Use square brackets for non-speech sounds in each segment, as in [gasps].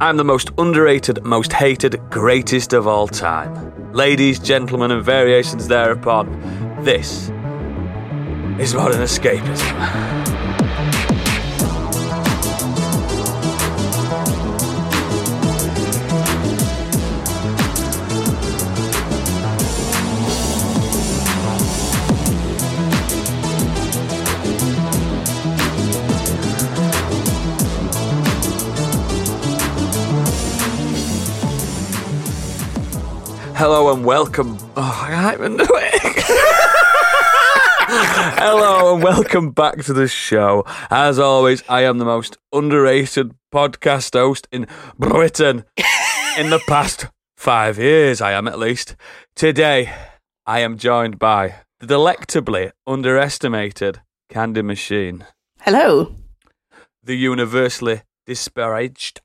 I'm the most underrated, most hated, greatest of all time. Ladies, gentlemen, and variations thereupon, this is modern escapism. Hello and welcome. Oh, I can't even do it. [laughs] Hello and welcome back to the show. As always, I am the most underrated podcast host in Britain in the past five years, I am at least. Today, I am joined by the delectably underestimated Candy Machine, Hello. the universally disparaged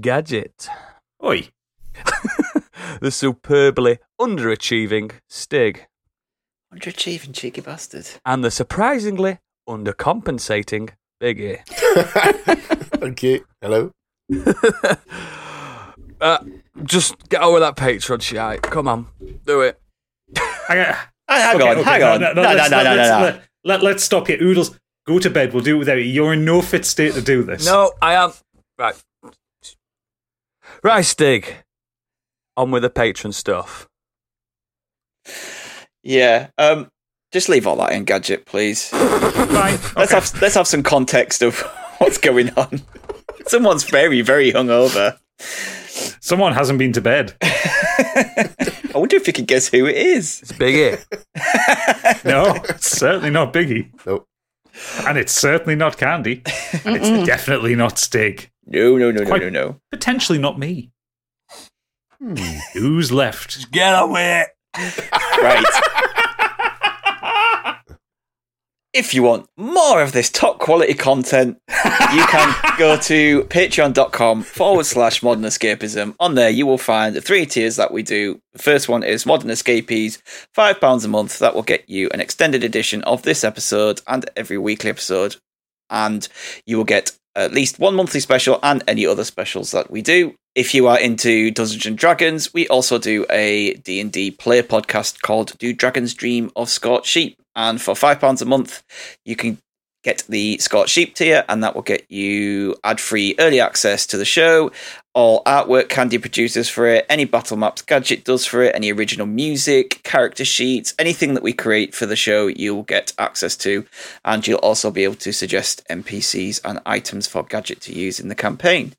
Gadget, Oi. the superbly underachieving Stig. Underachieving cheeky bastard. and the surprisingly undercompensating Biggie. Thank you. Hello. Uh, just get over that Patreon shit. Come on, do it. Hang on. hang Okay, on, okay, hang no, on. No, no, let's, no, let's, Let, us stop here. Oodles, go to bed. We'll do it without you. You're in no fit state to do this. No, I am right. Right, Stig. On with the patron stuff. Yeah. Um, just leave all that in gadget, please. Fine. Let's Okay. have let's have some context of [laughs] what's going on. Someone's very very hungover. Someone hasn't been to bed. I wonder if you could guess who it is. It's eh? Biggie. No, it's certainly not Biggie. Nope. And it's certainly not Candy. And it's definitely not Stig. No, no, no, no, Quite- no, no. Potentially not me. Who's [laughs] left? get on with Right. if you want more of this top quality content, you can go to patreon.com forward slash modern escapism. On there, you will find the three tiers that we do. The first one is Modern Escapees, £5 a month. That will get you an extended edition of this episode and every weekly episode. And you will get at least one monthly special and any other specials that we do. If you are into Dungeons and Dragons, we also do a D&D player podcast called Do Dragons Dream of Scorched Sheep? And for £5 a month, you can get the Scorched Sheep tier, and that will get you ad free early access to the show, all artwork Candy produces for it, any battle maps Gadget does for it, any original music, character sheets, anything that we create for the show, you'll get access to. And you'll also be able to suggest NPCs and items for Gadget to use in the campaign.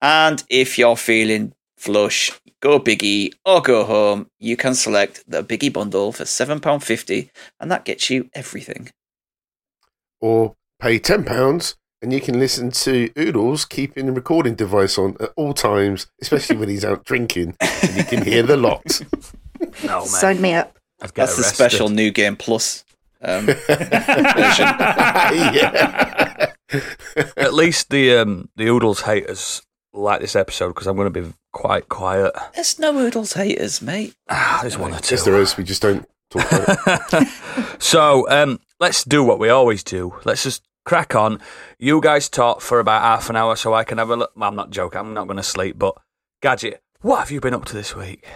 And if you're feeling flush, go Biggie or go home, you can select the Biggie bundle for £7.50, and that gets you everything. Or pay ten pounds and you can listen to Oodles keeping the recording device on at all times, especially when he's out drinking and you can hear the lot. [laughs] it. No Oh, man, Sign me up. I'd get That's the arrested. [laughs] special new game plus. [laughs] Um, yeah. At least the um, the Oodles haters like this episode because I'm going to be quite quiet. there's no Oodles haters, mate. Ah, there's one or two. Yes there is, we just don't talk about it. So um, let's do what we always do. Let's just crack on. You guys talk for about half an hour so I can have a look. Well, I'm not joking. I'm not going to sleep. But Gadget, what have you been up to this week?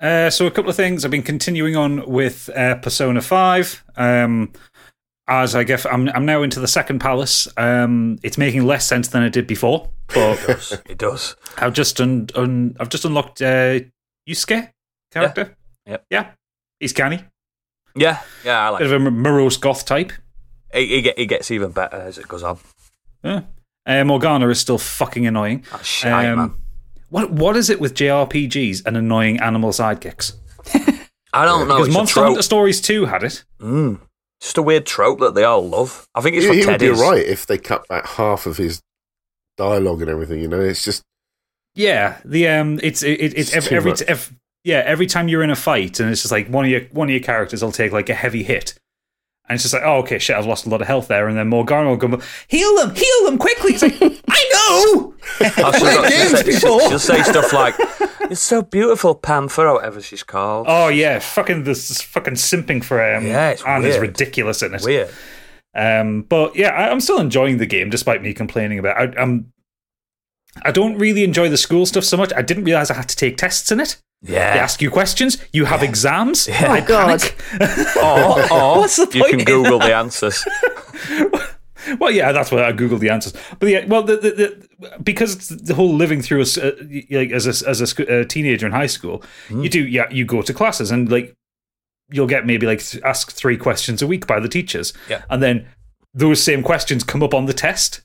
Uh, so a couple of things. I've been continuing on with uh, Persona Five. Um, as I guess I'm, I'm now into the second palace. Um, it's making less sense than it did before, but [laughs] It does. I've just un, un, I've just unlocked uh, Yusuke character. Yeah. Yep. Yeah. He's canny, Yeah, yeah, I like. bit It. of a m- morose goth type. It, it, get- it gets even better as it goes on. Yeah. Uh, Morgana is still fucking annoying. Um, That's shite, man. What what is it with JRPGs and annoying animal sidekicks? I don't know. Because Oh, It's a Monster trope. Hunter Stories Two had it. Mm. It's just a weird trope that they all love. I think it's He, for he would be Teddy's. right if they cut back half of his dialogue and everything, you know. It's just Yeah, the um, it's it, it, it's It's too every, every, much. ev- yeah every time you're in a fight and it's just like one of your one of your characters will take like a heavy hit, and it's just like oh okay shit I've lost a lot of health there, and then Morgana will go heal them heal them quickly. [laughs] It's like I know. Oh, she'll, go- she'll say, she'll- games before. she'll say [laughs] stuff like, "It's so beautiful, Panther," or whatever she's called. Oh yeah, fucking this is fucking simping for um, Yeah, it's and is weird. ridiculous in it. Weird. Um, but yeah, I, I'm still enjoying the game despite me complaining about. I, I'm I don't really enjoy the school stuff so much. I didn't realize I had to take tests in it. They Yeah. ask you questions. You have [laughs] exams. Yeah. I Oh, God. panic. [laughs] Oh. Or, or What's the you point can in Google the answers. Well, yeah, that's why I googled the answers. But yeah, well, the, the, the, because the whole living through as uh, like as a, as a sc- uh, teenager in high school, you do yeah you go to classes and like you'll get maybe like th- asked three questions a week by the teachers, Yeah. and then those same questions come up on the test,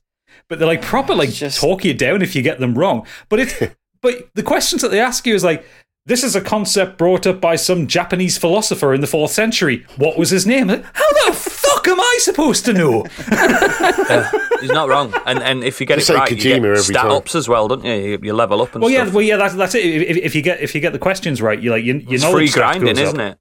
but they're like proper like just- talk you down if you get them wrong. But it but the questions that they ask you is like. This is a concept brought up by some Japanese philosopher in the fourth century. What was his name? How the fuck am I supposed to know? He's not wrong. And and if you get Just it say right, you get Kojima every stat time. ups as well, don't you? you? You level up and Well, yeah, stuff. well, yeah. That's that's it. If, if- if you get if you get the questions right, you like you your it's knowledge free stat grinding, goes up. isn't it?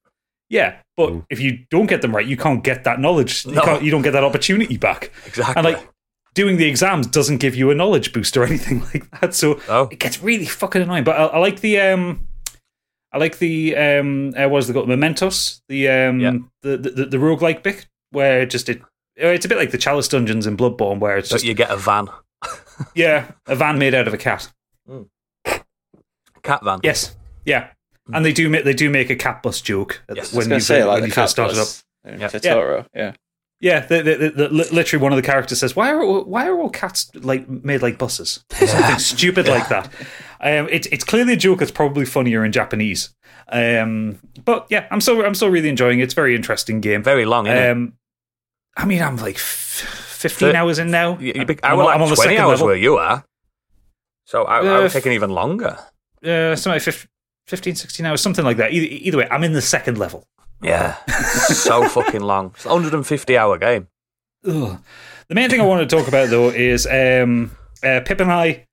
Yeah, but if you don't get them right, you can't get that knowledge. You, No. can't, you don't get that opportunity back. Exactly. And like doing the exams doesn't give you a knowledge boost or [laughs] anything like that. So Oh. it gets really fucking annoying. But I, I like the um, I like the um, uh, what's the got Mementos, the um, Yeah. the, the the the roguelike bit where it just it. uh, It's a bit like the Chalice Dungeons in Bloodborne, where it's So just you get a van, yeah, a van made out of a cat. cat van. Yes. Yeah. And they do make they do make a cat bus joke at- Yes. Hmm. I was when going you to say, when like, you the cat first started up. bus in Yeah. Totoro. Yeah. Yeah, the, the, the, the, li- literally one of the characters says, "Why are why are all cats like made like buses?" Or Something [laughs] stupid like that. Um, it's it's clearly a joke. that's probably funnier in Japanese. Um, but yeah, I'm still I'm still really enjoying it. It's a very interesting game. Very long, isn't it? Um, I mean, I'm like f- fifteen Thir- hours in now. You- you I'm- big- I I'm were on- like I'm on the 20 second hours level. where you are. So I, I Uh, would take an even longer. Uh, something like 15, 15, 16 hours, something like that. Either, either way, I'm in the second level. Yeah. [laughs] so fucking long. It's a 150 hour game. Ugh. The main thing I want to talk about though is um, uh, Pip and I.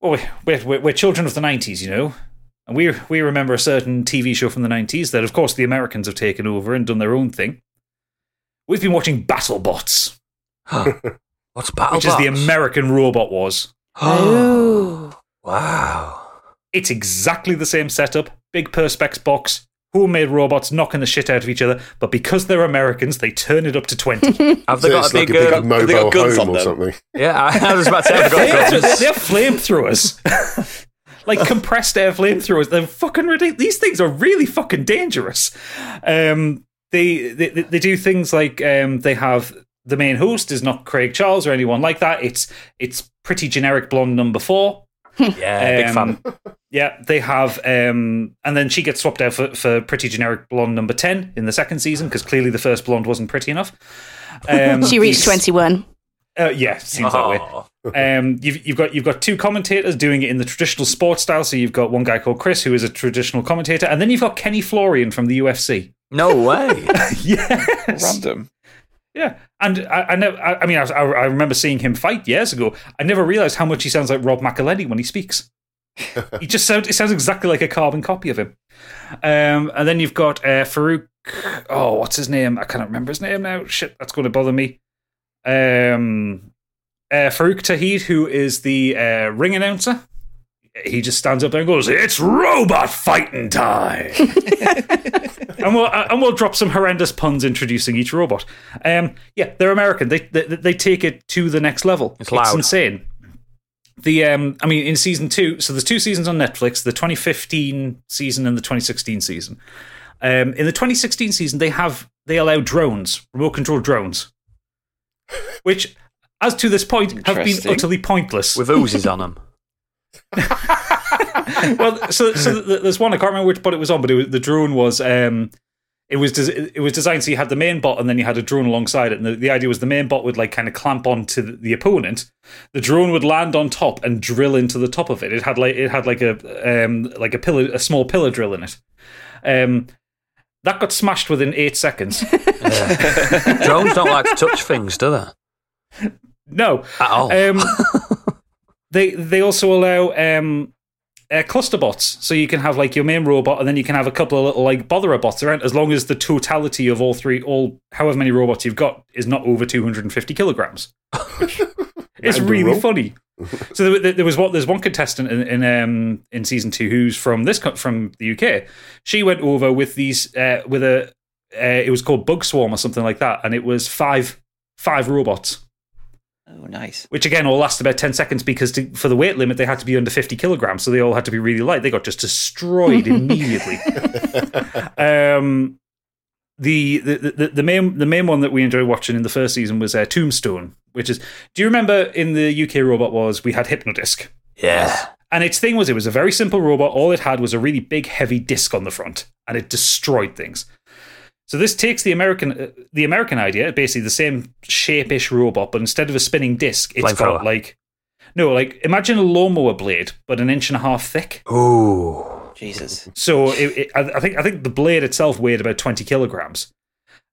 Well, we're, we're, we're children of the '90s, you know, and we we remember a certain TV show from the '90s that, of course, the Americans have taken over and done their own thing. We've been watching BattleBots, What's Battle which is the American Robot Wars. [gasps] Oh. Wow. It's exactly the same setup: big perspex box, homemade robots knocking the shit out of each other. But because they're Americans, they turn it up to twenty. Have they So got it's a big, like a big uh, [laughs] got- have they got mobile guns home on or them? something. Yeah, [laughs] I, I was about to say, have they got [laughs] They're, guns? they're flamethrowers. like compressed air flamethrowers. They're fucking ridiculous. These things are really fucking dangerous. Um, they, they they do things like um, they have the main host is not Craig Charles or anyone like that. It's it's pretty generic blonde number four. Yeah, big [laughs] Um, fan. Yeah, they have, um, and then she gets swapped out for, for pretty generic blonde number ten in the second season because clearly the first blonde wasn't [laughs] pretty enough. Um, She reached these- 21. Uh, yeah, seems that way. Oh, Um, you've, you've got you've got two commentators doing it in the traditional sports style. So you've got one guy called Chris who is a traditional commentator, and then you've got Kenny Florian from the UFC. [laughs] no way. yes, Random. yeah. And I, I never, I, I mean, I, I I remember seeing him fight years ago. I never realized how much he sounds like Rob McElhenney when he speaks. he just sounds it sounds exactly like a carbon copy of him. Um, and then you've got uh, Farouk. Oh, what's his name? I cannot remember his name now. Shit, that's going to bother me. Um, uh, Farouk Tahid, who is the uh, ring announcer. He just stands up there and goes, "It's robot fighting time," and we'll uh, and we'll drop some horrendous puns introducing each robot. Um, yeah, they're American. They, they they take it to the next level. It's loud. insane. The um, I mean, in season two, so there's two seasons on Netflix: the 2015 season and the 2016 season. Um, in the 2016 season, they have they allow drones, remote control drones, which, as to this point, have been Interesting. utterly [laughs] pointless. With oozes on them. [laughs] well, so so th- there's one I can't remember which bot it was on, but it was, the drone was um, it was des- it was designed so you had the main bot and then you had a drone alongside it, and the, the idea was the main bot would like kind of clamp onto the, the opponent, the drone would land on top and drill into the top of it. It had like it had like a um like a pillar a small pillar drill in it, um. That got smashed within eight seconds. Drones don't like to touch things, do they? No, At all. Um, they they also allow um, uh, cluster bots, so you can have like your main robot, and then you can have a couple of little like botherer bots around, as long as the totality of all three, all however many robots you've got, is not over two hundred and fifty kilograms. it's Random really roll. funny. So there, there- there was what there's one contestant in in, um, in season two who's from this co- from the UK. She went over with these uh, with a uh, it was called Bug Swarm or something like that, and it was five five robots Oh, nice. which again all lasted about 10 seconds because to, for the weight limit they had to be under 50 kilograms so they all had to be really light they got just destroyed immediately um, the, the, the, the main the main one that we enjoyed watching in the first season was uh, tombstone which is do you remember in the uk robot wars we had hypnodisc Yeah. and its thing was it was a very simple robot. All it had was a really big, heavy disc on the front, and it destroyed things. So this takes the American uh, the American idea, basically the same shape-ish robot, but instead of a spinning disc, it's Flamethrower. got like no, like imagine a lawnmower blade, but an inch and a half thick. Ooh. [laughs] Jesus. So it, it, I I think I think the blade itself weighed about twenty kilograms.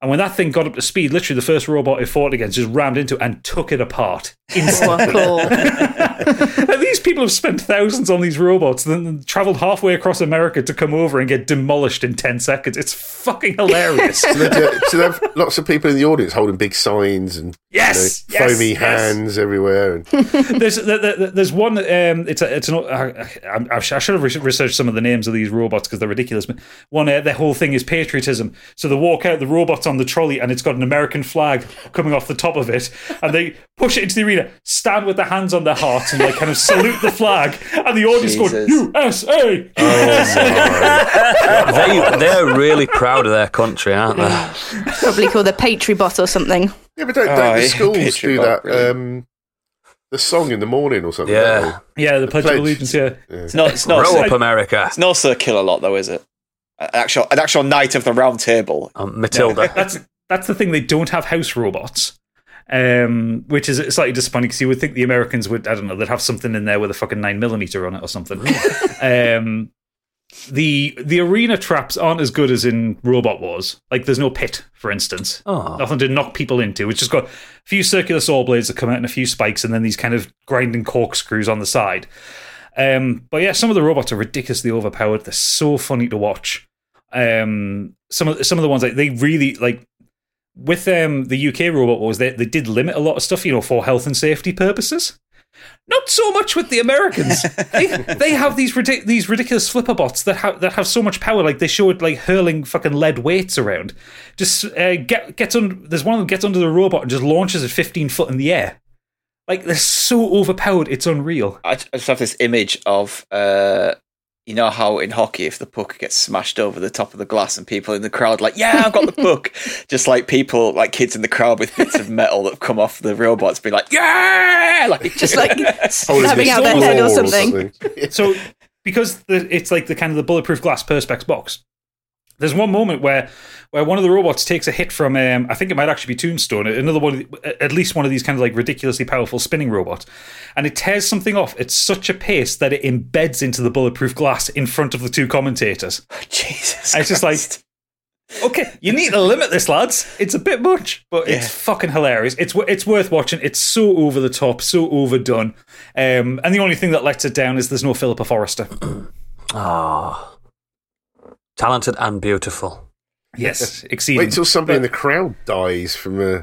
And when that thing got up to speed, literally the first robot it fought against just rammed into it and took it apart [laughs] Oh, cool. [laughs] And these people have spent thousands on these robots, then traveled halfway across America to come over and get demolished in 10 seconds. It's fucking hilarious. So they- so they have [laughs] lots of people in the audience holding big signs and you know, yes, yes, foamy yes. hands everywhere. And There's there- there- there's one. Um, it's a, it's an. I, I, I should have re- researched some of the names of these robots because they're ridiculous. But one, uh, their whole thing is patriotism. So they walk out the robots on the trolley, and it's got an American flag coming off the top of it, and they push it into the arena, stand with their hands on their hearts, and like kind of salute the flag, and the audience Jesus. going USA. Uh, Oh They, they're really proud of their country, aren't they? Probably called a Patri bot or something. yeah, but don't, Oh, don't Ah, the [laughs] yeah, schools picture do of that? that, really. Um, the song in the morning or something. Yeah. don't Yeah, the Pledge of Pledge. Allegiance. Yeah, It's not. It's not. Grow up, It's America. not Sir Killer Lot, though, is it? An actual, an actual knight of the round table. Um, Matilda. that's that's the thing. They don't have house robots, um, which is slightly disappointing because you would think the Americans would. I don't know. They'd have something in there with a fucking nine millimeter on it or something. [laughs] um, the the arena traps aren't as good as in Robot Wars. Like, there's no pit, for instance. Oh. Nothing to knock people into. It's just got a few circular saw blades that come out and a few spikes, and then these kind of grinding corkscrews on the side. Um, but yeah, some of the robots are ridiculously overpowered. They're so funny to watch. Um, some of some of the ones like they really like with um, the UK robot wars. They they did limit a lot of stuff, you know, for health and safety purposes. Not so much with the Americans. they, they have these ridic- these ridiculous flipper bots that have that have so much power. Like they showed like hurling fucking lead weights around. Just uh, get gets under. There's one of them gets under the robot and just launches it 15 foot in the air. Like they're so overpowered, it's unreal. I, I just have this image of, uh, you know, how in hockey, if the puck gets smashed over the top of the glass and people in the crowd, like, yeah, I've got the [laughs] puck. just like people, like kids in the crowd with bits of metal that have come off the robots, be like, Ah! yeah! Like, [laughs] Just like Holding stabbing big out their head or claw something. so because the, it's like the kind of the bulletproof glass perspex box there's one moment where where one of the robots takes a hit from um, i think it might actually be tombstone another one of the- at least one of these kind of like ridiculously powerful spinning robots and it tears something off at such a pace that it embeds into the bulletproof glass in front of the two commentators Jesus. It's just Christ. [laughs] like- okay you need to limit this lads it's a bit much but it's fucking hilarious it's wo- it's worth watching it's so over the top so overdone um, and the only thing that lets it down is there's no philippa forrester Oh. Talented and beautiful. Yes, exceeding. Wait till somebody in the crowd dies from uh,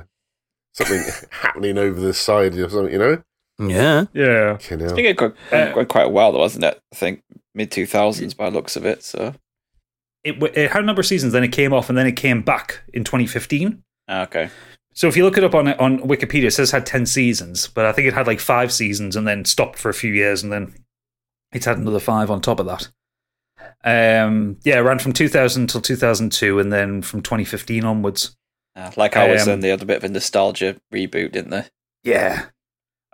something [laughs] happening over the side or something. You know. Yeah. yeah. Fucking I hell. think it went, Uh, went quite a while, though, wasn't it? I think mid 2000s by the looks of it. So, It, w- it had a number of seasons, then it came off, and then it came back in 2015. Ah, okay. So if you look it up on on Wikipedia, it says it had 10 seasons, but I think it had like five seasons and then stopped for a few years, and then it's had another five on top of that. Um, yeah, it ran from 2000 till 2002, and then from 2015 onwards. Ah, like I was Um, then, they had a bit of a nostalgia reboot, didn't they? Yeah.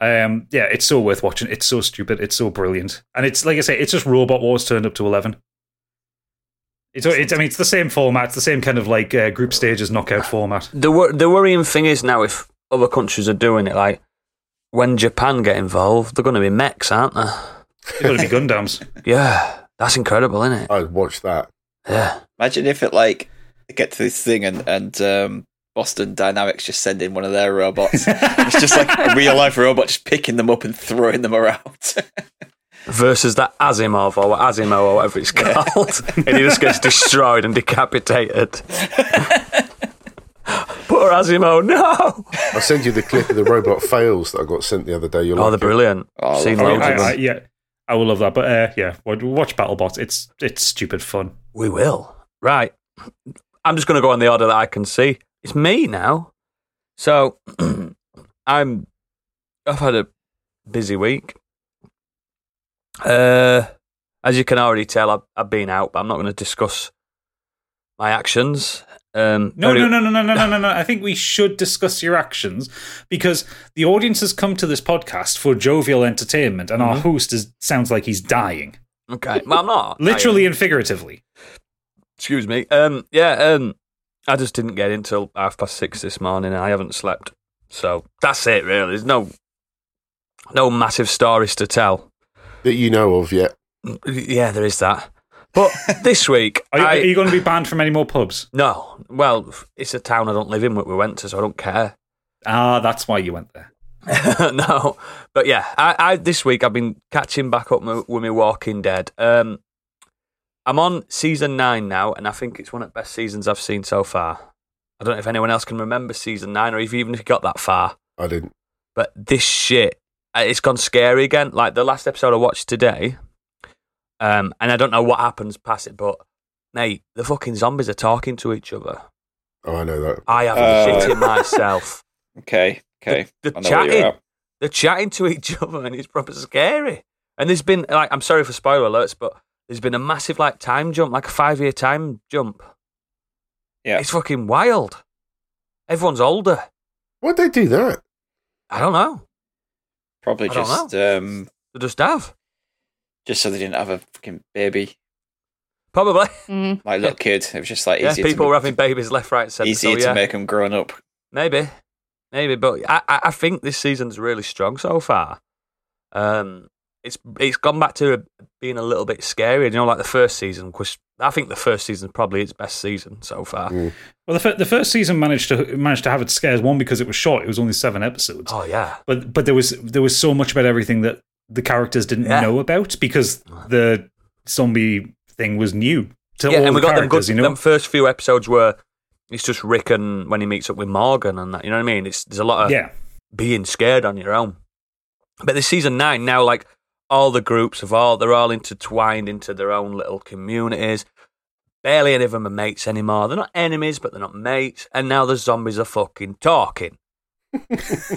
Um, yeah, it's so worth watching. It's so stupid. It's so brilliant. And it's like I say, it's just Robot Wars turned up to eleven. It's, it's I mean, it's the same format. It's the same kind of like uh, group stages knockout format. The, wor- the worrying thing is now if other countries are doing it, like when Japan get involved, they're going to be mechs, aren't they? It's going to be Gundams. Yeah. That's incredible, isn't it? I'd watch that. Yeah. Imagine if it like they get to this thing and and um, Boston Dynamics just send in one of their [laughs] robots. it's just like a real life robot just picking them up and throwing them around. [laughs] Versus that Asimov or Asimo or whatever it's called. [laughs] and he just gets destroyed and decapitated. Poor Asimo, no! I'll send you the clip of the robot [laughs] fails that I got sent the other day. You'll Oh, they're like it. brilliant. Oh, Seen I- I, loads I, of them. I- yeah, I will love that. But uh, yeah, wa- watch BattleBots. It's it's stupid fun. We will. Right. I'm just going to go on the order that I can see. It's me now. So [clears throat] I'm I've had a busy week. Uh, as you can already tell, I've, I've been out, but I'm not going to discuss my actions. Um, No, very- no, no, no, no, no, no, no, no. I think we should discuss your actions because the audience has come to this podcast for jovial entertainment, and our host is, sounds like he's dying, Okay, well, I'm [laughs] not. literally and figuratively. excuse me. Um, yeah, um, I just didn't get in till half past six this morning, and I haven't slept. So that's it, really. There's no, no massive stories to tell. that you know of yet. Yeah, there is that. [laughs] But this week, Are, you I, are you going to be banned from any more pubs? no. Well, it's a town I don't live in. What we went to, so I don't care. Ah, that's why you went there. [laughs] no, but yeah, I, I this week I've been catching back up my, with my Walking Dead. Um, I'm on season nine now, and I think it's one of the best seasons I've seen so far. I don't know if anyone else can remember season nine, or if even if you got that far. I didn't. But this shit, uh, it's gone scary again. Like the last episode I watched today, um, and I don't know what happens past it, but mate, the fucking zombies are talking to each other. Oh, I know that. I have Oh. shitting myself. Okay, okay. The I know where chatting. you're at. they're chatting to each [laughs] other and it's proper scary. And there's been like I'm sorry for spoiler alerts, but there's been a massive like time jump, like a five year time jump. Yeah. It's fucking wild. Everyone's older. Why'd they do that? I don't know. Probably I don't just um, They just have. just so they didn't have a fucking baby, Probably. Mm. like little kid. It was just [laughs] like Yeah, easier people were to, having babies left, right, and centre. so, easier yeah, to make them grown up. Maybe. Maybe. But I, I I think this season's really strong so far. Um it's it's gone back to being a little bit scary, you know, like the first season, because I think the first season's probably its best season so far. Mm. Well, the, fir- the first season managed to managed to have its scares. One because it was short; it was only seven episodes. Oh yeah. but but there was there was so much about everything that the characters didn't Yeah. know about because the zombie thing was new to all and the we got them good. characters. you know, Them first few episodes were it's just Rick and when he meets up with Morgan and that. You know what I mean? It's there's a lot of yeah, being scared on your own. But this season nine now, like all the groups have all they're all intertwined into their own little communities. Barely any of them are mates anymore. They're not enemies, but they're not mates. And now the zombies are fucking [laughs] talking.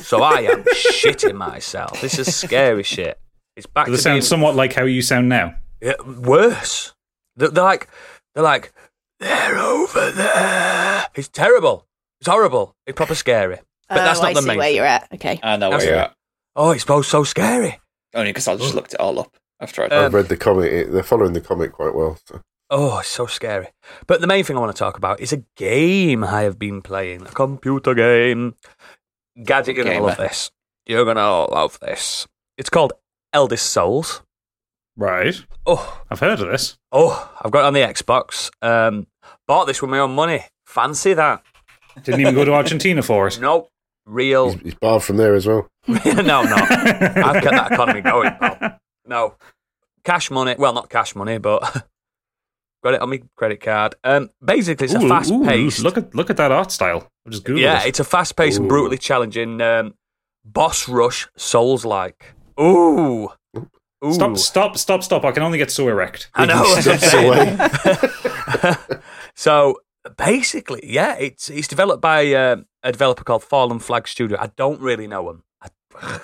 so I am shitting myself. This is scary shit. It's back they to being sound somewhat like how you sound now. yeah, worse. They're, they're like, they're like, they're over there. It's terrible. It's horrible. It's proper scary. But that's Oh, not I the see main. where thing. Uh, you're at. Okay. I know where That's it. you're at. Oh, it's both so scary. Only because I just Mm. looked it all up after I. Um, I've read the comic. It- They're following the comic quite well. So. Oh, it's so scary. But the main thing I want to talk about is a game I have been playing, a computer game. Gadget, you're gonna Gamer. love this. You're gonna love this. It's called Eldest Souls. Right, Oh, I've heard of this. oh, I've got it on the Xbox. Um, bought this with my own money. Fancy that? Didn't even go to Argentina for it. Nope. Real He's, he's barred from there as well. [laughs] no, no. [laughs] I've kept that economy going, pal. No. Cash money. Well, not cash money, but [laughs] got it on my credit card. Um, basically, [laughs] it's a Ooh, fast ooh, paced. Look at look at that art style. I just googled Yeah, it. it's a fast paced and Ooh. brutally challenging um, boss rush souls like. Ooh. Ooh. Stop! Stop! Stop! Stop! I can only get so erect. Oh, I know. that's what I'm Steps saying. away. so basically, yeah, it's it's developed by um a developer called Fallen Flag Studio. I don't really know him. I, [sighs]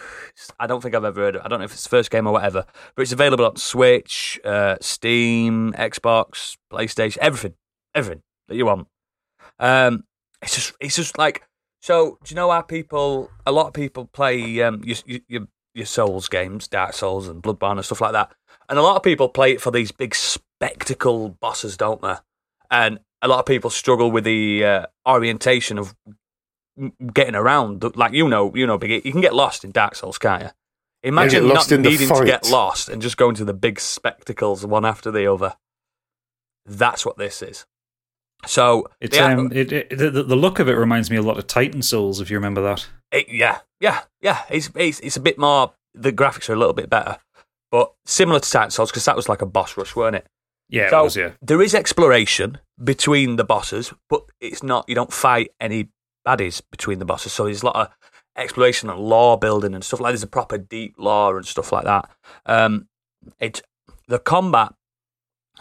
I don't think I've ever heard of. it. I don't know if it's the first game or whatever, but it's available on Switch, uh, Steam, Xbox, PlayStation, everything, everything that you want. Um, it's just it's just like so. Do you know how people? A lot of people play um your your, your Souls games, Dark Souls and Bloodborne and stuff like that. And a lot of people play it for these big spectacle bosses, don't they? And a lot of people struggle with the uh, orientation of m- getting around. Like you know, you know, Big E, you can get lost in Dark Souls, can't you? Imagine lost not in the needing to get fight. lost and just going to the big spectacles one after the other. That's what this is. So It's they- um, it, it, the, the the look of it reminds me a lot of Titan Souls, if you remember that. It, yeah, yeah, yeah. It's, it's it's a bit more. The graphics are a little bit better, but similar to Titan Souls because that was like a boss rush, weren't it? Yeah, so it [laughs] was. Yeah, there is exploration between the bosses, but it's not. You don't fight any baddies between the bosses, so there's a lot of exploration and lore building and stuff like. There's a proper deep lore and stuff like that. Um, it's the combat,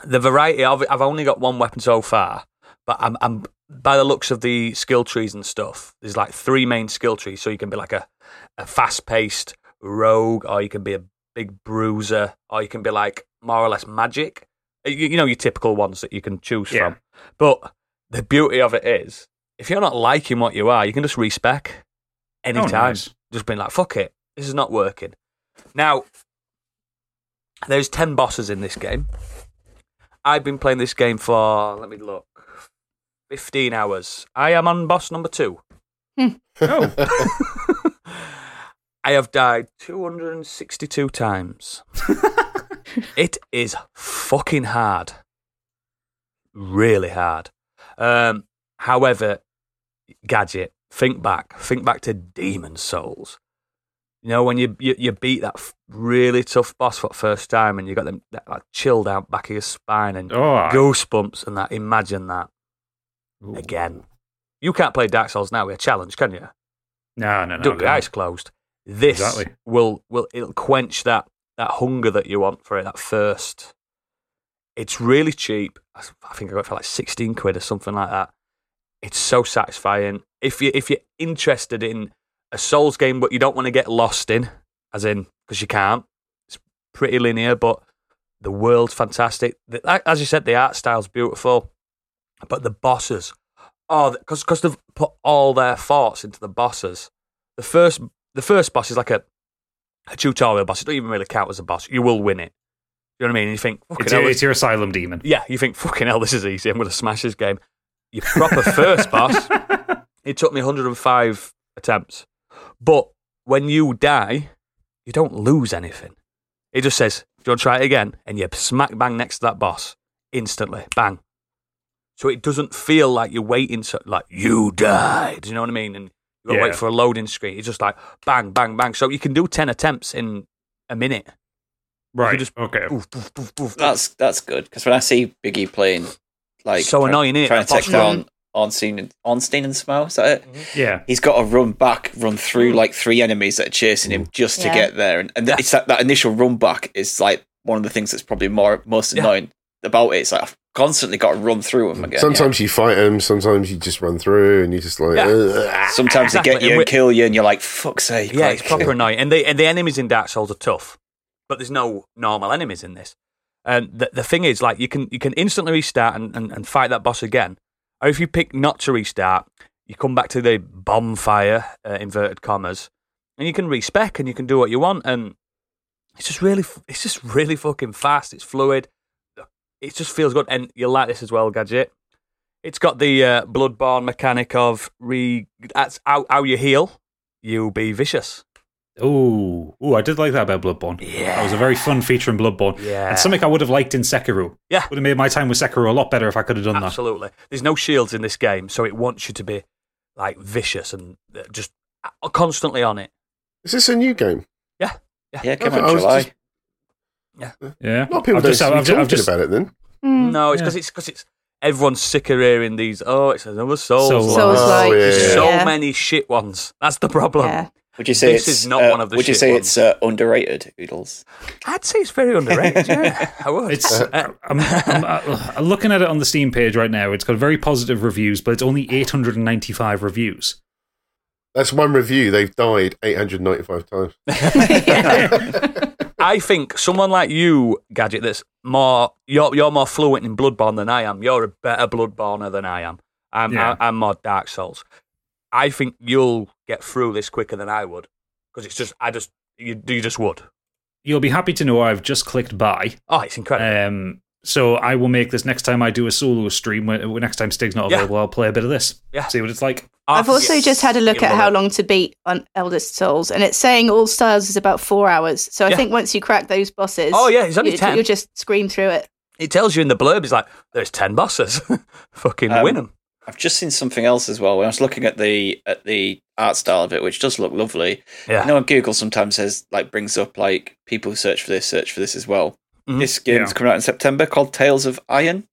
the variety of it. I've only got one weapon so far, but I'm, I'm by the looks of the skill trees and stuff, there's like three main skill trees. So you can be like a, a fast paced rogue, or you can be a big bruiser, or you can be like more or less magic. You, you know, your typical ones that you can choose Yeah. from. But the beauty of it is, if you're not liking what you are, you can just respec Oh, anytime. nice. Just being like, fuck it, this is not working. Now, there's 10 bosses in this game. I've been playing this game for, let me look, 15 hours. I am on boss number two. Oh, I have died 262 times. it is fucking hard. Really hard. Um, however, Gadget, think back. Think back to Demon Souls. You know, when you, you, you beat that f- really tough boss for the first time and you got them, that like, chill down back of your spine and oh, I- goosebumps and that. Imagine that Ooh. again. You can't play Dark Souls now with a challenge, can you? No, no, no. Duck no. your eyes closed. This Exactly. will will it'll quench that that hunger that you want for it. That thirst. It's really cheap. I s- I think I got it for like sixteen quid or something like that. It's so satisfying. If you if you're interested in a Souls game, but you don't want to get lost in, as in because you can't. It's pretty linear, but the world's fantastic. The, like- as you said, the art style's beautiful, but the bosses, oh, because because they've put all their thoughts into the bosses the first the first boss is like a, a tutorial boss. It don't even really count as a boss. You will win it. You know what I mean? And you think, fucking It's, hell, your, this- it's your asylum demon. yeah, you think, fucking hell, this is easy. I'm going to smash this game. Your proper [laughs] first boss, it took me 105 attempts. But when you die, you don't lose anything. It just says, do you want to try it again? And you smack bang next to that boss instantly. Bang. So it doesn't feel like you're waiting, so, like, you died. Do you know what I mean? And you got to Yeah. wait for a loading screen. It's just like, bang, bang, bang. So you can do 10 attempts in a minute. Right. just- okay. Oof, oof, oof, oof, oof. That's that's good because when I see Biggie playing, like So try- annoying, innit? trying to That take boss down Onstein and Onstein and Smo. Is that it? Mm-hmm. Yeah. He's got to run back, run Mm. through like three enemies that are chasing him just to Yeah. get there, and, and it's that, that initial run back is like one of the things that's probably more most Yeah. annoying about it. It's like I've constantly got to run through them again. sometimes you fight them, sometimes you just run through and you're just like, Yeah. "Ugh." yeah. sometimes they get Exactly. you And and kill you, and you're like, "Fuck's sake!" Yeah, like- it's proper annoying. And the and the enemies in Dark Souls are tough, but there's no normal enemies in this. And the the thing is, like you can you can instantly restart and, and, and fight that boss again, or if you pick not to restart, you come back to the bonfire uh, inverted commas, and you can respec and you can do what you want, and it's just really f- it's just really fucking fast. It's fluid. It just feels good, and you like this as well, gadget. It's got the uh, bloodborne mechanic of re. That's how, how you heal. You'll be vicious. Ooh. Ooh, I did like that about Bloodborne. Yeah. That was a very fun feature in Bloodborne. Yeah. And something I would have liked in Sekiro. Yeah. Would have made my time with Sekiro a lot better if I could have done Absolutely. There's no shields in this game, so it wants you to be like vicious and uh, just uh, constantly on it. Is this a new game? [laughs] Yeah, come I on, was July. just- that. Yeah. A lot of people I've don't just- seem to I've be ju- talking I've just- about it then. Mm. No, it's Yeah. because it's because it's everyone's sick of hearing these. Oh, it's another Souls. Souls. like. So it's Oh, like, yeah, There's yeah. so yeah. many shit ones. That's the problem. Yeah. Would you say This it's, is not uh, one of the Would you shit say ones. it's uh, underrated, Oodles? I'd say it's very underrated. yeah, [laughs] I would. It's Uh, I'm, I'm, uh, looking at it on the Steam page right now. It's got very positive reviews, but it's only 895 reviews. That's one review. They've died 895 times. I think someone like you, Gadget, that's more you're you're more fluent in Bloodborne than I am. You're a better Bloodborner than I am. I'm Yeah. I, I'm more Dark Souls. I think you'll get through this quicker than I would because it's just I just you you just would. You'll be happy to know I've just clicked buy. Oh, it's incredible. Um, so I will make this next time I do a solo stream. When, when next time Stig's not Yeah. available, I'll play a bit of this. Yeah. See what it's like. I've Oh, also just had a look You'll at love how it. long to beat on Eldest Souls, and it's saying all styles is about four hours. So I Yeah. think once you crack those bosses, Oh, yeah, it's only you, 10. You'll just scream through it. It tells you in the blurb. It's like there's ten bosses. [laughs] Fucking Um, win 'em. I've just seen something else as well. When I was looking at the at the art style of it, which does look lovely. Yeah. I know on Google sometimes says like brings up like people who search for this, search for this as well. Mhm. This game's Yeah. coming out in September called Tales of Iron.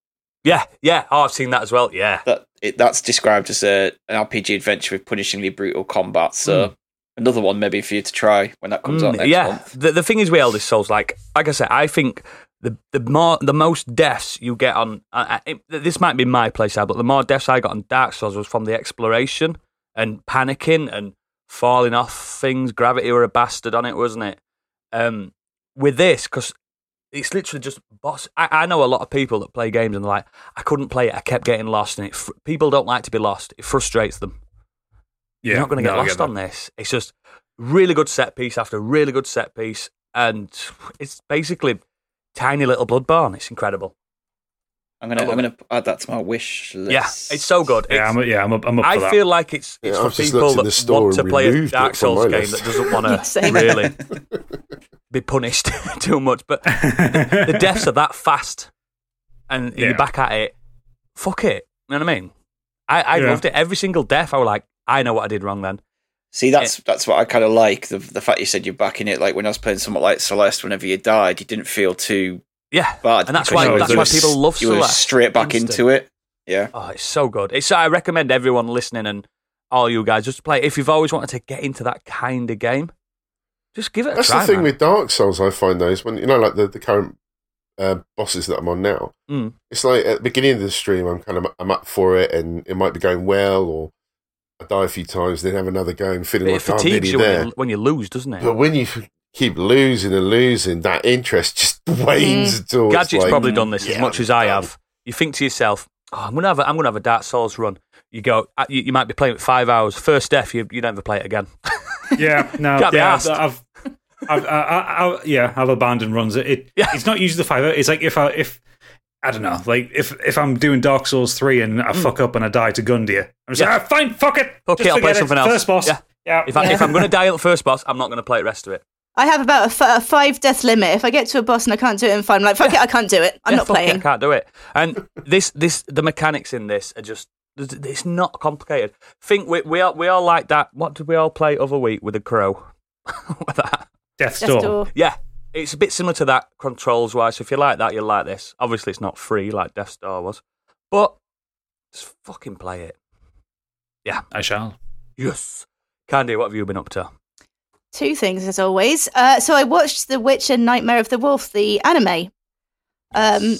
Yeah, yeah. Oh, I've seen that as well. Yeah. That it, that's described as a an RPG adventure with punishingly brutal combat. So another one maybe for you to try when that comes Mm, out next yeah. month. The, the thing is with Elder Souls, like like I said, I think the the more the most deaths you get on. I, I, it- this might be my place, but the more deaths I got on Dark Souls was from the exploration and panicking and falling off things. Gravity were a bastard on it, wasn't it? Um, with this, because it's literally just boss. I, I know a lot of people that play games and they're like, I couldn't play it. I kept getting lost, and it fr- people don't like to be lost. It frustrates them. Yeah, You're not going to no, get I lost that. on this. It's just really good set piece after really good set piece, and it's basically tiny little Bloodborne. It's incredible. I'm gonna I love I'm gonna add that to my wish list. Yeah, it's so good. Yeah, It's- I'm, yeah, I'm up, I'm up for I that. [laughs] feel like it's, Yeah, it's I've for just people looked in the that store want to and play a removed Dark it from my Souls game list. that doesn't want to Same. really be punished [laughs] too much. But [laughs] the deaths are that fast, and Yeah. you're back at it. Fuck it. You know what I mean? I, I Yeah. loved it. Every single death, I was like, I know what I did wrong then. See, that's that's what I kind of like the the fact you said you're back in it. Like when I was playing somewhat like Celeste, whenever you died, you didn't feel too Yeah, bad, and that's because why you were- that's you why were s- people love you were Celeste. straight back Instant. into it. Yeah, Oh, it's so good. It's I recommend everyone listening and all you guys just play. it. If you've always wanted to get into that kind of game, just give it. That's a try, the thing man. with Dark Souls. I find those when you know, like the, the current uh, bosses that I'm on now. Hmm. Mm. It's like at the beginning of the stream, I'm kind of I'm up for it, and it might be going well, or I die a few times, then have another go and feeling It like I'm fatigues really you there. when, you when you lose, doesn't it? But when you keep losing and losing, that interest just [laughs] wanes. until it's Hmm. Gadget's like, probably done this as yeah, much I'm as I done. have. You think to yourself, oh, I'm gonna have a, I'm gonna have a Dark Souls run. You go, uh, you, you might be playing it five hours. First death, you you never play it again. yeah, no, Can't be yeah, arsed. I've, I've, uh, I, I, I, yeah, I've abandoned runs. It, it Yeah. it's not usually the five. It's like if I, if I don't know, like if if I'm doing Dark Souls three and I fuck up and I die to Gundia, I'm just Mm. Yeah. like, ah, fine, fuck it, Fuck just it, I'll play forget something else. First boss, Yeah. yeah, If, I, if I'm gonna die at the first boss, I'm not gonna play the rest of it. I have about a, f- a five death limit. If I get to a boss and I can't do it in five, I'm like, fuck it, I can't do it. I'm Yeah, not fuck it, I playing. can't do it. And this, this, the mechanics in this are just. It's not complicated. Think we we all, we all like that. What did we all play other week with the crow? [laughs] With that. [laughs] Death's Death Door. door. Yeah, it's a bit similar to that controls wise. If you like that, you'll like this. Obviously, it's not free like Death Star was, but just fucking play it. I shall. Yes, Candy, what have you been up to? Two things, as always. Uh, so I watched The Witch and Nightmare of the Wolf, the anime. Um,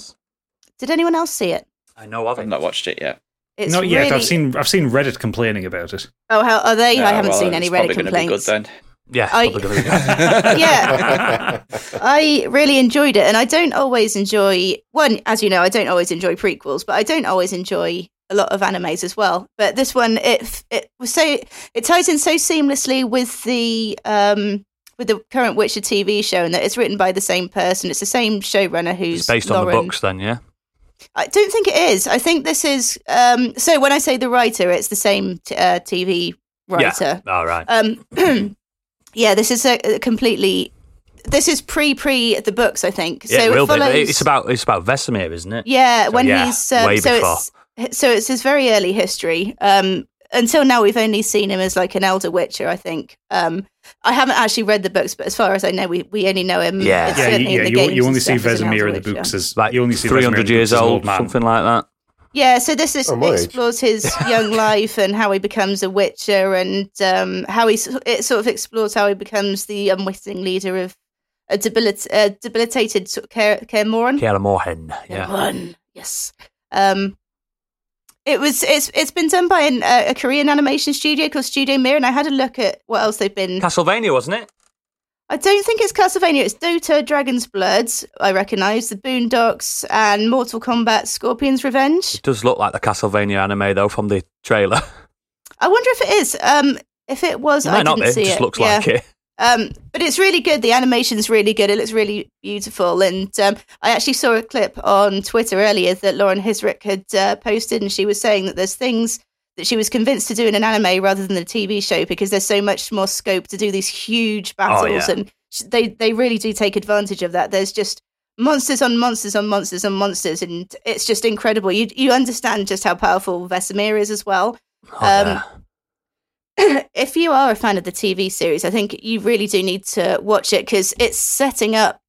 did anyone else see it? I know of it. I've not watched it yet. It's not yet. really- I've seen I've seen Reddit complaining [laughs] about it. Oh, how are they? I Uh, haven't well, seen any it's Reddit probably gonna be complaints. Yeah, it's I- probably gonna be good. yeah, [laughs] I really enjoyed it, and I don't always enjoy one. As you know, I don't always enjoy prequels, but I don't always enjoy a lot of animes as well. But this one, it it was so it ties in so seamlessly with the um with the current Witcher TV show, and that it's written by the same person. It's the same showrunner who's [laughs] it's based on Lauren. the books, then. Yeah, I don't think it is. I think this is. Um, so when I say the writer, it's the same t- uh, TV writer. yeah. All right. Um, yeah, this is a, a completely. This is pre pre the books, I think. yeah, so it will be. follows, It's about it's about Vesemir, isn't it? yeah when yeah, he's um, way so it's so it's his very early history. Um, until now, we've only seen him as like an elder witcher. I think. Um, I haven't actually read the books, but as far as I know, we, we only know him. Yeah. it's Yeah, you, certainly [laughs] in yeah. the You, games you only and see stuff as an Vesemir elder in the witcher. books as Like you only see Vesemir in the 300 years books as an old, man. something like that. Yeah, so this is Oh, my age. explores [laughs] his young life and how he becomes a witcher, and um, how he s- it sort of explores how he becomes the unwitting leader of a debilit- uh, debilitated sort of Kaer- Kaer-Moran. Kiara Morhen. Yeah. Kaer-Moran, yes. Um, it was it's it's been done by an, uh, a Korean animation studio called Studio Mir, and I had a look at what else they've been. Castlevania, wasn't it? I don't think it's Castlevania. It's Dota, Dragon's Blood. I recognise the Boondocks and Mortal Kombat, Scorpion's Revenge. It does look like the Castlevania anime though from the [laughs] trailer. I wonder if it is. Um, if it was, It I might didn't not be. It see just it. looks yeah. like it. Um, but it's really good. The animation's really good. It looks really beautiful. And um, I actually saw a clip on Twitter earlier that Lauren Hisrick had uh, posted, and she was saying that there's things that she was convinced to do in an anime rather than a TV show because there's so much more scope to do these huge battles, Oh, yeah. and sh- they they really do take advantage of that. There's just monsters on monsters on monsters on monsters, and it's just incredible. You you understand just how powerful Vesemir is as well Oh, [laughs] Um, yeah. [laughs] if you are a fan of the TV series, I think you really do need to watch it because it's setting up.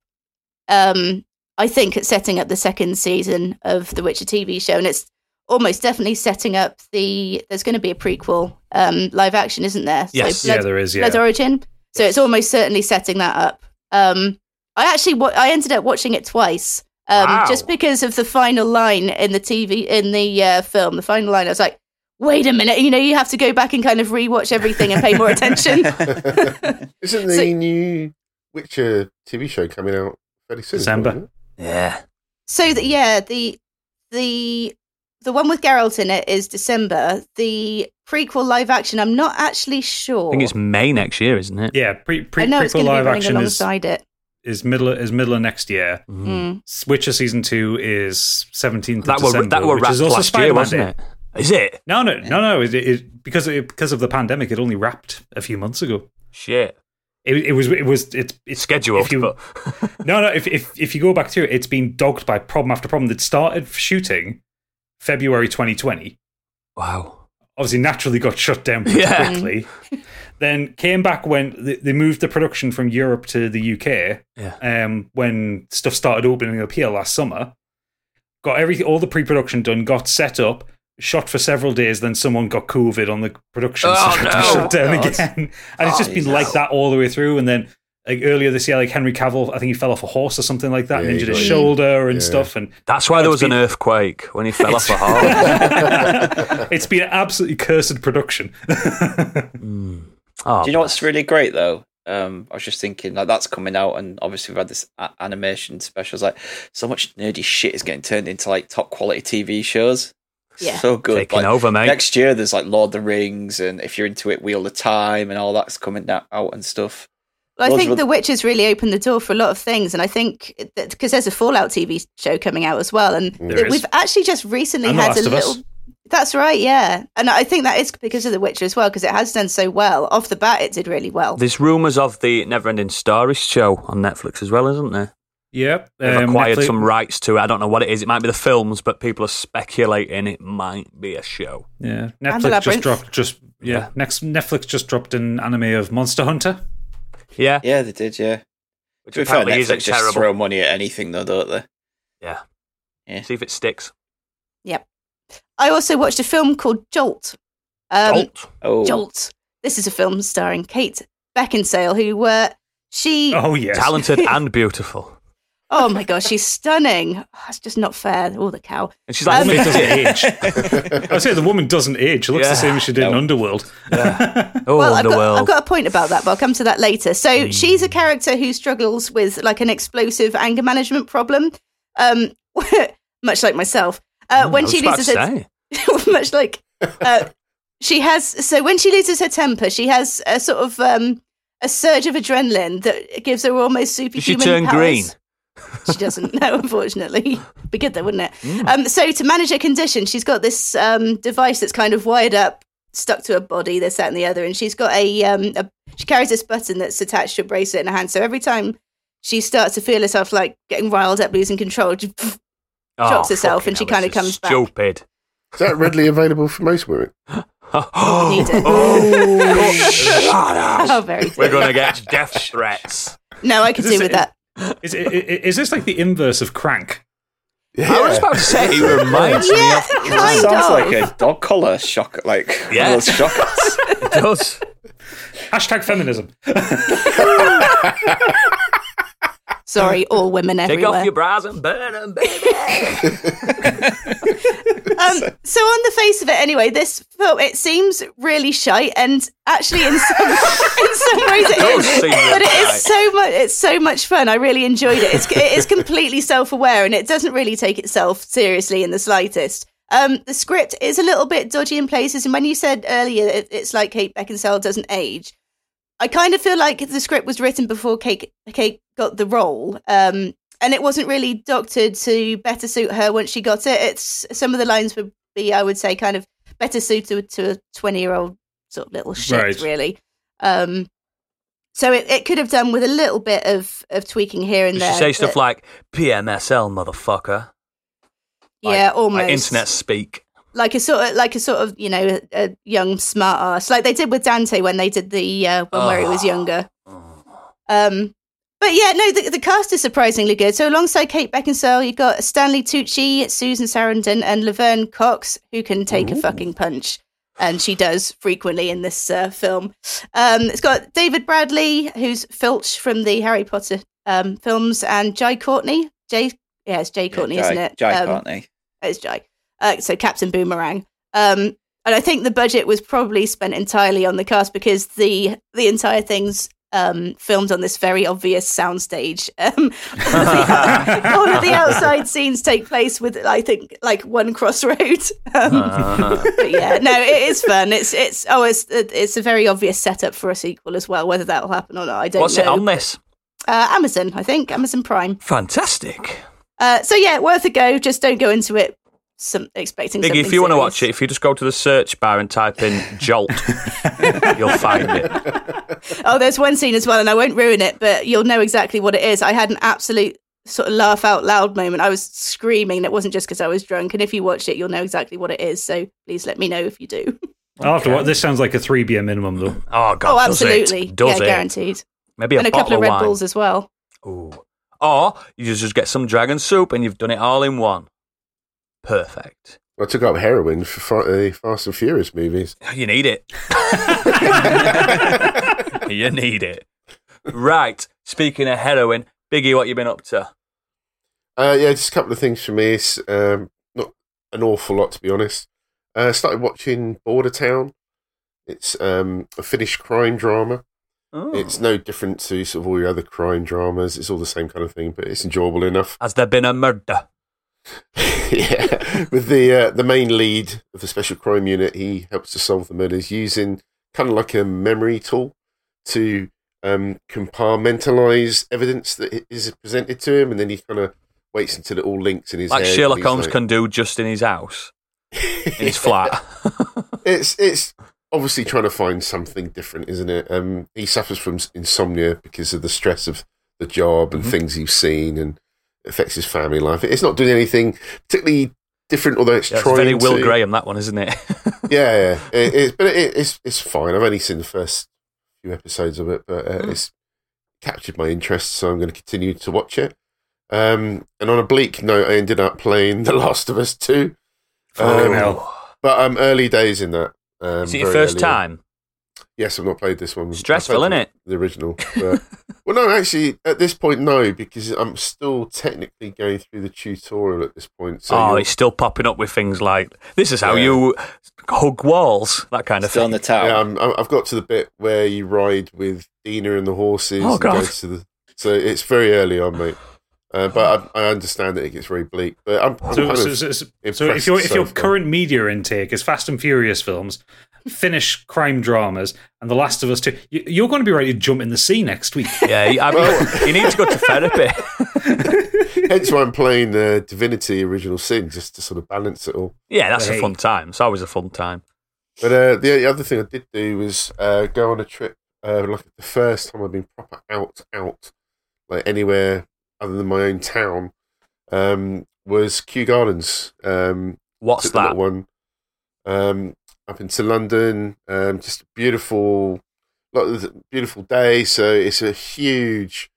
Um, I think it's setting up the second season of the Witcher TV show, and it's almost definitely setting up the. There's going to be a prequel um, live action, isn't there? Yes. Blood, yeah, there is. Yeah, Blood Origin. So it's almost certainly setting that up. Um, I actually wa- I ended up watching it twice. Um, Wow. Just because of the final line in the TV in the uh, film, the final line, I was like, "Wait a minute!" You know, you have to go back and kind of rewatch everything and pay more [laughs] attention. [laughs] Isn't the new Witcher TV show coming out fairly soon? December. isn't it? Yeah. So the, yeah, the the the one with Geralt in it is December. The prequel live action, I'm not actually sure. I think it's May next year, isn't it? Yeah, pre, pre, I know it's going prequel to be live running action is, alongside it. is middle is middle of next year. Mm. Witcher season two is seventeenth. Mm-hmm. That December, were that were which wrapped is also last year, Spider-Man wasn't Day. it? Is it? No, no, no, no. It, it, because it, because of the pandemic, it only wrapped a few months ago. Shit. It, it was it was it's It's it's scheduled, if you- but [laughs] no no if, if if you go back to it, it's been dogged by problem after problem. That started shooting February 2020. wow. Obviously, naturally got shut down pretty Yeah. Mm. quickly. then came back when they- they moved the production from Europe to the UK. Yeah. um, when stuff started opening up here last summer. Got everything, all the pre-production done, got set up, shot for several days. Then someone got COVID on the production, Oh, so it was no. shut down God. again. And it's just Oh, been no. like that all the way through. And then like earlier this year, like Henry Cavill, I think he fell off a horse or something like that, and Yeah, injured he his did. shoulder and Yeah. stuff. [laughs] And [laughs] That's why there was That's an been- earthquake when he fell [laughs] off a horse. it's been an absolutely cursed production. [laughs] Mm. Oh, Do you know what's really great though? Um, I was just thinking like that's coming out, and obviously we've had this a- animation specials. Like so much nerdy shit is getting turned into like top quality TV shows. Yeah. so good. taking Like, over, mate. Next year, there's like Lord of the Rings, and if you're into it, Wheel of Time, and all that's coming na- out and stuff. Well, I Lots think of- The Witch has really opened the door for a lot of things, and I think that because there's a Fallout TV show coming out as well, and There that is. we've actually just recently And The had Last a of Us. little. That's right, yeah, and I think that is because of The Witcher as well, because it has done so well off the bat. It did really well. There's rumours of the Neverending Story show on Netflix as well, isn't there? yep, They've um, acquired Netflix- some rights to it. I don't know what it is. It might be the films, but people are speculating it might be a show. Yeah, And the Netflix just Labyrinth. dropped. Just yeah, next Netflix just dropped an anime of Monster Hunter. Yeah, Yeah, they did. Yeah, which to be fair, apparently Netflix isn't just terrible. throw money at anything though, don't they? Yeah. Yeah. See if it sticks. I also watched a film called Jolt. Um, Jolt. Oh, Jolt. This is a film starring Kate Beckinsale, who uh, she. Oh. Oh yes, [laughs] Talented and beautiful. my gosh, she's stunning. Oh, it's just not fair. Oh, the cow. And she's The like, Um, woman [laughs] doesn't 50. age. I would say the woman doesn't age. She looks Yeah. the same as she did in No. Underworld. oh, well, Underworld. I've got, I've got a point about that, but I'll come to that later. So Hmm. she's a character who struggles with like an explosive anger management problem, um, [laughs] much like myself. Mm, Uh, I when was she about loses to her, say. [laughs] [laughs] much like uh, she has so when she loses her temper she has a sort of um a surge of adrenaline that gives her almost Does she superhuman turn powers. green? she doesn't [laughs] know unfortunately be good though wouldn't it um so to manage her condition she's got this um device that's kind of wired up stuck to her body this that and the other and she's got a um a, she carries this button that's attached to a bracelet in her hand so every time she starts to feel herself like getting riled up losing control [laughs] drops herself and Oh, fucking she hell, kinda this is comes back. Stupid. Is that readily available for most women? we need it. oh, shut up. [laughs] oh very We're going to get [laughs] death threats. no i could This do with is- that Is, i- i- is this like the inverse of Crank? I was about to say, it reminds [laughs] me yeah, of kind sounds of. like a dog collar shock, like one of Yeah. [laughs] those shockers. it does. Hashtag feminism. Sorry, all women Take everywhere. off your bras and burn them, baby. um, so on the face of it, anyway, this film it seems really shite, and actually in some in some ways it Don't is, say that. but it is so much it's so much fun. I really enjoyed it. It's it is completely self aware, and it doesn't really take itself seriously in the slightest. Um, the script is a little bit dodgy in places, and when you said earlier it, it's like Kate Beckinsale doesn't age, I kind of feel like the script was written before Kate, Kate got the role, um, and it wasn't really doctored to better suit her once she got it. It's some of the lines would be, I would say, kind of better suited to a twenty-year-old sort of little shit, Right. really. Um, so it, it could have done with a little bit of, of tweaking here and Does there. she say stuff but- like PMSL, motherfucker? like- yeah, almost Like internet speak. like a sort of like a sort of you know a, a young smart ass like they did with Dante when they did the uh, one where he was Oh. younger. Um, but yeah, no, the, the cast is surprisingly good. So alongside Kate Beckinsale, you got Stanley Tucci, Susan Sarandon, and Laverne Cox, who can take a fucking punch, and she does frequently in this uh, film. Um, it's got David Bradley, who's Filch from the Harry Potter um, films, and Jai Courtney. Jay, yeah, it's Jay Courtney, Jai, isn't it? Jai Um, Courtney. It's Jai. Uh, so Captain Boomerang. Um, and I think the budget was probably spent entirely on the cast because the the entire thing's um, filmed on this very obvious soundstage. [laughs] Um, all, of the, out- all of [laughs] the outside scenes take place with, I think, like one crossroad. [laughs] Um, Uh-huh. but yeah, no, it is fun. It's it's oh, it's it's a very obvious setup for a sequel as well. Whether that will happen or not, I don't What's know. it on this? Uh, Amazon, I think Amazon Prime. Fantastic. Uh, so yeah, worth a go. Just don't go into it some expecting. Biggie, if you want to watch it, if you just go to the search bar and type in [laughs] Jolt, you'll find it. Oh, there's one scene as well, and I won't ruin it, but you'll know exactly what it is. I had an absolute sort of laugh out loud moment. I was screaming. and It wasn't just because I was drunk. And if you watch it, you'll know exactly what it is. So please let me know if you do. I'll have to watch. This sounds like a three beer minimum, though. Oh, God. oh, does absolutely. it? Does yeah, it? guaranteed. Maybe a and a bottle couple of Red wine. Bulls as well. Ooh. Or you just just get some dragon soup and you've done it all in one. Perfect. I took up heroin for fa- uh, Fast and Furious [laughs] movies. You need it. Uh, you need it. Right. Speaking of heroin, Biggie, what you been up to? Uh, yeah, just a couple of things for me. It's um, not an awful lot, to be honest. Uh, started watching Border Town. It's um, a Finnish crime drama. Ooh. It's no different to sort of all your other crime dramas. It's all the same kind of thing, but it's enjoyable enough. Has there been a murder? [laughs] yeah, with the uh, the main lead of the special crime unit, he helps to solve the murders using kind of like a memory tool to um, compartmentalize evidence that is presented to him, and then he kind of waits until it all links in his Like head. and Sherlock he's Holmes like- can do just in his house, in his flat. it's it's obviously trying to find something different, isn't it? Um, he suffers from s- insomnia because of the stress of the job Mm-hmm. and things he's seen, and it affects his family life. It's not doing anything particularly different, although it's Yeah, it's trying very Will to. Graham, that one, isn't it? [laughs] Yeah, yeah. It, it's but it, it's it's fine. I've only seen the first few episodes of it, but uh, Mm. it's captured my interest, so I'm going to continue to watch it. Um, and on a bleak note, I ended up playing [laughs] The Last of Us Two, Fucking Um, hell. but um, early days in that. Um, Oh, Is it your very first early on. time? Yes, I've not played this one. Stressful, I've innit? played [laughs] The original. But, well, no, actually, at this point, no, because I'm still technically going through the tutorial at this point. So oh, you're- it's still popping up with things like this is how Yeah. you hug walls, that kind of Still on thing. the tower. yeah, I'm, I'm- I've got to the bit where you ride with Dina and the horses. Oh, and God. goes to the, so it's very early on, mate. Uh, but I, I understand that it gets very bleak. But I'm, I'm So, kind so, of- so- so, so if impressed your if so your far. current media intake is Fast and Furious films, Finnish crime dramas, and The Last of Us Two, you, you're going to be ready to jump in the sea next week. [laughs] Yeah, you, I Oh. mean, you need to go to therapy. [laughs] hence why I'm playing uh, Divinity: Original Sin just to sort of balance it all. Yeah, that's a Hey. fun time. It's always a fun time. But uh, the, the other thing I did do was uh, go on a trip. Uh, like the first time I've been proper out, out, like anywhere other than my own town, um, was Kew Gardens. Um, What's took the that? little one um, up into London. Um, just a beautiful, lot of beautiful day. So it's a huge.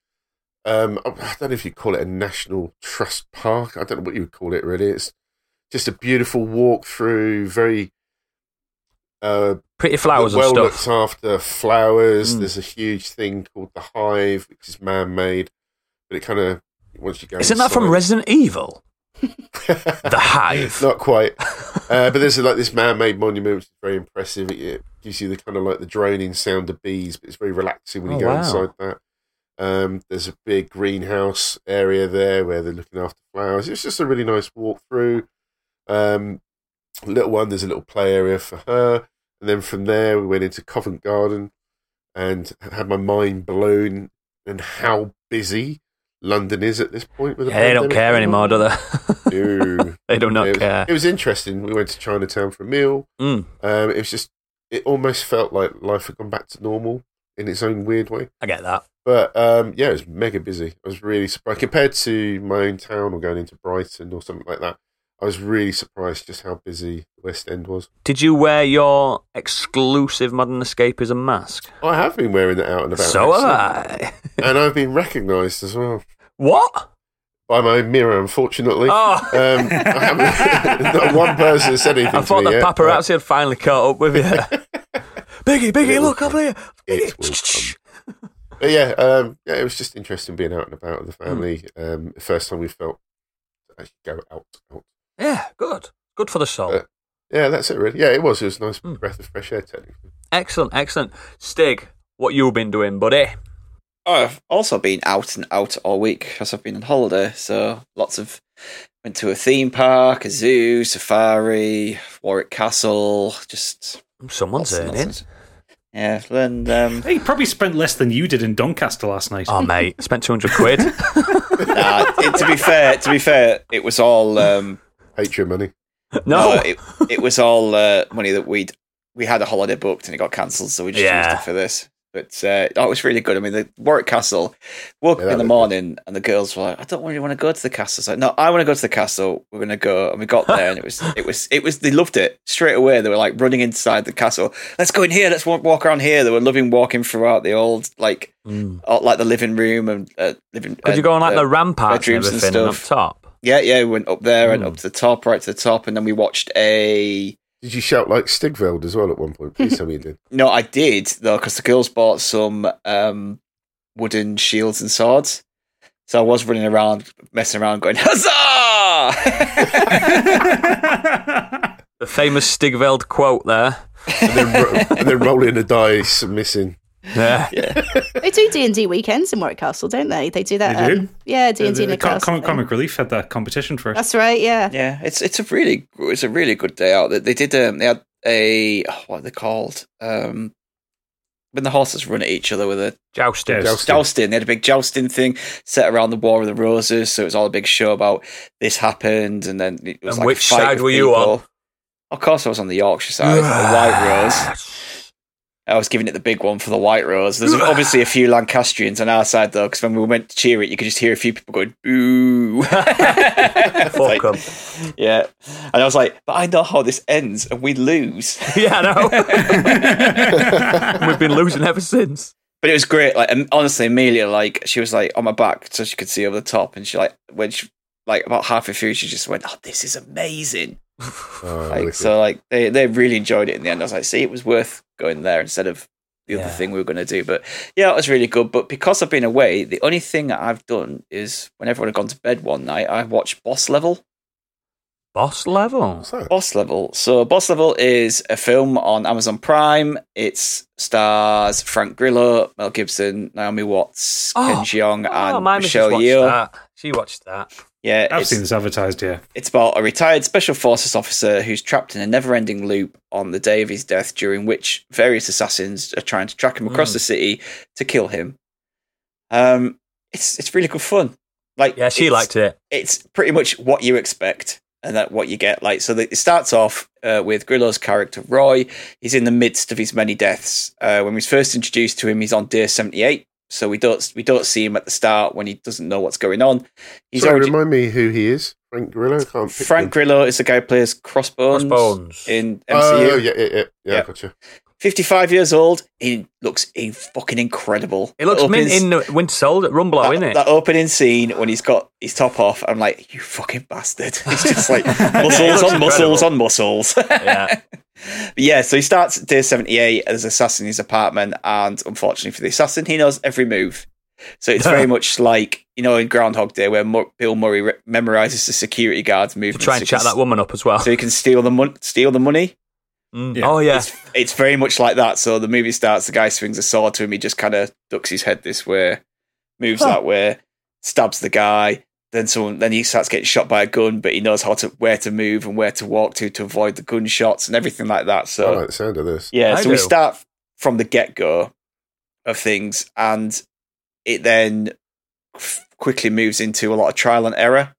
Um, I don't know if you call it a national trust park. I don't know what you would call it. Really, it's just a beautiful walk through. Very uh, Pretty flowers well and looked stuff. after flowers. Mm. There's a huge thing called the Hive, which is man-made, but it kind of once you go. Isn't that from inside- Resident Evil? [laughs] the Hive. not quite. Uh, but there's like this man-made monument, which is very impressive. It, it gives you the kind of like the droning sound of bees, but it's very relaxing when you Oh, go wow. inside that. Um, there's a big greenhouse area there where they're looking after flowers. It's just a really nice walk through. Um, little one, there's a little play area for her, and then from there we went into Covent Garden and had my mind blown and how busy London is at this point. With the yeah, they don't pandemic care going on. anymore, do they? [laughs] No. they do not uh, it was, care. It was interesting. We went to Chinatown for a meal. Mm, Um, it was just, it almost felt like life had gone back to normal in its own weird way. I get that. But um, yeah, it was mega busy. I was really surprised compared to my own town or going into Brighton or something like that. I was really surprised just how busy the West End was. Did you wear your exclusive modern escapism mask? I have been wearing it out and about. so have actually. I. and I've been recognised as well What? by my own mirror, unfortunately. Oh, Um, I haven't, [laughs] not one person has said anything I thought to me the yet, but- paparazzi had [laughs] finally caught up with you. Biggie, Biggie, It will look up here. It Biggie. But yeah, um, yeah, it was just interesting being out and about with Hmm. the family. Um, first time we felt actually go out, out. Yeah, good. Good for the soul. Uh, Yeah, that's it. Really, yeah, it was. It was a nice Hmm. Mm. breath of fresh air. Technically, excellent, excellent. Stig, what you been doing, buddy? Oh, I've also been out and out all week because I've been on holiday. So lots of went to a theme park, a zoo, safari, Warwick Castle. Just Someone's lots and earning. lots of- Yeah, I've learned. Um, [laughs] He probably spent less than you did in Doncaster last night. Ah. Oh, mate, spent 200 quid. [laughs] nah, it- to be fair, to be fair, it was all um, hate your money. no. it, it was all uh, money that we'd we had a holiday booked and it got cancelled, so we just Yeah. used it for this. But uh, oh, it was really good. I mean, the Warwick Castle. Woke Yeah, up that in the looked morning and the girls were like, "I don't really want to go to the castle." I was like, "No, I want to go to the castle. We're gonna go." And we got there, and it was, it was, it was. They loved it straight away. They were like running inside the castle. Let's go in here. Let's walk, walk around here. They were loving walking throughout the old like, Mm. uh, like the living room and uh, living. Could you go on like the ramparts and bedrooms and everything and up stuff. top? Yeah, yeah. We went up there and Mm. up to the top, right to the top, and then we watched a Did you shout like Stigveld as well at one point? [laughs] Please tell me you did. No, I did though, because the girls bought some um, wooden shields and swords. So I was running around, messing around, going [laughs] [laughs] huzzah! [laughs] The famous Stigveld quote there. And then, ro- and then rolling the dice, and missing. Yeah. They do D and D weekends in Warwick Castle, don't they? They do that. They do. Um, yeah, D The- and D the- the Com- Newcastle. comic, thing. comic relief had that competition for us. That's right. [laughs] Yeah. yeah, it's it's a really it's a really good day out. They, they did um, they had a oh, what are they called um, when the horses run at each other with a Jousting. Joust. Jousting. jousting. They had a big jousting thing set around the War of the Roses, so it was all a big show about this happened, and then it was And like a which fight side of were you on? people. Of course, I was on the Yorkshire side, [sighs] the White Rose. I was giving it the big one for the White Rose. There's obviously a few Lancastrians on our side though, because when we went to cheer it, you could just hear a few people going "boo." [laughs] [laughs] It's Fuck 'em. Yeah, and I was like, "But I know how this ends, and we lose." [laughs] yeah, I know. We've been losing ever since. But it was great. Like, and honestly, Amelia, like, she was like on my back, so she could see over the top, and she like when she like about halfway through, she just went, "Oh, this is amazing!" Oh, Like, wicked. so like they they really enjoyed it in the end. I was like, "See, it was worth going there instead of." The other Yeah. thing we were going to do, but yeah, it was really good. But because I've been away, the only thing that I've done is when everyone had gone to bed one night, I watched Boss Level. Boss level. What's that? Boss Level. So Boss Level is a film on Amazon Prime. It stars Frank Grillo, Mel Gibson, Naomi Watts, Oh, Ken Jeong, Oh, and my missus Michelle watched Yeoh. that. She watched that. Yeah, [laughs] I've it's, seen this advertised here. it's about a retired special forces officer who's trapped in a never-ending loop on the day of his death, during which various assassins are trying to track him across Mm. the city to kill him. Um, it's it's really good fun. Like Yeah, she it's- liked it. it's pretty much what you expect and that what you get like so the, it starts off uh, with grillo's character roy he's in the midst of his many deaths uh, when we was first introduced to him he's on day 78 so we don't we don't see him at the start when he doesn't know what's going on he's Sorry, already remind me who he is. Frank Grillo. I can't. Pick frank him. grillo is the guy who plays crossbones, Crossbones. in mcu Oh yeah, yeah, yeah, yeah. Yeah. Gotcha. 55 years old he looks in fucking incredible It looks That mint opens- in the Winter Soldier, Rumblow, that, isn't it? that opening scene when he's got his top off, I'm like, you fucking bastard. [laughs] It's [laughs] just like looks muscles on muscles incredible. on muscles. [laughs] Yeah. But yeah, so he starts at day 78 as assassin in his apartment, and unfortunately for the assassin, he knows every move. So [laughs] it's very much like, you know, in Groundhog Day where Mur- Bill Murray re- memorizes the security guard's To movements. try and so he chat can- that woman up as well. So he can steal the, mon- steal the money. Mm. Yeah. Oh, yeah. [laughs] It's, it's very much like that. So the movie starts, the guy swings a sword to him, he just kind of ducks his head this way, moves Huh. that way, stabs the guy. Then someone, then he starts getting shot by a gun, but he knows how to where to move and where to walk to to avoid the gunshots and everything like that. So I like the sound of this. yeah, I so we do. start from the get go of things, and it then f- quickly moves into a lot of trial and error.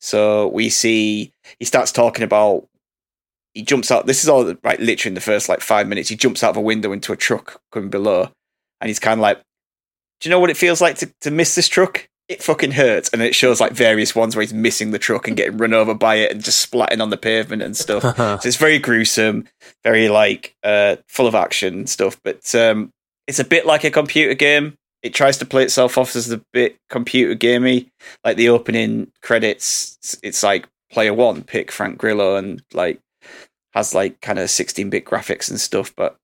So we see he starts talking about he jumps out. This is all right, literally in the first like five minutes, he jumps out of a window into a truck coming below, and he's kind of like, "Do you know what it feels like to, to miss this truck?" It fucking hurts, and it shows like various ones where he's missing the truck and getting run over by it, and just splatting on the pavement and stuff. So it's very gruesome, very like uh, full of action and stuff. But um, it's a bit like a computer game. It tries to play itself off as a bit computer gamey. Like the opening credits, it's- it's like player one pick Frank Grillo and like has like kind of 16 bit graphics and stuff. But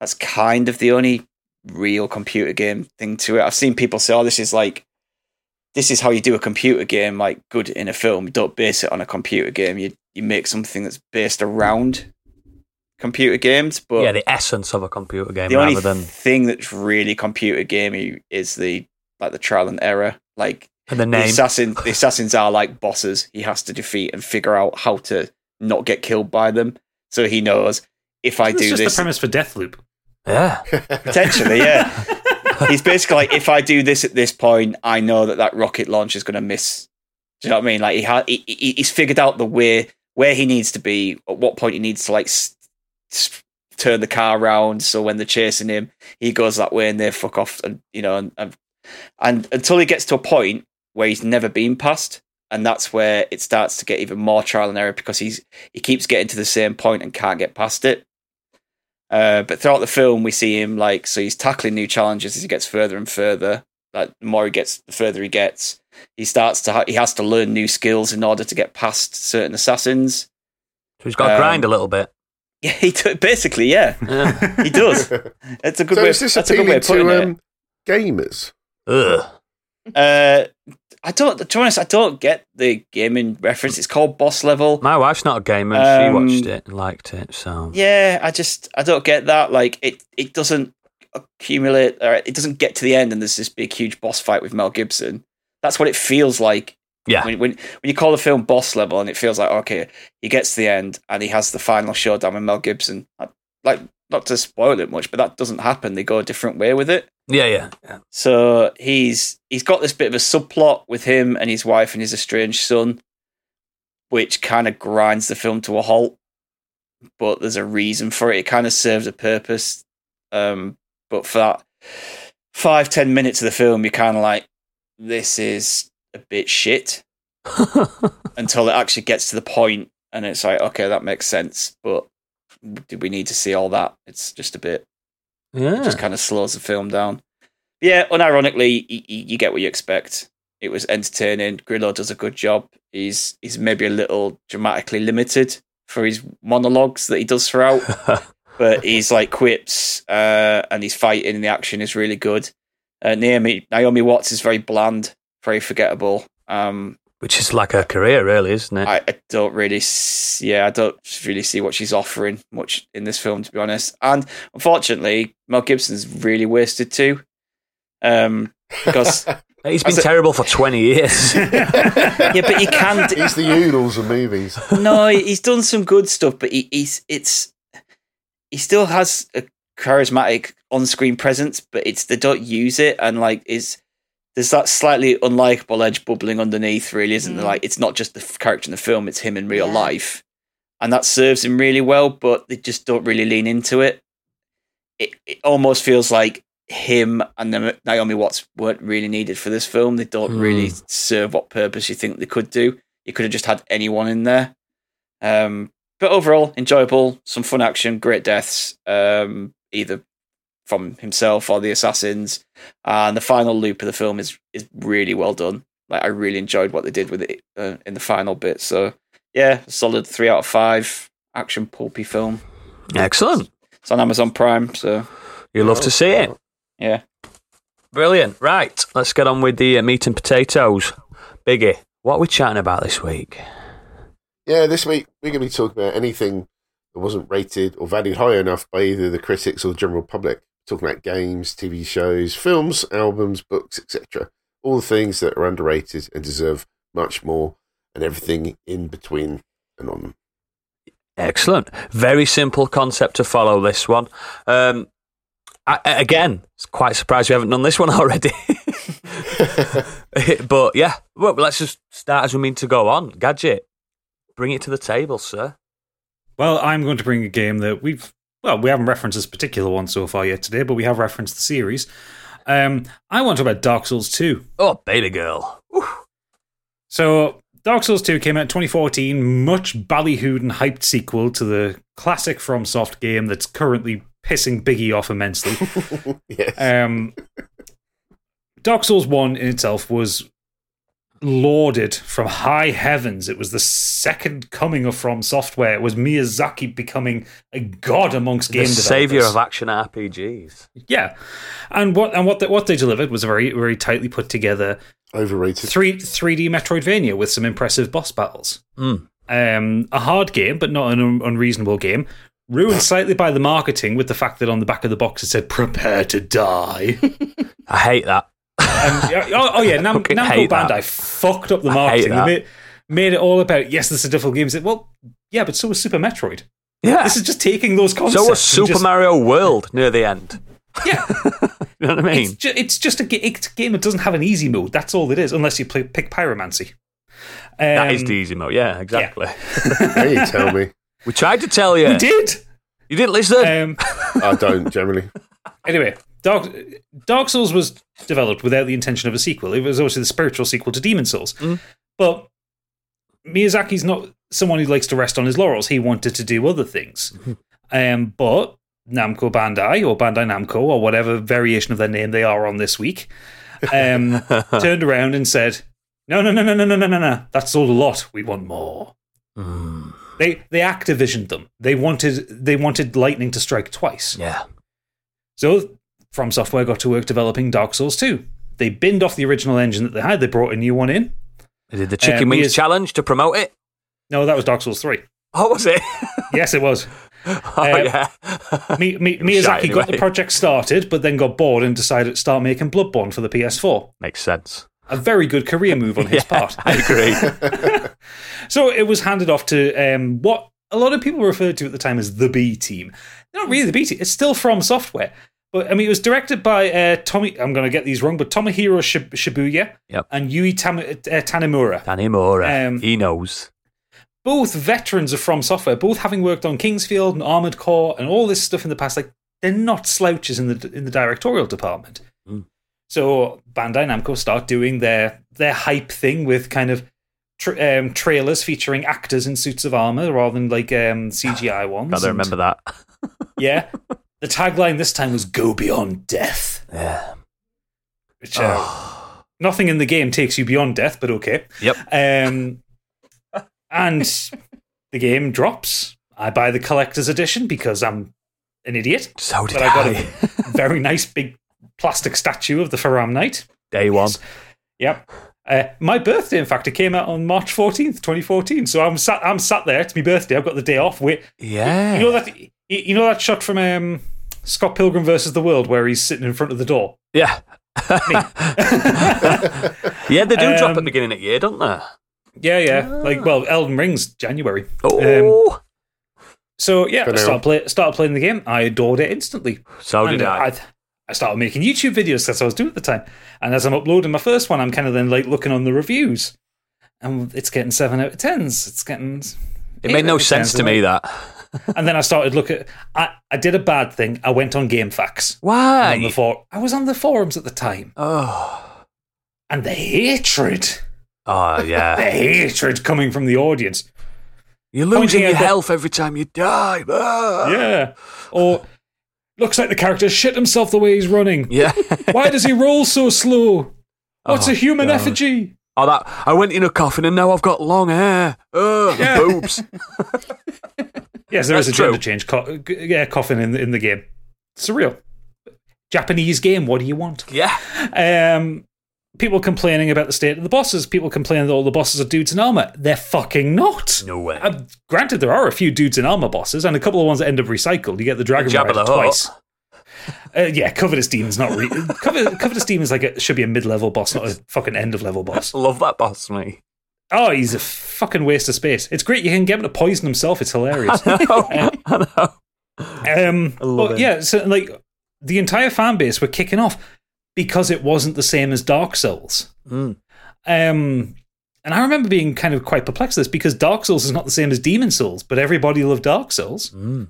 that's kind of the only real computer game thing to it. I've seen people say, "Oh, this is like, this is how you do a computer game, like good in a film. You don't base it on a computer game. You you make something that's based around computer games." But yeah, the essence of a computer game the only rather than thing that's really computer gamey is the like the trial and error. Like and the the name. assassin, the assassins are like bosses. He has to defeat and figure out how to not get killed by them. So he knows if I It's do just this, the premise for Deathloop. Yeah, [laughs] Potentially, yeah. He's basically like, if I do this at this point, I know that that rocket launch is going to miss. Do you know what I mean? Like he, ha- he he- he's figured out the way where he needs to be, at what point he needs to like s- s- turn the car around. So when they're chasing him, he goes that way, and they fuck off, and you know, and and, and until he gets to a point where he's never been past. And that's where it starts to get even more trial and error because he's he keeps getting to the same point and can't get past it. Uh, but throughout the film, we see him like so he's tackling new challenges as he gets further and further. Like the more he gets, the further he gets. He starts to ha- he has to learn new skills in order to get past certain assassins. [laughs] so he's got to Um, grind a little bit. Yeah, he t- basically yeah Yeah. [laughs] [laughs] he does. It's a good so way. is this that's a good appealing way of putting to it. um, gamers? Ugh. Uh, I don't. To be honest, I don't get the gaming reference. It's called Boss Level. My wife's not a gamer. Um, and she watched it and liked it. So Yeah, I just I don't get that. Like it it doesn't accumulate or it doesn't get to the end and there's this big huge boss fight with Mel Gibson. That's what it feels like. Yeah. When when when you call a film boss level and it feels like okay, he gets to the end and he has the final showdown with Mel Gibson. I- Like not to spoil it much, but that doesn't happen. They go a different way with it. yeah, yeah, [laughs] yeah. So he's he's got this bit of a subplot with him and his wife and his estranged son, which kind of grinds the film to a halt. But there's a reason for it. It kind of serves a purpose. Um, but for that five ten minutes of the film, you're kind of like, this is a bit shit until it actually gets to the point, and it's like, okay, that makes sense. But did we need to see all that? It's just a bit it just yeah. kind of slows the film down. Yeah, unironically, y- y- you get what you expect. It was entertaining. Grillo does a good job. He's he's maybe a little dramatically limited for his monologues that he does throughout, but he's like quips uh, and he's fighting, and the action is really good. Uh, Naomi Naomi Watts is very bland, very forgettable. Um, Which is like her career, really, isn't it? I, I don't really, s- yeah, I don't really see what she's offering much in this film, to be honest. And unfortunately, Mel Gibson's really wasted too, um, because He's been That's it. terrible for twenty [laughs] years. yeah, but he can. d- He's the oodles of movies. [laughs] no, he's done some good stuff, but he, he's it's he still has a charismatic on-screen presence, but it's they don't use it, and like it's there's that slightly unlikable edge bubbling underneath, really, isn't there? Mm. Like it's not just the f- character in the film; it's him in real Yeah. life, and that serves him really well. But they just don't really lean into it. It, it almost feels like him and Na- Naomi Watts weren't really needed for this film. They don't Hmm. really serve what purpose you think they could do. You could have just had anyone in there. Um, but overall, enjoyable, some fun action, great deaths, um, either from himself or the assassins. And the final loop of the film is is really well done. Like I really enjoyed what they did with it uh, in the final bit. So yeah, solid three out of five action pulpy film. Excellent. It's on Amazon Prime. So You love to see it. yeah, Brilliant. Right, let's get on with the uh, meat and potatoes. Biggie, what are we chatting about this week? Yeah, this week we're going to be talking about anything that wasn't rated or valued high enough by either the critics or the general public. talking about games, TV shows, films, albums, books, etc. All the things that are underrated and deserve much more, and everything in between and on [laughs] them. Excellent. Very simple concept to follow. This one. Um, I, I- again, it's quite surprised we haven't done this one [laughs] already. but yeah, well, let's just start as we mean to go on. Gadget, bring it to the table, sir. Well, I'm going to bring a game that we've well, we haven't referenced this particular one so far yet today, but we have referenced the series. Um, I want to talk about Dark Souls 2. Oh, baby girl. So Dark Souls 2 came out in 2014, much ballyhooed and hyped sequel to the classic FromSoft game that's currently pissing Biggie off immensely. yes. Uh, Um, Dark Souls One in itself was lauded from high heavens. It was the second coming of From Software. It was Miyazaki becoming a god amongst game the developers. savior of action RPGs. yeah, and what and what they, what they delivered was a very very tightly put together Overrated. three three D Metroidvania with some impressive boss battles. Mm. Um, a hard game, but not an un- unreasonable game. Ruined slightly by the marketing with the fact that on the back of the box it said "Prepare to die." I hate that. [laughs] Um, yeah, oh, oh yeah, Nam- Fucking Namco hate Bandai that. fucked up the I hate marketing. They that. made, made it all about yes, this is a difficult game. It's like, Well, yeah, but so was Super Metroid. Yeah. This is just taking those concepts. so was and Super just- Mario World near the end. Yeah, [laughs] You know what I it's, mean? ju- it's just a, ga- it's a game that doesn't have an easy mode. That's all it is, unless you play, pick Pyromancy. Um, that is the easy mode. Yeah, exactly. Now you tell me. [laughs] We tried to tell you. We did. You didn't listen. Um, I don't generally. anyway, Dark, Dark Souls was developed without the intention of a sequel. It was obviously the spiritual sequel to Demon Souls. But Miyazaki's not someone who likes to rest on his laurels. He wanted to do other things. um, but Namco Bandai or Bandai Namco or whatever variation of their name they are on this week um, turned around and said, "No, no, no, no, no, no, no, no, no. That's all a lot. We want more." They they Activisioned them. They wanted they wanted lightning to strike twice. yeah. So From Software got to work developing Dark Souls 2. They binned off the original engine that they had, they brought a new one in. They did the chicken Um, wings yes. challenge to promote it. [laughs] No, that was Dark Souls 3. What was it? [laughs] Yes, it was. oh Um, yeah. Mi- Mi- was Miyazaki shite got the anyway. project started, but then got bored and decided to start making Bloodborne for the PS4. Makes sense. A very good career move [laughs] on his part. I agree. [laughs] So it was handed off to um, what a lot of people referred to at the time as the B team. They're Not really the B team. It's still from software. But I mean, it was directed by uh, Tommy. I'm going to get these wrong, but Tomohiro Shib- Shibuya Yep. and Yui Tam- uh, Tanimura, Danny Mora. Um, he knows. both veterans of From Software, both having worked on Kingsfield and Armored Core and all this stuff in the past. Like they're not slouches in the in the directorial department. Mm. So Bandai Namco start doing their their hype thing with kind of tra- um, trailers featuring actors in suits of armor rather than like [sighs] um, CGI ones. Gotta And- remember that. [laughs] Yeah. The tagline this time was "Go beyond death," Yeah. which uh, Oh. nothing in the game takes you beyond death, but okay. Yep. Um, and the game drops. I buy the collector's edition because I'm an idiot, So did but I I. [laughs] got a very nice big plastic statue of the Faram Knight. Day one. Yep. Uh, my birthday, in fact, it came out on March 14th, 2014. So I'm sat, I'm sat there. It's my birthday. I've got the day off. Wait, Yeah. [laughs] you know that, you- you know that shot from um, Scott Pilgrim versus the World where he's sitting in front of the door. yeah. [laughs] [laughs] yeah, they do drop at the Um, beginning of the year, don't they? Yeah, yeah. Like, well, Elden Ring's January. Um, Oh, So yeah, For I now. started, play, started playing the game. I adored it instantly. so did And, uh, I. I, I started making YouTube videos. That's what I was doing at the time. And as I'm uploading my first one, I'm kind of then like looking on the reviews, and it's getting seven out of tens. It's getting. It made no sense to me that. And then I started look at. I, I did a bad thing. I went on GameFAQs. Why? On the for, I was on the forums at the time, oh. and the hatred, Oh the yeah. [laughs] hatred coming from the audience. You're Pointing losing your out that- health every time you die. Ah. Yeah. Or looks like the character shit himself the way he's running. Yeah. Why does he roll so slow? What's Oh, a human God. effigy? Oh, that I went in a coffin and now I've got long hair. Oh, Yeah. [laughs] boobs. Yes, there is That's a gender true. change co- g- yeah, coffin in in the game. Surreal. Japanese game. What do you want? Yeah. Um, people complaining about the state of the bosses. People complaining that all the bosses are dudes in armor. They're fucking not. No way. Uh, granted, there are a few dudes in armor bosses, and a couple of ones that end up recycled. You get the dragon Jabba rider the Hutt. twice. Uh, yeah, covetous demon's not re- Covet- covetous demon's like a, should be a mid level boss, not a fucking end of level boss. Love that boss, [laughs] me. [laughs] Oh, he's a fucking waste of space. It's great you can get him to poison himself. It's hilarious. [laughs] I know. Um, I love but it. yeah, so like the entire fan base were kicking off because it wasn't the same as Dark Souls. Mm. Um, and I remember being kind of quite perplexed at this because Dark Souls is not the same as Demon Souls, but everybody loved Dark Souls. Mm.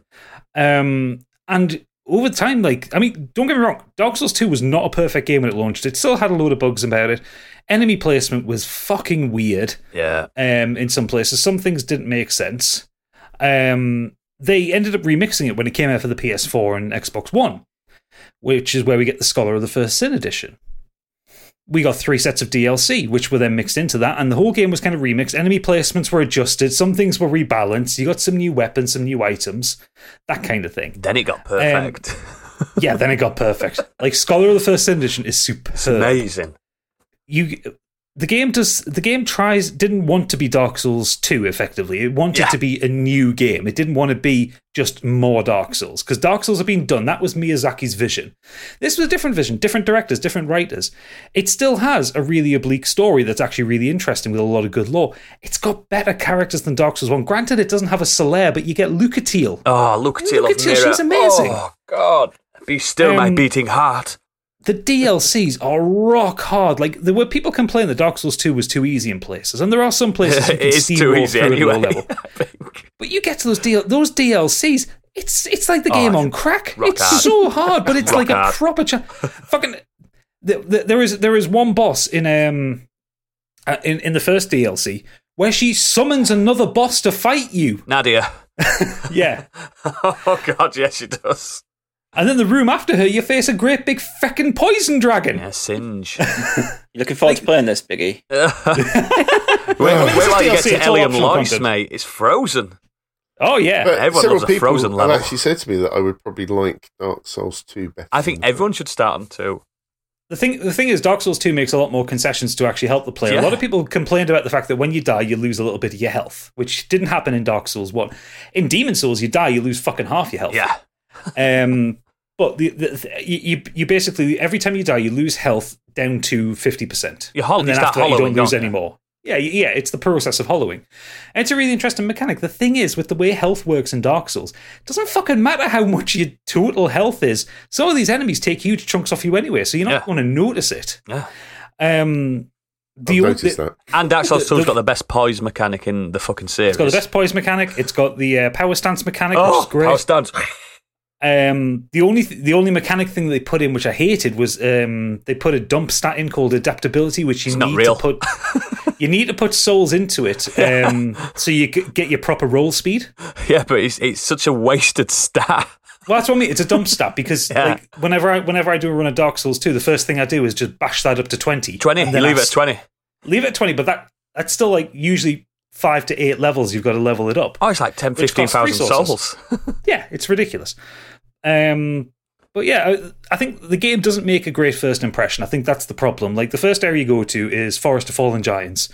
Um, and over time, like, I mean, don't get me wrong, Dark Souls 2 was not a perfect game when it launched. It still had a load of bugs about it. Enemy placement was fucking weird Yeah. um, in some places. Some things didn't make sense. Um, they ended up remixing it when it came out for the PS4 and Xbox One, which is where we get the Scholar of the First Sin edition, we got three sets of DLC, which were then mixed into that, and the whole game was kind of remixed. Enemy placements were adjusted, some things were rebalanced. You got some new weapons, some new items, that kind of thing. Then it got perfect. Yeah, then it got perfect. Like Scholar of the First Edition is superb. [laughs] Amazing. You, the game does. The game tries. Didn't want to be Dark Souls two. Effectively, it wanted Yeah. to be a new game. It didn't want to be just more Dark Souls because Dark Souls had been done. That was Miyazaki's vision. This was a different vision, different directors, different writers. It still has a really oblique story that's actually really interesting with a lot of good lore. It's got better characters than Dark Souls one. Granted, it doesn't have a Solaire, but you get Lucatiel. Oh, look at you, love Look at you, Mira. she's amazing. Oh God, be still my Um, beating heart. the DLCs are rock hard. Like there were people complain that Dark Souls 2 was too easy in places, and there are [laughs] some places you it can is see too more easy through at low anyway. [laughs] level. I think. But you get to those DL- those DLCs. It's it's like the Oh, game it's on crack. rock It's hard. so hard, but [laughs] it's Rock like hard. a proper cha- fucking. th th there is there is one boss in um uh, in in the first DLC where she summons another boss to [laughs] fight you. Nadia. Yeah, Oh God, yes, she does. and then the room after her, you face a great big feckin' poison dragon. Yeah, [laughs] singe. You looking forward to playing this, Biggie? Uh, wait, wait till you get DLC, to it's all Elian optional Lois, content. mate. It's frozen. Oh yeah, But everyone several loves a people Frozen level. have actually said to me that I would probably like Dark Souls 2 better. I think than- everyone should start on two. The thing, the thing is, Dark Souls 2 makes a lot more concessions to actually help the player. Yeah. A lot of people complained about the fact that when you die, you lose a little bit of your health, which didn't happen in Dark Souls 1. In Demon Souls, you die, you lose fucking half your health. Yeah, Um, but the, the, the- you, you, you basically, every time you die, you lose health down to 50%. You hollow- and then you start after that, you hollowing, don't lose don't you? any more. Yeah, y- yeah, it's the process of hollowing. And it's a really interesting mechanic. The thing is, with the way health works in Dark Souls, it doesn't fucking matter how much your total health is. Some of these enemies take huge chunks off you anyway, so you're not Yeah. going to notice it. yeah. Um, the, I've o- noticed the- that. And Dark Souls The- Two's the- got the best poise mechanic in the fucking series. It's got the best poise mechanic. It's got the uh, power stance mechanic, which Oh, is great. power stance. Um, the only th- the only mechanic thing they put in which I hated was um, they put a dump stat in called adaptability, which you It's need not real. [laughs] to put you need to put souls into it um, so you g- get your proper roll speed. Yeah, but it's it's such a wasted [laughs] stat. Well, that's what I mean. It's a dump stat [laughs] because Yeah. like whenever I whenever I do a run of Dark Souls two, the first thing I do is just bash that up to twenty. Twenty. and You then leave I it at s- twenty. Leave it at twenty, but that that's still like usually five to eight levels. You've got to level it up. Oh, it's like 10, Which costs 15,000 resources. souls. [laughs] yeah, it's ridiculous. Um, but yeah, I, I think the game doesn't make a great first impression. I think that's the problem. Like the first area you go to is Forest of Fallen Giants,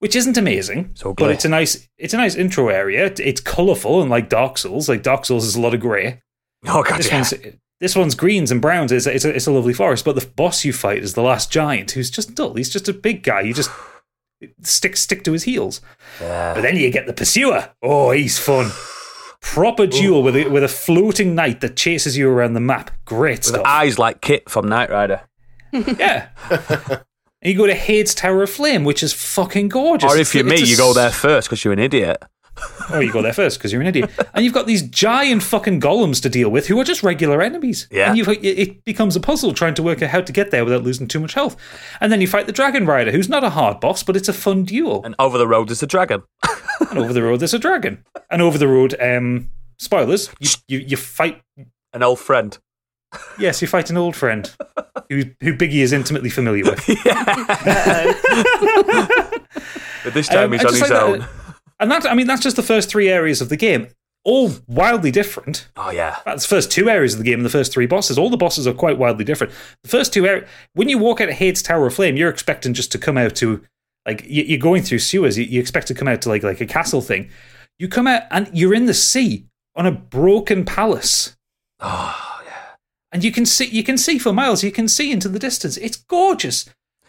which isn't amazing, So but glad. it's a nice it's a nice intro area. It- It's colourful and like Dark Souls. Like Dark Souls is a lot of grey. Oh god, This yeah. one's this one's greens and browns. It's a, it's, a, it's a lovely forest, but the boss you fight is the last giant, who's just dull. He's just a big guy. You just stick stick to his heels. Ah. But then you get the pursuer. Oh, he's fun. Proper duel with a, with a floating knight that chases you around the map. Great With stuff. eyes like Kit from Knight Rider. [laughs] yeah. and you go to Hades Tower of Flame, which is fucking gorgeous. or It's- if you're me, it's a you go there s- first because you're an idiot. Oh, you go there first because you're an idiot. and you've got these giant fucking golems to deal with who are just regular enemies. Yeah. And you've, it- it becomes a puzzle trying to work out how to get there without losing too much health. And then you fight the Dragon Rider, who's not a hard boss, but it's a fun duel. And over the road is the dragon. and over the road there's a dragon. And over the road, um, spoilers, you, you, you fight. An old friend. Yes, you fight an old friend who, who Biggie is intimately familiar with. [laughs] But this time Um, he's I on just his like own. that- and that, I mean, that's just the first three areas of the game, all wildly different. Oh yeah. That's the first two areas of the game and the first three bosses. All the bosses are quite wildly different. The first two areas, when you walk out of Hades Tower of Flame, you're expecting just to come out to, like, you- you're going through sewers. You, you expect to come out to, like, like a castle thing. You come out and you're in the sea on a broken palace. Oh, and you can see you can see for miles. You can see into the distance. It's gorgeous.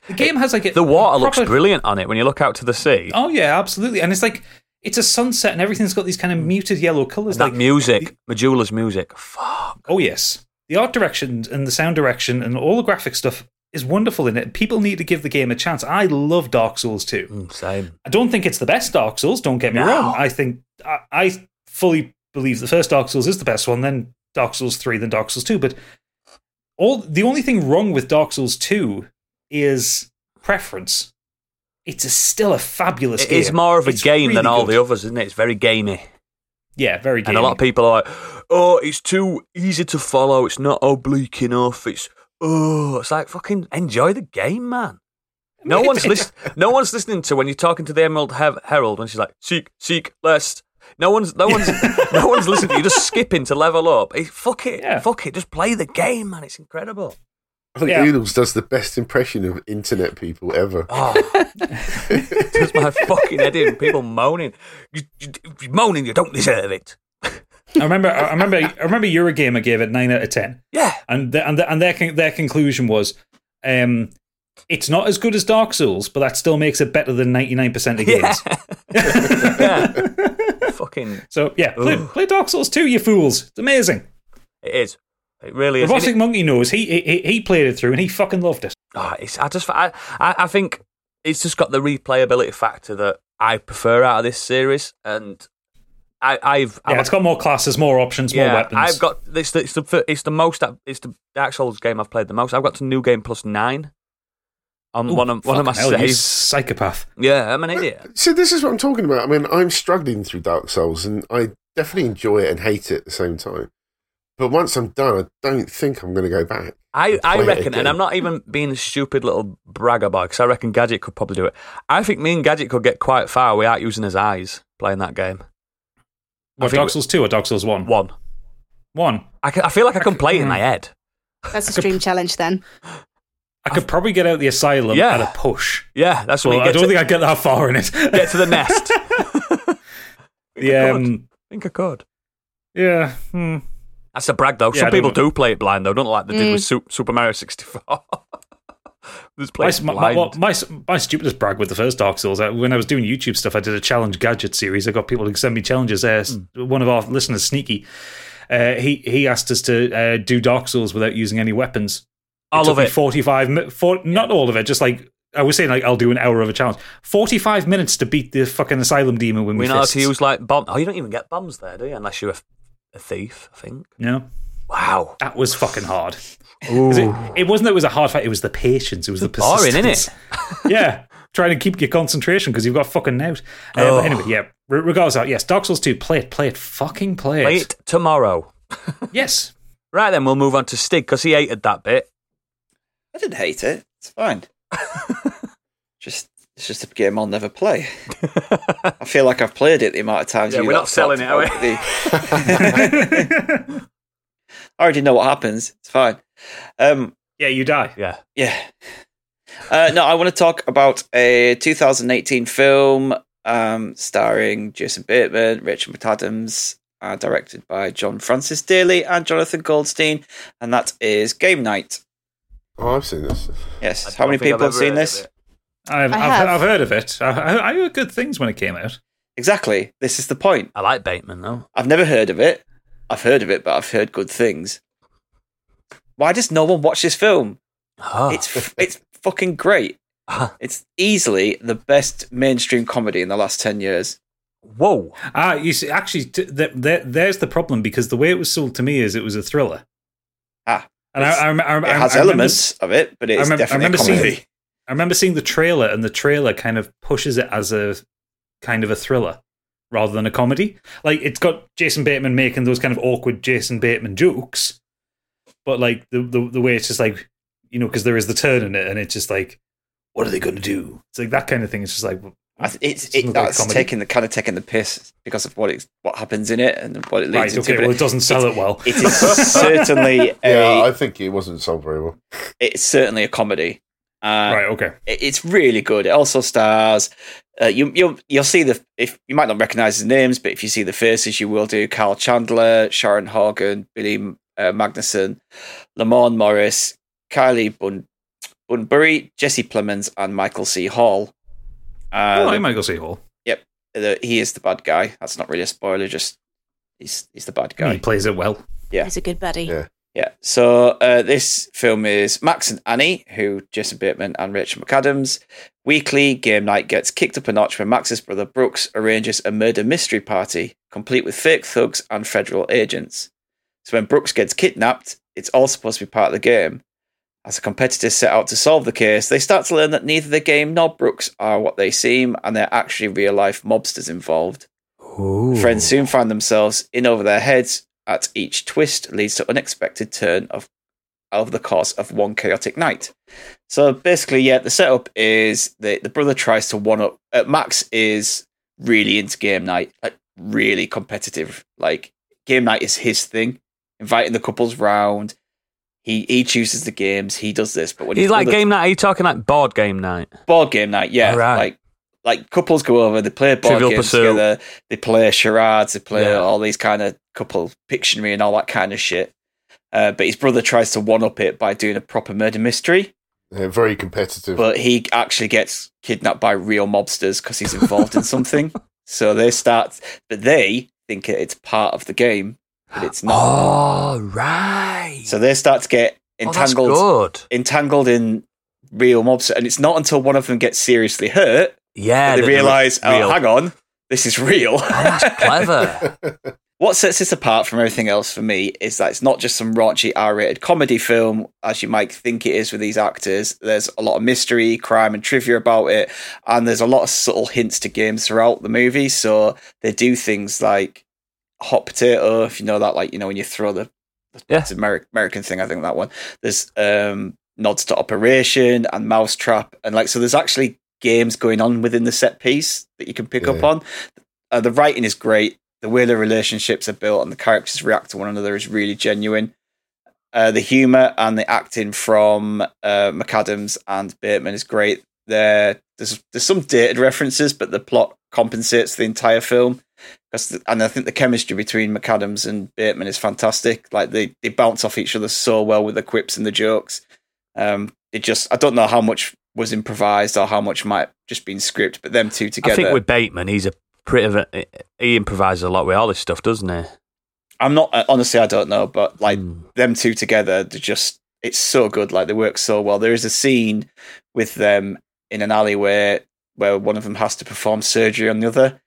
The game has like a, the water looks proper- brilliant on it when you look out to the sea. Oh yeah, absolutely. And it's like it's a sunset, and everything's got these kind of muted yellow colors. that Like music, Majula's music. Fuck. oh yes, the art direction and the sound direction and all the graphic stuff is wonderful in it. People need to give the game a chance. I love Dark Souls too. Mm, same. I don't think it's the best Dark Souls. Don't get me No. wrong. I think I, I fully believe the first Dark Souls is the best one, then Dark Souls three, then Dark Souls two. But all the only thing wrong with Dark Souls two is preference. It's a, still a fabulous It game. is more of a It's game than really all good. the others, isn't it? It's very gamey. Yeah, very. And Gamey. a lot of people are like, oh, it's too easy to follow. It's not oblique enough. It's, oh, it's like, fucking enjoy the game, man. No one's list- No one's listening to when you're talking to the Emerald Her- Herald when she's like seek, seek, lest. No one's, no [laughs] one's, no one's listening. You're just skipping to level up. It, fuck it, Yeah. fuck it. Just play the game, man. It's [laughs] incredible. I think Yeah. Oodles does the best impression of internet people ever. Oh, it does my fucking head in. People moaning, you, you, you moaning. You don't deserve it. I remember, I remember, I remember Eurogamer gave it nine out of ten, Yeah, and the, and the, and their con- their conclusion was, um, it's not as good as Dark Souls, but that still makes it better than ninety nine percent [laughs] of games. [laughs] yeah. fucking, So yeah, play, Ooh. play Dark Souls two, you fools! It's amazing. it is. It really is. Robotic Monkey knows he, he he played it through and he fucking loved it. Oh, it's, I just I, I I think it's just got the replayability factor that I prefer out of this series, and I, I've Yeah, I've, it's got more classes, more options, more yeah, weapons. I've got it's the, it's the fir- it's the most I- it's the Dark Souls game I've played the most. I've got to new game plus nine on Ooh, one of one of my fucking hell, you saves. Psychopath. Yeah, I'm an idiot. So this is what I'm talking about. I mean, I'm struggling through Dark Souls, and I definitely enjoy it and hate it at the same time. But once I'm done, I don't think I'm going to go back. I, and play I it reckon, again. and I'm not even being a stupid little bragger boy because I reckon Gadget could probably do it. I think me and Gadget could get quite far without using his eyes playing that game. I What, think Dark Souls two or Dark Souls one? One, One. I, can, I feel like I can play it in my head. That's a stream challenge then. I could probably get out the asylum Yeah. at a push. Yeah, that's what Well, we I get don't to, think I'd get that far in it. get to the nest. [laughs] the I could. um, think I could. [laughs] yeah. Hmm. That's a brag, though. Yeah, I Some don't people know. do play it blind, though. Don't they, like they did with Su- Super Mario 64. [laughs] There's My, players my, blind. my, my, my stupidest brag with the first Dark Souls, uh, when I was doing YouTube stuff, I did a challenge gadget series. I got people to send me challenges. Uh, s- Hmm. One of our listeners, Sneaky, uh, he, he asked us to uh, do Dark Souls without using any weapons. All took of me it. 45 mi- four, not all of it just like i was saying like i'll do an hour of a challenge 45 minutes to beat the fucking asylum demon when we we know how fists. to use, like, bomb. Oh, you don't even get bombs there, do you? Unless you're a, a thief, I think. no Wow. that was fucking hard 'Cause it, it wasn't that it was a hard fight it was the patience it was the Boring, persistence [laughs] innit? yeah trying to keep your concentration because you've got fucking out uh, Oh. but anyway yeah re- regardless of that yes Dark Souls 2 play it play it fucking play it, Play it tomorrow. [laughs] yes [laughs] Right, then, we'll move on to Stig, because he hated that bit. I didn't hate it. [laughs] It's fine. just it's just a game I'll never [laughs] play. I feel like I've played it the amount of times. Yeah, you we're lot not have selling talked it, about the- I already know what happens. It's fine. Um, yeah you die Yeah. yeah. Uh, no, I want to talk about a 2018 film um, starring Jason Bateman, Rachel McAdams, uh, directed by John Francis Daly and Jonathan Goldstein, and that is Game Night. Oh, I've seen this. Yes. I How don't many think I've people have ever seen heard of this? it. I've, I I've, have. I've heard of it I, I, I heard good things when it came out Exactly. This is the point. I like Bateman, though. I've never heard of it. I've heard of it, but I've heard good things. Why does no one watch this film? Oh. It's f- it's fucking great. It's easily the best mainstream comedy in the last ten years. Whoa. Ah, you see, actually, t- th- th- there's the problem because the way it was sold to me is it was a thriller, Ah, and I, It's- I, rem- I, rem- it has I remember- elements of it, but it's I remember- I definitely remember a comedy. seeing I remember seeing the trailer, and the trailer kind of pushes it as a kind of a thriller rather than a comedy. Like it's got Jason Bateman making those kind of awkward Jason Bateman jokes, but like the the, the way it's just like you know because there is the turn in it, and it's just like what are they going to do? It's like that kind of thing. It's just like I th- it's doesn't it, look like that's comedy. taking the kind of taking the piss because of what it's, what happens in it and what it leads right. into. Okay, but well, it- it doesn't sell it [laughs] well. it is [laughs] certainly a, Yeah, I think it wasn't sold very well. it's certainly a comedy. Uh, right. Okay. it- it's really good. It also stars. Uh, you you'll you'll see the if you might not recognize the names, but if you see the faces, you will do. Carl Chandler, Sharon Hogan, Billy uh, Magnuson, Lamorne Morris, Kylie Bun Bunbury, Jesse Plemons, and Michael C. Hall. Uh, oh, I might go see Hall. the- he is the bad guy. That's not really a spoiler. Just he's he's the bad guy. He plays it well. Yeah. He's a good buddy. Yeah. Yeah. So uh, this film is Max and Annie, who Jason Bateman and Rachel McAdams. Weekly game night gets kicked up a notch when Max's brother Brooks arranges a murder mystery party, complete with fake thugs and federal agents. So when Brooks gets kidnapped, it's all supposed to be part of the game. As the competitors set out to solve the case, they start to learn that neither the game nor Brooks are what they seem, and they're actually real life mobsters involved. Friends soon find themselves in over their heads at each twist leads to unexpected turn of over the course of one chaotic night. So basically, yeah, the setup is the the brother tries to one up. Uh, Max is really into game night, like really competitive. Like game night is his thing. Inviting the couples round, he he chooses the games. He does this, but when He's his like brother- game night. Are you talking like board game night? board game night, yeah, Right. like like couples go over, they play board Trivial games Pursuit. together, they play charades, they play Yeah. all these kind of couple pictionary and all that kind of shit. Uh, but his brother tries to one up it by doing a proper murder mystery, They're very competitive. [laughs] but he actually gets kidnapped by real mobsters because he's involved [laughs] in something. So they start, but they think it's part of the game, but it's not. Oh right. So they start to get oh, that's entangled, good. entangled in real mobster, and it's not until one of them gets seriously hurt Yeah. they that they're realise, oh, real. hang on, this is real. [laughs] Oh, that's clever. what sets this apart from everything else for me is that it's not just some raunchy R-rated comedy film, as you might think it is with these actors. There's a lot of mystery, crime, and trivia about it, and there's a lot of subtle hints to games throughout the movie. So they do things like hot potato, if you know that, like you know when you throw the Yeah. [laughs] it's an Ameri- American thing, I think that one. There's um, nods to Operation and Mousetrap, and like so. There's actually games going on within the set piece that you can pick up Yeah. on. Uh, the writing is great. The way the relationships are built and the characters react to one another is really genuine. Uh, the humor and the acting from uh, McAdams and Bateman is great. There, there's there's some dated references, but the plot compensates the entire film. 'Cause the- and I think the chemistry between McAdams and Bateman is fantastic. Like they, they bounce off each other so well with the quips and the jokes. Um, it just I don't know how much was improvised or how much might have just been script, but them two together. I think with Bateman, he's a pretty. Of a, he improvises a lot with all this stuff, doesn't he? I'm not uh, honestly, I don't know, but like Mm. them two together, they're just it's so good. Like they work so well. There is a scene with them in an alleyway where one of them has to perform surgery on the other,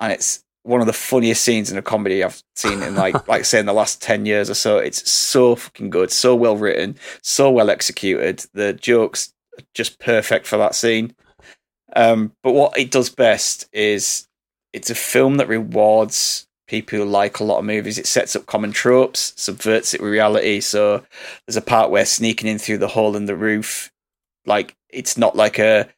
and it's one of the funniest scenes in a comedy I've seen [laughs] in like like say in the last ten years or so. It's so fucking good, so well written, so well executed. The jokes are just perfect for that scene. Um, but what it does best is it's a film that rewards people who like a lot of movies. It sets up common tropes, subverts it with reality. So there's a part where sneaking in through the hole in the roof, like it's not like a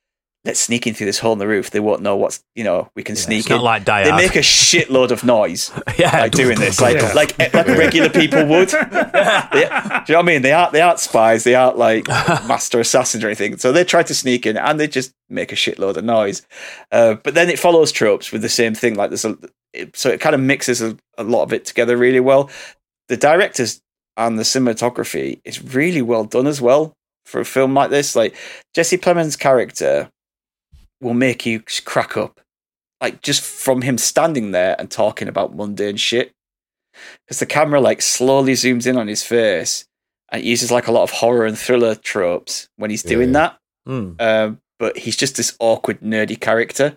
let's sneak in through this hole in the roof. They won't know what's you know we can Yeah, sneak it's in. not like they Diab. make a shitload of noise [laughs] yeah, like doing this, like like like regular people would. They- do you know what I mean? They aren't they aren't spies. They aren't like master assassins or anything. So they try to sneak in and they just make a shitload of noise. Uh, but then it follows tropes with the same thing. Like there's a it, so it kind of mixes a, a lot of it together really well. The directors and the cinematography is really well done as well for a film like this. Like Jesse Plemons' character will make you crack up, like just from him standing there and talking about mundane shit. Because the camera like slowly zooms in on his face and it uses like a lot of horror and thriller tropes when he's doing Yeah. that Mm. um, but he's just this awkward nerdy character.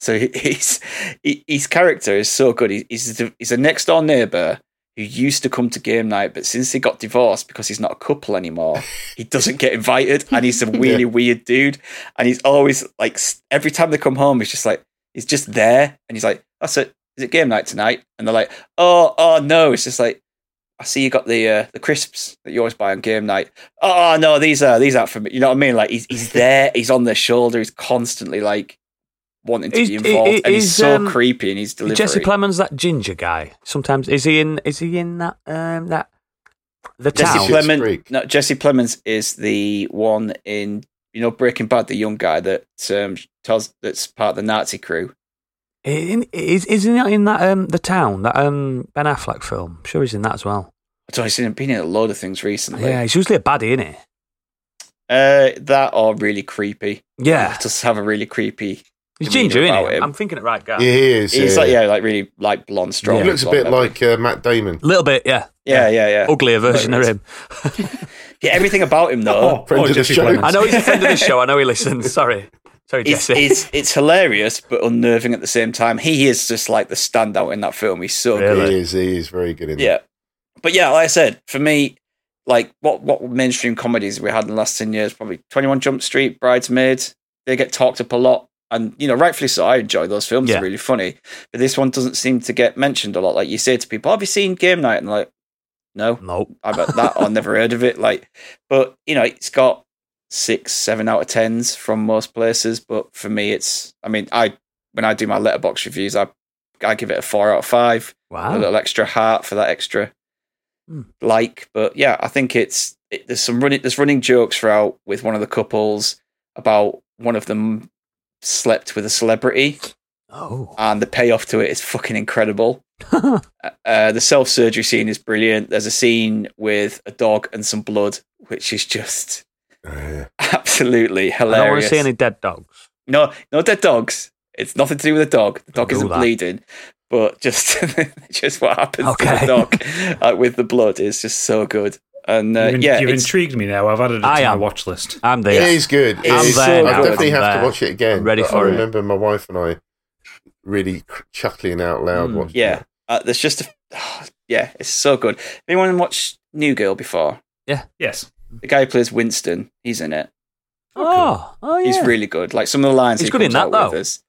So he- [laughs] he's he, his character is so good. He, he's the, he's a next door neighbor who used to come to game night, but since he got divorced because he's not a [laughs] couple anymore, he doesn't get invited, and he's a really weird dude. And he's always like s- every time they come home, he's just like he's just there, and he's like, "That's it. Is it game night tonight?" And they're like, "Oh, oh no!" It's just like. I see you got the uh, the crisps that you always buy on game night oh no, these are these aren't for me. You know what I mean? Like he's [laughs] he's there, he's on their shoulder, he's constantly like wanting to Is- be involved, i- i- and he's is, so um, creepy and he's delivery. Jesse Plemons, that ginger guy. Sometimes is he in? Is he in that? Um, that the Jesse town. Plemons. Plemons, Creek. no, Jesse Plemons is the one in you know Breaking Bad, the young guy that um, tells that's part of the Nazi crew. In- Is is he not in that? Um, the town. That um Ben Affleck film. I'm sure he's in that as well. So he's seen- been in a load of things recently. Yeah, he's usually a baddie, isn't he? Uh, that are really creepy. Yeah, He does have a really creepy. he's demeanour ginger, about isn't he? him. I'm thinking it right, guy. yeah, he is. He's yeah. like yeah, like really like blonde, strong. Yeah. He looks a blonde bit leather. like Oh. uh, Matt Damon. Little bit, yeah. yeah, yeah, yeah. Uglier version of Whatever him. Yeah, everything about [laughs] him though. Oh, Friend Oh, of the show. I know he's a [laughs] friend of the show. I know he listens. Sorry, sorry, it's, Jesse. it's it's hilarious but unnerving at the same time. He is just like the standout in that film. He's so Really? good. He is. He is very good in Yeah. But yeah, like I said, for me, like what what mainstream comedies we had in the last ten years, probably Twenty One Jump Street, Bridesmaids, they get talked up a lot. And you know, rightfully so. I enjoy those films; Yeah. they're really funny. But this one doesn't seem to get mentioned a lot. Like you say to people, "Have you seen Game Night?" And they're like, No, Nope. I bet that I never heard of it. Like, but you know, it's got six, seven out of tens from most places. But for me, it's. I mean, I when I do my letterbox reviews, I I give it a four out of five. A Wow. little extra heart for that extra Ah. Hmm. like. But yeah, I think it's it, there's some running there's running jokes throughout with one of the couples about one of them slept with a celebrity, Oh. and the payoff to it is fucking [laughs] incredible. Uh, the self surgery scene is brilliant. There's a scene with a dog and some blood, which is just [laughs] Uh, absolutely I don't want hilarious. to see any dead dogs. No, no dead dogs. It's nothing to do with the dog. The dog know isn't that. bleeding, but just [laughs] just what happens to Okay. the dog uh, with the blood is just so good. And uh, you've in- yeah, you've it's, intrigued me now. I've added it to I my am. watch list. I'm It there. is good. It I'm is- there I now. definitely I'm have there. to watch it again. I'm ready but for I it. remember my wife and I really cr- chuckling out loud Mm. watching yeah, uh, there's just a, [sighs] yeah, it's so good. Anyone watched New Girl before? Yes. The guy who plays Winston, he's in it. Oh, oh yeah. He's really good. Like some of the lines He's he good in comes that, out with though. is-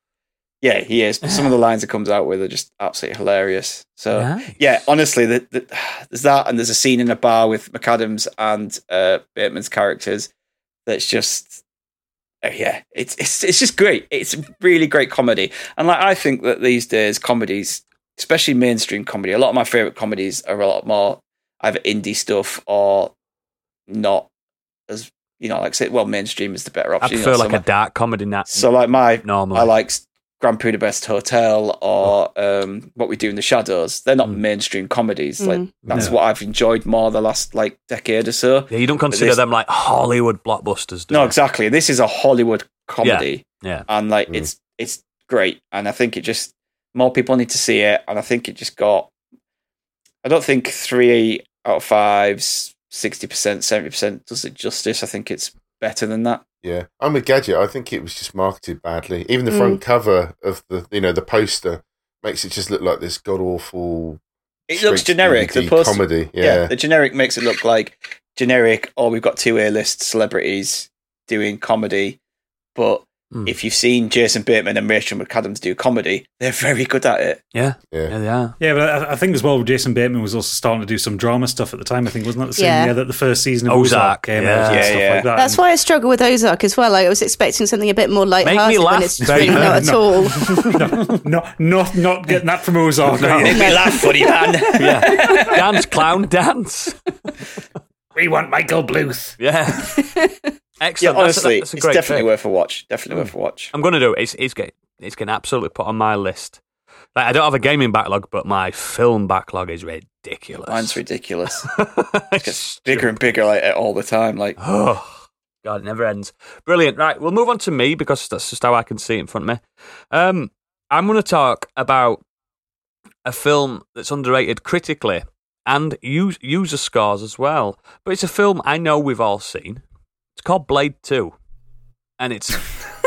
yeah, he is. But [sighs] some of the lines he comes out with are just absolutely hilarious. So Nice. uh, Yeah, honestly, the, the, there's that, and there's a scene in a bar with McAdams and uh, Bateman's characters that's just, uh, yeah, it's it's it's just great. It's really great comedy, and like I think that these days comedies, especially mainstream comedy, a lot of my favorite comedies are a lot more either indie stuff or not as you know, like say, well, mainstream is the better I option. you know, prefer like so, a dark comedy nat- so like my normally. I like Grand Budapest Hotel or um, What We Do in the Shadows. They're not Mm. mainstream comedies. Like Mm. that's No. what I've enjoyed more the last like decade or so. yeah, you don't consider this- them like Hollywood blockbusters, do No, you? exactly. This is a Hollywood comedy, Yeah. and like Mm. it's it's great. And I think it just more people need to see it. And I think it just got. I don't think three out of fives, sixty percent, seventy percent does it justice. I think it's better than that. Yeah, I'm a gadget. I think it was just marketed badly. Even the front cover of the, you know, the poster makes it just look like this god awful. It looks straight generic. DVD The post, comedy. Yeah, yeah. the generic makes it look like generic or we've got two a-list celebrities doing comedy but Hmm. if you've seen jason bateman and rachel mcadams do comedy they're very good at it Yeah. yeah. Yeah, they are. Yeah, but I, I think as well, Jason Bateman was also starting to do some drama stuff at the time. I think wasn't that the same Yeah. year that the first season of Ozark, Ozark, came yeah. out and Yeah, stuff yeah. like that. That's And- why I struggle with Ozark as well. Like, I was expecting something a bit more lighthearted, laugh, and it's Dave. really not at No. all. [laughs] no, not not not getting that from Ozark. No. make me laugh funny man Yeah. dance, clown, dance. [laughs] We want Michael Bluth. Yeah. yeah Excellent. honestly that's a, that's a it's great Hmm. definitely pick. worth a watch definitely worth a watch I'm gonna do it. It's it's get, it's getting absolutely put on my list. Like I don't have a gaming backlog, but my film backlog is ridiculous. [laughs] mine's ridiculous it ridiculous. gets bigger and bigger like it all the time like oh [sighs] God, it never ends. Brilliant. Right, we'll move on to me because that's just how I can see it in front of me. Um, I'm gonna talk about a film that's underrated critically and us- user scores as well. But it's a film I know we've all seen. It's called Blade Two, and [laughs] it's [laughs]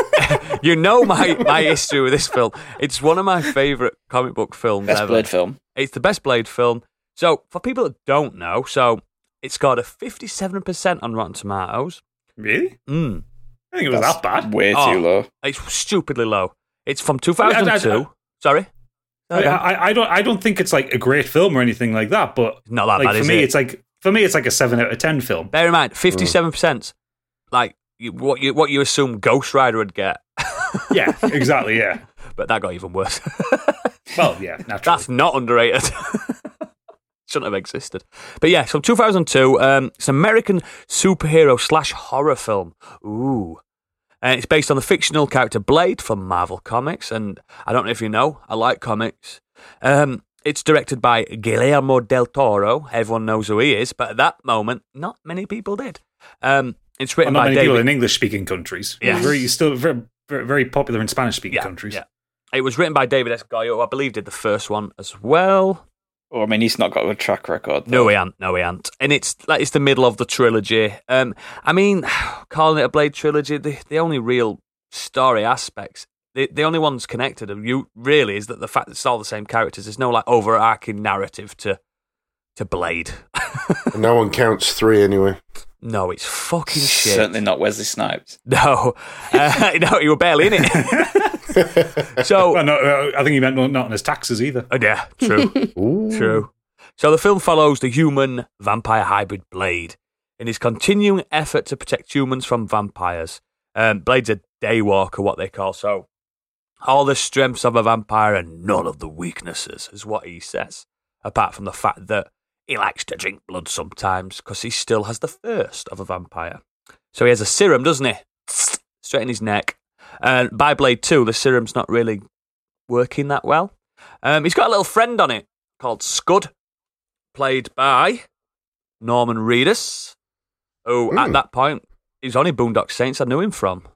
you know my my history with this film. It's one of my favorite comic book films best ever. blade film It's the best Blade film. So for people that don't know, so it scored a fifty-seven percent on Rotten Tomatoes. Really? Mm. I think it was That's that bad. way Oh. too low It's stupidly low. It's from two thousand I- I- I- two. Sorry, I, I, I don't. I don't think it's like a great film or anything like that. But not that like bad, for is me, it? it's like for me, it's like a Mm. seven out of ten film. Bear in mind, fifty-seven percent. Like you, what you what you assume Ghost Rider would get, [laughs] Yeah, exactly. Yeah. but that got even worse. [laughs] Well, yeah, naturally. That's not underrated. [laughs] Shouldn't have existed. But yeah, so 2002, um, it's an American superhero slash horror film. Ooh. And it's based on the fictional character Blade from Marvel Comics. And I don't know if you know, I like comics. Um, it's directed by Guillermo del Toro. Everyone knows who he is, but at that moment, not many people did. Um, it's Well, written not by many David people in English-speaking countries. Yeah. very still very very, very popular in Spanish-speaking countries. Yeah. It was written by David S. Goyer, who I believe did the first one as well. oh, i mean he's not got a good track record No, he ain't. No, he ain't. And it's like it's the middle of the trilogy. Um, I mean, [sighs] calling it a Blade trilogy, the, the only real story aspects, the the only ones connected, of you really, is that the fact that it's all the same characters. There's no like overarching narrative to to Blade. [laughs] And no one counts three anyway. No, it's fucking shit. certainly not wesley snipes No, [laughs] uh, no, you were barely in it. so [laughs] [laughs] Well, no, uh, I think he meant not, not on his taxes either. oh, yeah, true, Ooh. true. So the film follows the human vampire hybrid Blade in his continuing effort to protect humans from vampires. Um, Blade's a daywalker, what they call so. All the strengths of a vampire and none of the weaknesses is what he says. Apart from the fact that he likes to drink blood sometimes because he still has the thirst of a vampire. So he has a serum, doesn't he? Straight in his neck. And by Blade 2, the serum's not really working that well. Um, he's got a little friend on it called Scud, played by Norman Reedus, who at Mm. that point he's only Boondock Saints I knew him from.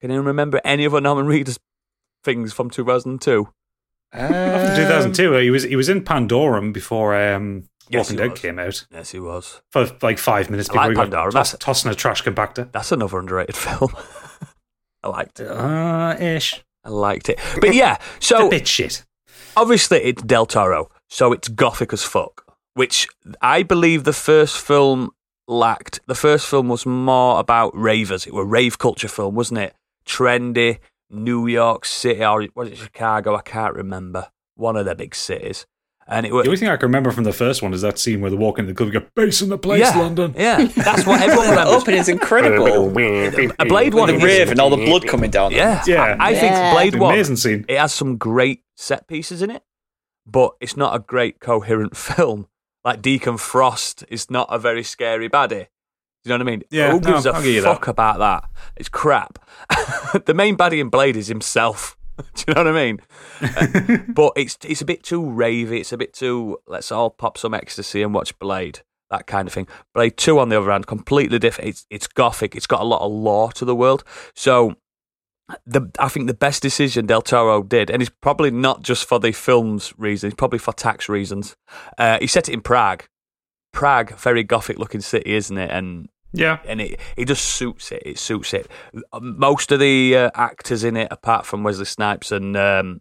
Can anyone remember any other Norman Reedus things from 2002? After 2002, he was he was in Pandorum before um, Um. Yes, Walking he Dead was. came out Yes, he was. for like five minutes I before like he got Pandorum, tossed, that's- tossed in a trash compactor. That's another underrated [laughs] film. I liked it. Uh, ish. I liked it. But yeah, It's so a bit shit. obviously it's Del Toro, so it's gothic as fuck, which I believe the first film lacked. The first film was more about ravers. It were a rave culture film, wasn't it? Trendy, New York City, or was it Chicago? I can't remember. One of the big cities. And it The was. only thing I can remember from the first one is that scene where they walk into the club and go, Base in the place, yeah, London. Yeah, that's what everyone [laughs] That remembers. [laughs] opening's incredible. A Blade With one. the is- rave and all the blood coming down. Yeah, Yeah. I, I Yeah. think It's Blade an one. amazing scene. It has some great set pieces in it, but it's not a great coherent [laughs] film. Like Deacon Frost is not a very scary baddie. Do you know what I mean? Yeah, Who gives no, I'll give a you that. fuck about that? It's crap. [laughs] the main baddie in Blade is himself. [laughs] Do you know what I mean? Uh, but it's it's a bit too ravey. It's a bit too let's all pop some ecstasy and watch Blade. That kind of thing. Blade Two, on the other hand, completely different. It's it's gothic. It's got a lot of lore to the world. So the I think the best decision Del Toro did, and it's probably not just for the film's reasons, it's probably for tax reasons. Uh, he set it in Prague. Prague, very gothic looking city, isn't it? And Yeah. and it, it just suits it. It suits it. Um, Most of the uh, actors in it, apart from Wesley Snipes and um,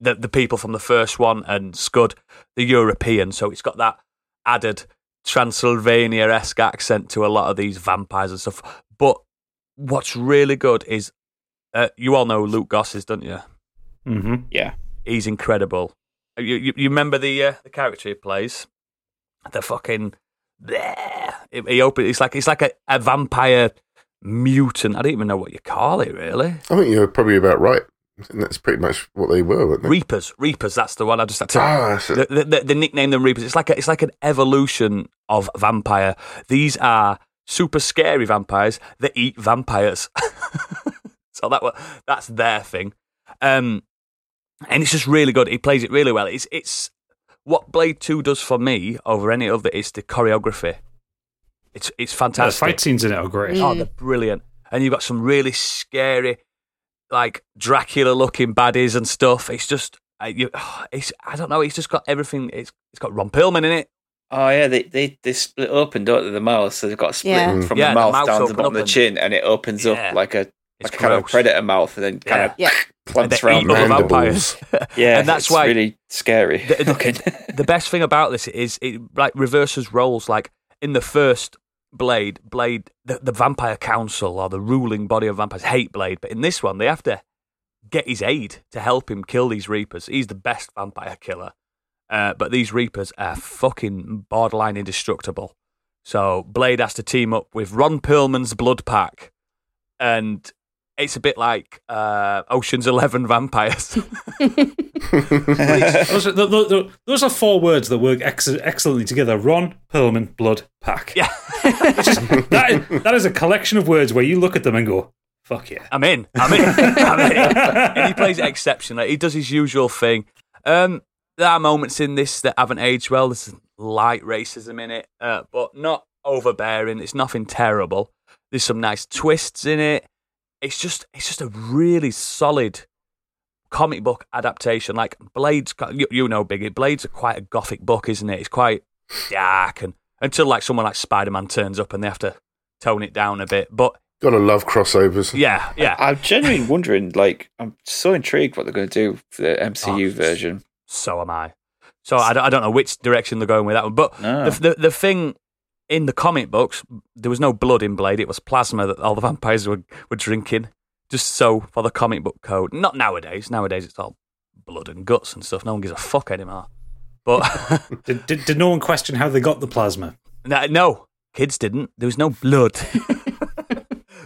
the the people from the first one and Scud, the European. So it's got that added Transylvania esque accent to a lot of these vampires and stuff. But what's really good is uh, you all know who Luke Goss is, don't you? hmm Yeah. He's incredible. You you, you remember the uh, the character he plays? The fucking bleh. It- he open. It's like it's like a, a vampire mutant. I don't even know what you call it really. I think you're probably about right. And that's pretty much what they were, weren't they? Reapers, Reapers. That's the one. I just had to. Ah, that's it. the, the, the, the nickname them Reapers. It's like a, it's like an evolution of vampire. These are super scary vampires that eat vampires. [laughs] so that wa- that's their thing, um, and it's just really good. He plays it really well. It's it's what Blade Two does for me over any other is the choreography. It's it's The fantastic. fight scenes in it are great. Oh, they're brilliant. And you've got some really scary, like Dracula looking baddies and stuff. It's just, I, you, [sighs] it's, I don't know. It's just got everything. It's, it's got Ron Perlman in it. Oh yeah, they, they, they split open, don't they, the mouth, so they've got a split Yeah. from Yeah, the the mouth mouths down to the open bottom up of the and- chin and it opens Yeah. up like a It's like a kind of gross. predator mouth and then kind of Yeah. And they plants around eat other mandibles. vampires. [laughs] Yeah, and that's it's why really scary. the, the- [laughs] looking. the best thing about this is it like reverses roles. Like in the first Blade, Blade, the, the Vampire Council or the ruling body of vampires hate Blade, but in this one they have to get his aid to help him kill these Reapers. He's the best vampire killer, uh, but these Reapers are fucking borderline indestructible. So Blade has to team up with Ron Perlman's Blood Pack, and it's a bit like uh, Ocean's Eleven vampires. [laughs] [laughs] those, are, tho- tho- tho- those are four words that work ex- excellently together. Ron, Perlman, blood, pack. yeah. That, is, that is a collection of words where you look at them and go, fuck yeah. I'm in. I'm in. I'm in. and he plays it exceptionally. He does his usual thing. Um, there are moments in this that haven't aged well. There's light racism in it, uh, but not overbearing. It's nothing terrible. There's some nice twists in it. It's just, it's just a really solid comic book adaptation. Like Blades, you, you know, Biggie. Blades are quite a gothic book, isn't it? It's quite dark, and until like someone like Spider Man turns up and they have to tone it down a bit. But Gotta love crossovers. yeah, yeah. I'm genuinely wondering, like, I'm so intrigued what they're going to do for the MCU Oh, version. so am I. So I don't, I don't know which direction they're going with that one. But No. the, the the thing in the comic books, there was no blood in Blade. It was plasma that all the [laughs] vampires were, were drinking, just so for the comic book code. Not nowadays. Nowadays it's all blood and guts and stuff. No one gives a fuck anymore. But [laughs] Did, did, did no one question how they got the plasma? no, no, kids didn't. There was no blood. [laughs]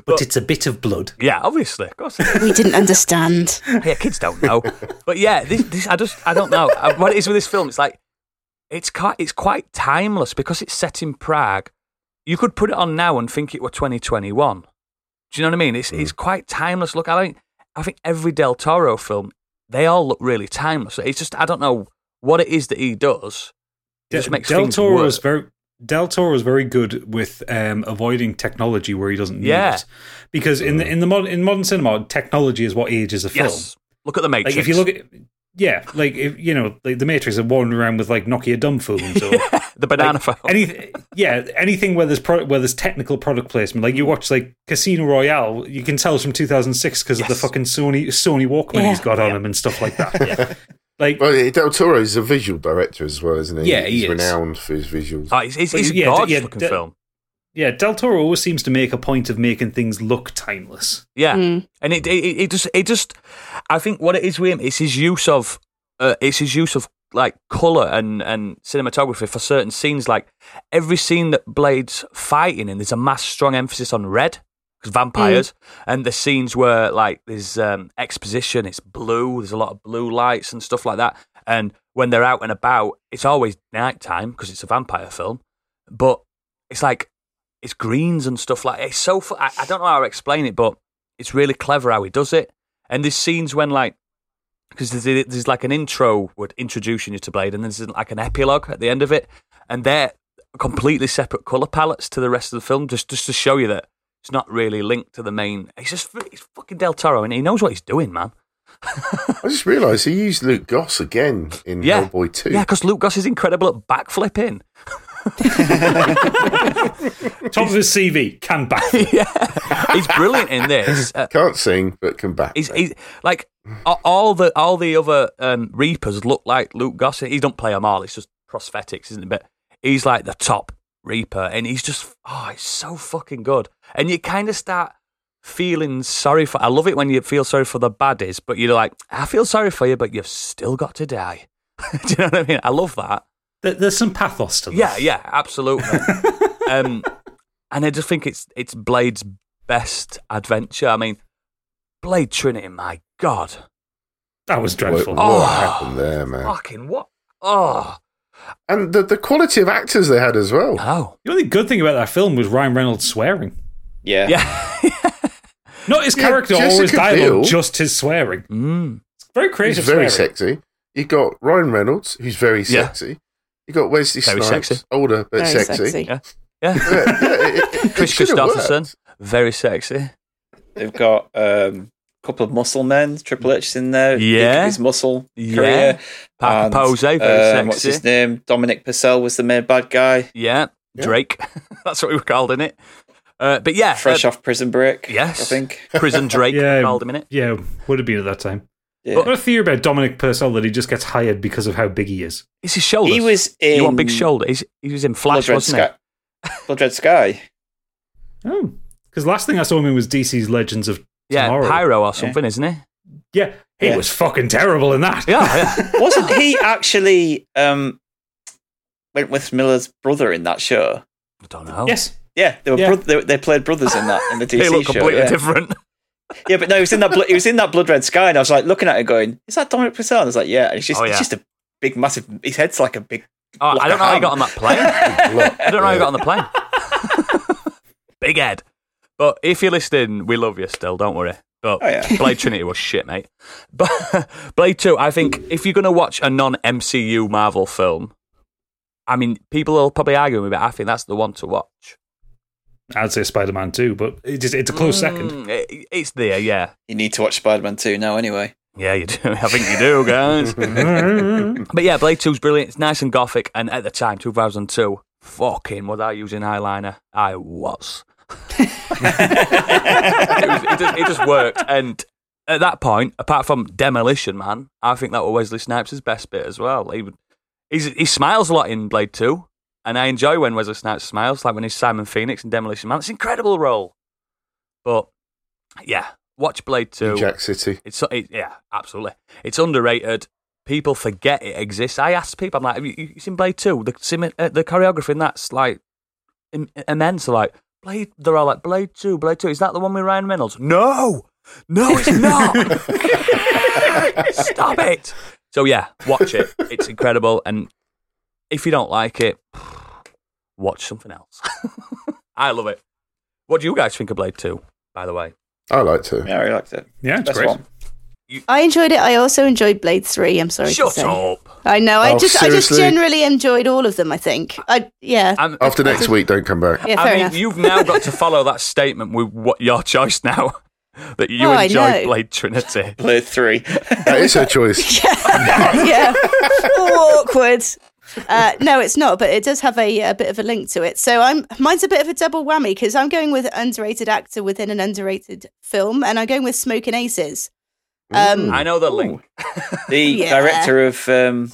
But, it's a bit of blood. yeah, obviously, of course. We didn't understand. yeah, kids don't know. But yeah, this, this I just I don't know I, what it is with this film. It's like it's quite it's quite timeless because it's set in Prague. You could put it on now and think it were 2021. Do you know what I mean? Mm. It's it's quite timeless. Look, I think I think every Del Toro film they all look really timeless. It's just I don't know what it is that he does. It just makes Del things Toro work. is very Del Toro is very good with um, avoiding technology where he doesn't need Yeah. Mm. it, because in the in the mod, in modern cinema, technology is what ages a film. yes. Look at the Matrix. Like if you look at yeah, like if you know, like the Matrix are wandering around with like Nokia dumb [laughs] phones or the banana phone. anything. Yeah, anything where there's product where there's technical product placement. Like you Mm. watch like Casino Royale, you can tell it's from 2006 because of the Yes. fucking Sony Sony Walkman Yeah. he's got on him and stuff [laughs] like that. Like Well, Del Toro is a visual director as well, isn't he? Yeah, he he's is. renowned for his visuals. Oh, it's, it's, Well, it's a yeah, d- gorgeous yeah, looking d- film. yeah, Del Toro always seems to make a point of making things look timeless. Yeah, Mm. and it, it it just it just I think what it is with him is his use of uh, it's his use of like color and and cinematography for certain scenes. Like every scene that Blade's fighting in, there's a mass strong emphasis on red because vampires, and the scenes where like there's um, exposition, it's blue. There's a lot of blue lights and stuff like that. And when they're out and about, it's always nighttime because it's a vampire film. But it's like it's greens and stuff like it's so. fu- I, I don't know how to explain it, but it's really clever how he does it. And there's scenes when like because there's, there's like an intro would introducing you to Blade, and then there's like an epilogue at the end of it, and they're completely separate color palettes to the rest of the film, just just to show you that it's not really linked to the main. It's just it's fucking Del Toro, and he knows what he's doing, man. I just realised he used Luke Goss again in Yeah, Hellboy 2. Yeah, because Luke Goss is incredible at backflipping. Top of his CV can back. [laughs] He's brilliant in this. Uh, Can't sing, but can back. he's, that. he's like a- all the all the other um, Reapers look like Luke Goss. He don't play them all. It's just prosthetics, isn't it? But he's like the top Reaper, and he's just oh, he's so fucking good. And you kind of start feeling sorry for. I love it when you feel sorry for the baddies, but you're like, I feel sorry for you, but you've still got to die. [laughs] Do you know what I mean? I love that. There- There's some pathos to this. Yeah, yeah, absolutely. um, and I just think it's it's Blade's best adventure. I mean, Blade Trinity, my god, That was what, dreadful. what Oh. happened there, man? fucking what? Oh And the, the quality of actors they had as well. no, The only good thing about that film was Ryan Reynolds swearing. Yeah. yeah, Not his Yeah, character or his Jessica dialogue, Biel. just his swearing. mm. It's very creative He's very swearing. sexy. You got Ryan Reynolds, who's very Yeah. sexy. You got Wesley Very Snipes, sexy. older [laughs] but Very sexy. sexy. yeah, yeah. [laughs] Yeah, yeah, it- it- it Chris should've Christopherson, worked. very sexy. They've got um, a couple of muscle men. Triple H's in there. Yeah. His muscle Yeah. career. Parker And, Posey, very um, What's sexy. his name? Dominic Purcell was the main bad guy. Yeah, Yeah. Drake, [laughs] that's what we were called in it. Uh, but yeah, Fresh off prison break. yes. I think. Prison [laughs] Drake Yeah. called him in it. Yeah, would have been at that time. Yeah. What a theory about Dominic Purcell that he just gets hired because of how big he is. It's his shoulders. He was in. You want big shoulder? He's, he was in Flash, Blood Red wasn't Sky. Blood Red Sky. Oh. Because last thing I saw him in was DC's Legends of he? Yeah, Tomorrow. Pyro or something, isn't he? Yeah, he Yeah. was fucking terrible in that. Yeah, yeah. [laughs] Wasn't he [laughs] actually um, Wentworth Miller's brother in that show? I don't know. Yes. Yeah, they were Yeah. bro- they, they played brothers in that in the [laughs] DC they look show. completely yeah. different. Yeah, but no, he was in that blo- he was in that blood red sky, and I was like looking at it, going, "Is that Dominic Purcell?" And I was like, "Yeah." And it's just Oh, it's yeah. just a big, massive. His head's like a big. Oh, block I don't of know how he ham. got on that plane. [laughs] Lot, I don't know how he yeah. got on the plane. [laughs] Big head. But if you're listening, we love you still. Don't worry. But Oh, yeah. Blade Trinity was shit, mate. But [laughs] Blade Two, I think if you're gonna watch a non MCU Marvel film, I mean, people will probably argue with me, but I think that's the one to watch. I'd say Spider Man too, but it just, it's a close second. Mm, it- it's there, yeah, You need to watch Spider Man Two now, anyway. yeah. You do. [laughs] I think you do, guys. But yeah, Blade 2's brilliant. It's nice and gothic. And at the time, 2002, fucking was I using eyeliner? I was. [laughs] it, was it, just, it just worked. And at that point, apart from Demolition Man, I think that was Wesley Snipes' best bit as well. He, would- he's, he smiles a lot in Blade 2. And I enjoy when Wesley Snipes smiles, like when he's Simon Phoenix in Demolition Man. It's an incredible role. But yeah, watch Blade 2. Jack City. It's it, yeah, absolutely. It's underrated. people forget it exists. I asked people, I'm like, have you, you seen Blade 2? The, sim- uh, the choreography in that's like im- immense. They're like, Blade, they're all like, Blade 2, Blade 2. Is that the one with Ryan Reynolds? No! No, it's not! Stop it! So yeah, watch it. It's incredible. And if you don't like it, [sighs] watch something else. [laughs] I love it. What do you guys think of Blade 2, by the way? I like to. Yeah, I really liked it. Yeah, it's Best great. one. I enjoyed it. I also enjoyed Blade Three. I'm sorry. Shut to say. up. I know. I Oh, just, I seriously? just generally enjoyed all of them. I think. I yeah. I'm, After next week, don't come back. yeah. Fair I mean, enough. you've now got [laughs] to follow that statement with what your choice now [laughs] that you Oh, I enjoy know. Blade [laughs] Trinity. [laughs] Blade three. That is her choice. yeah. Awkward. Uh, no, it's not, but it does have a, a bit of a link to it. So I'm mine's a bit of a double whammy because I'm going with underrated actor within an underrated film, and I'm going with Smoking Aces. Um, I know the link. the Yeah. director of um,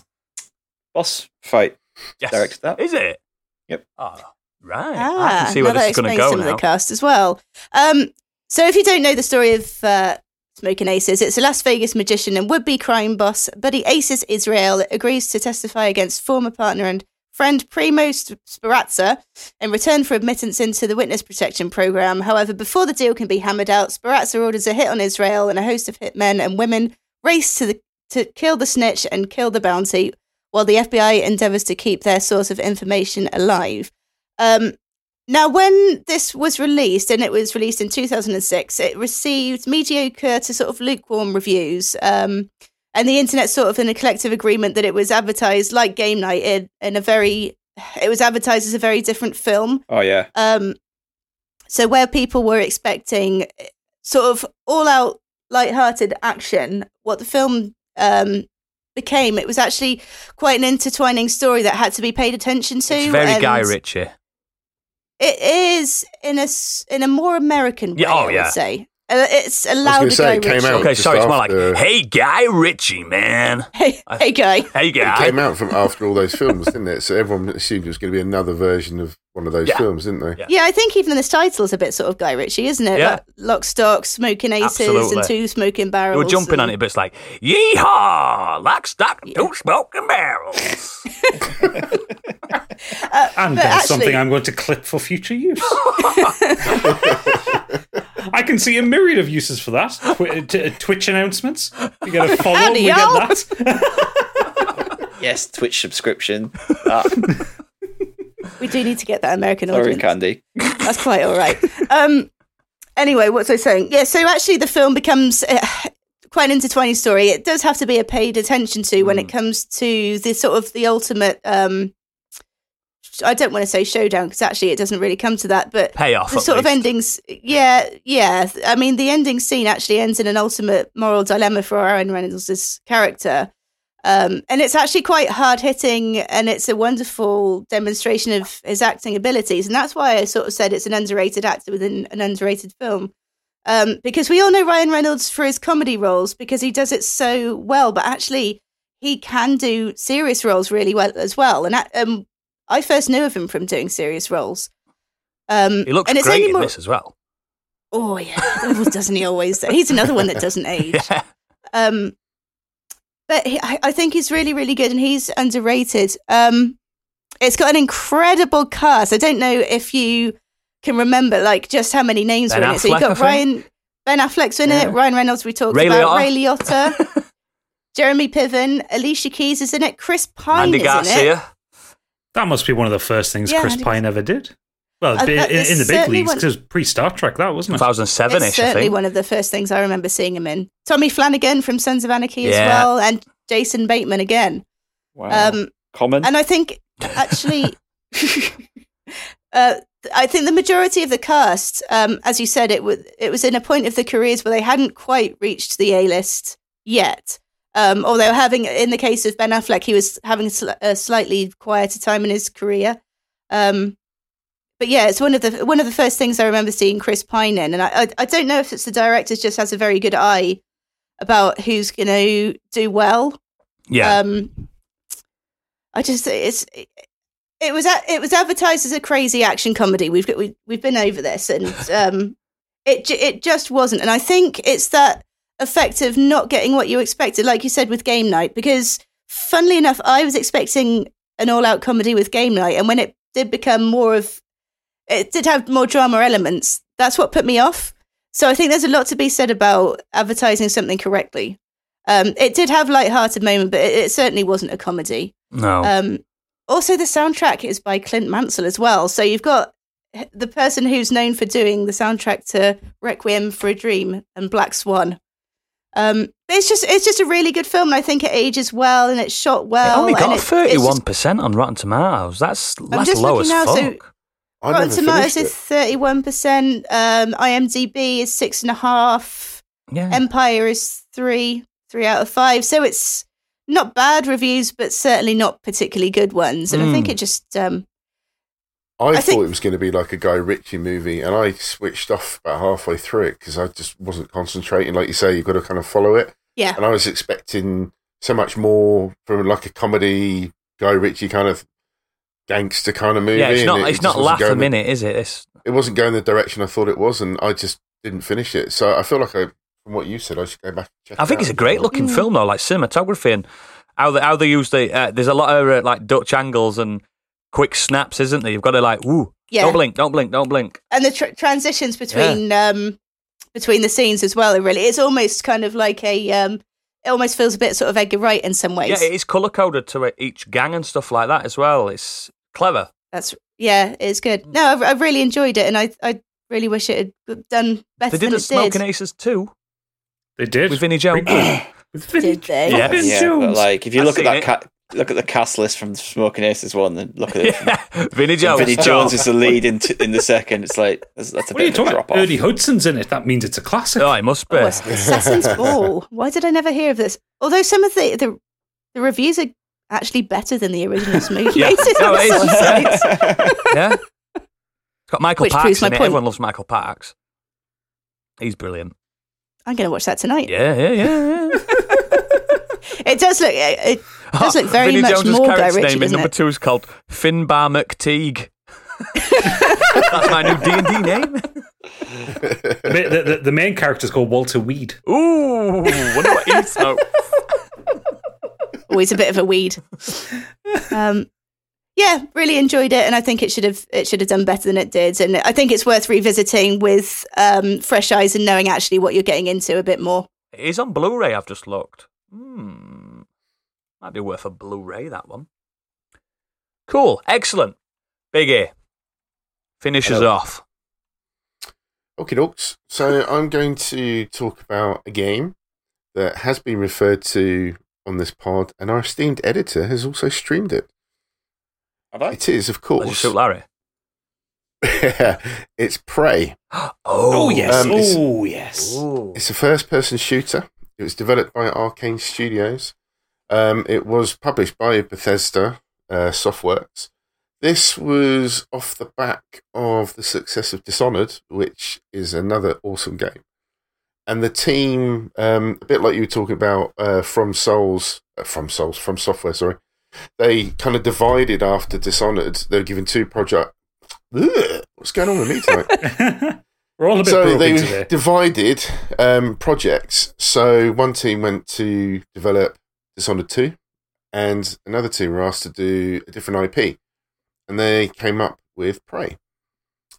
Boss Fight. Yes. Directed that. Is it? Yep. Oh, right. I Ah, can see where now this that is going to explains go some of now. the cast as well. Um, so if you don't know the story of uh, Smoking Aces, it's a Las Vegas magician and would-be crime boss, but he aces Israel, agrees to testify against former partner and friend Primo Sp- Sparazza in return for admittance into the witness protection program. However, before the deal can be hammered out, Sparazza orders a hit on Israel and a host of hitmen and women race to the to kill the snitch and kill the bounty, while the FBI endeavors to keep their source of information alive. Um, now, when this was released, and it was released in 2006, it received mediocre to sort of lukewarm reviews. Um, and the internet sort of in a collective agreement that it was advertised like game night in, in a very, it was advertised as a very different film. Oh yeah, Um, so where people were expecting eh, sort of all out light-hearted action, what the film um, became, it was actually quite an intertwining story that had to be paid attention to. It's very and Guy Ritchie. It is in a s- in a more American way. Yeah, oh, I yeah. would say Uh, it's a gonna louder say, Guy it came Ritchie. out- Okay, Just sorry, it's more like, after- hey, Guy Ritchie, man. Hey, hey, [laughs] Guy. Hey, It Guy. came out from after all those films, didn't it? So everyone assumed it was going to be another version of one of those Yeah. films, didn't they? Yeah. Yeah, I think even this title's a bit sort of Guy Ritchie, isn't it? Yeah. Like Lock, stock, smoking aces, Absolutely. and two smoking barrels. They were jumping and- on it, but it's like, yeehaw, lock, stock, and two smoking barrels. And But there's actually- something I'm going to clip for future use. [laughs] I can see a myriad of uses for that. Twi- t- Twitch announcements. You [laughs] get a follow. Howdy, We get y'all. that. yes, Twitch [laughs] subscription. Ah, That We do need to get that American Lauren audience. Candy. That's quite all right. Um, anyway, what's I saying? Yeah, so actually, the film becomes uh, quite an intertwining story. It does have to be a paid attention to when it comes to the sort of the ultimate. Um, sh- I don't want to say showdown because actually it doesn't really come to that, but Payoff. the at sort of least. endings yeah yeah i mean the ending scene actually ends in an ultimate moral dilemma for aaron reynolds' character um, and it's actually quite hard hitting and it's a wonderful demonstration of his acting abilities and that's why i sort of said it's an underrated actor within an underrated film um, because we all know ryan reynolds for his comedy roles because he does it so well but actually he can do serious roles really well as well and um, i first knew of him from doing serious roles um, He looks and it's great only in more- this as well. Oh yeah, Well, doesn't he always? Though? He's another one [laughs] that doesn't age. Yeah. Um, but he, I, I think he's really, really good, and he's underrated. Um, it's got an incredible cast. I don't know if you can remember like just how many names Ben were in it. Affleck, So you've I got think. Ryan Ben Affleck's in it. Ryan Reynolds we talked Ray about. Liotta. Ray Liotta. [laughs] Jeremy Piven, Alicia Keys is in it. Chris Pine Andy is in it. Garcia. That must be one of the first things Yeah, Chris Andy- Pine ever did. Well, I be- bet in, in the this big certainly leagues, one- 'cause it was pre Star Trek, that wasn't it? 2007 It's ish, I certainly think. one of the first things I remember seeing him in. Tommy Flanagan from Sons of Anarchy as Yeah. well, and Jason Bateman again. Wow. Um, Common. And I think actually, [laughs] uh, I think the majority of the cast, um, as you said, it was it was in a point of the careers where they hadn't quite reached the A list yet. Um, although having, in the case of Ben Affleck, he was having a, sl- a slightly quieter time in his career. Um, but yeah, it's one of the one of the first things I remember seeing Chris Pine in, and I I, I don't know if it's the director just has a very good eye about who's going to do well Yeah. um, I just it's it, it was a- it was advertised as a crazy action comedy. We've got, we, we've been over this, and um, it ju- it just wasn't. And I think it's that effect of not getting what you expected, like you said with game night, because funnily enough, I was expecting an all out comedy with game night. And when it did become more of, it did have more drama elements, that's what put me off. So I think there's a lot to be said about advertising something correctly. Um, it did have light-hearted moment, but it, it certainly wasn't a comedy. No. Oh. Um, also, the soundtrack is by Clint Mansell as well. So you've got the person who's known for doing the soundtrack to Requiem for a Dream and Black Swan. Um, but it's just it's just a really good film. And I think it ages well and it's shot it well. only Oh, and got it- it's thirty just- one percent on Rotten Tomatoes. That's I'm that's just low as looking now. fuck. So I Rotten never finished Tomatoes it. is thirty-one percent. Um, IMDb is six and a half. yeah. Empire is three, three out of five. So it's not bad reviews, but certainly not particularly good ones. And I think Mm. it just um, I, I thought think- it was going to be like a Guy Ritchie movie, and I switched off about halfway through it because I just wasn't concentrating. Like you say, you've got to kind of follow it. yeah, And I was expecting so much more from like a comedy Guy Ritchie kind of gangster kind of movie. yeah, it's and not it- it it's just not wasn't laugh a going the- minute, is it? It's It wasn't going the direction I thought it was, and I just didn't finish it. So I feel like I, from what you said, I should go back. And check I think it it's a out. great looking Mm. film though, like cinematography and how they how they use the uh, there's a lot of uh, like Dutch angles and quick snaps, isn't there? You've got to like woo, Yeah. don't blink, don't blink, don't blink. and the tr- transitions between um, between the scenes as well. Are really, it's almost kind of like a. Um, it almost feels a bit sort of Edgar Wright in some ways. Yeah, it is color coded to uh, each gang and stuff like that as well. It's clever. That's yeah, it's Mm. good. No, I've, I've really enjoyed it, and I I really wish it had done better They did than a it Smoking did. Aces too They did. with Vinnie Jones. [clears throat] With Vinny, Did they? Yeah. fucking yeah, Jones. but like if you I've look at seen that, it. ca- look at the cast list from Smoking Aces one, and [laughs] look at it. from- [laughs] Vinnie Jones. Vinnie Jones is the lead in, t- in the second. It's like that's, that's a what are you bit of a talking drop about? off. Ernie Hudson's in it. That means it's a classic. Oh, it must be. Oh, it's [laughs] Assassin's Ball. Why did I never hear of this? Although some of the the, the reviews are actually better than the [laughs] original Smoking Yeah. Aces No, on it is. some sites. [laughs] yeah. It's got Michael Which Parks proves in my it. point. Everyone loves Michael Parks. He's brilliant. I'm going to watch that tonight. Yeah, yeah, yeah. yeah. It does look [laughs] it, it [laughs] does look very Vinnie much Jones's more Guy character's Ritchie, name in doesn't number it? two is called Finbar McTeague. [laughs] That's my new D and D name. The, ma- the, the, the main character's called Walter Weed. Ooh, wonder what he smokes. Always a bit of [laughs] a weed. Um, yeah, really enjoyed it, and I think it should have it should have done better than it did. And I think it's worth revisiting with um, fresh eyes and knowing actually what you're getting into a bit more. It is on Blu-ray. I've just looked. Hmm, might be worth a Blu-ray that one. Cool, excellent. Big A finishes Hello. off. Okay, dokes. So I'm going to talk about a game that has been referred to on this pod, and our esteemed editor has also streamed it. Have I? It is, Let's of just course, shoot Larry. [laughs] it's Prey. Oh, yes. Um, it's- oh yes. Ooh. It's a first-person shooter. It was developed by Arcane Studios. Um, it was published by Bethesda uh, Softworks. This was off the back of the success of Dishonored, which is another awesome game. And the team, um, a bit like you were talking about uh, from Souls, uh, from Souls, from Software, sorry, they kind of divided after Dishonored. They were given two project. Ugh, what's going on with me tonight? We're all a bit so broken they today. divided um, projects. So one team went to develop Dishonored two, and another team were asked to do a different IP, and they came up with Prey.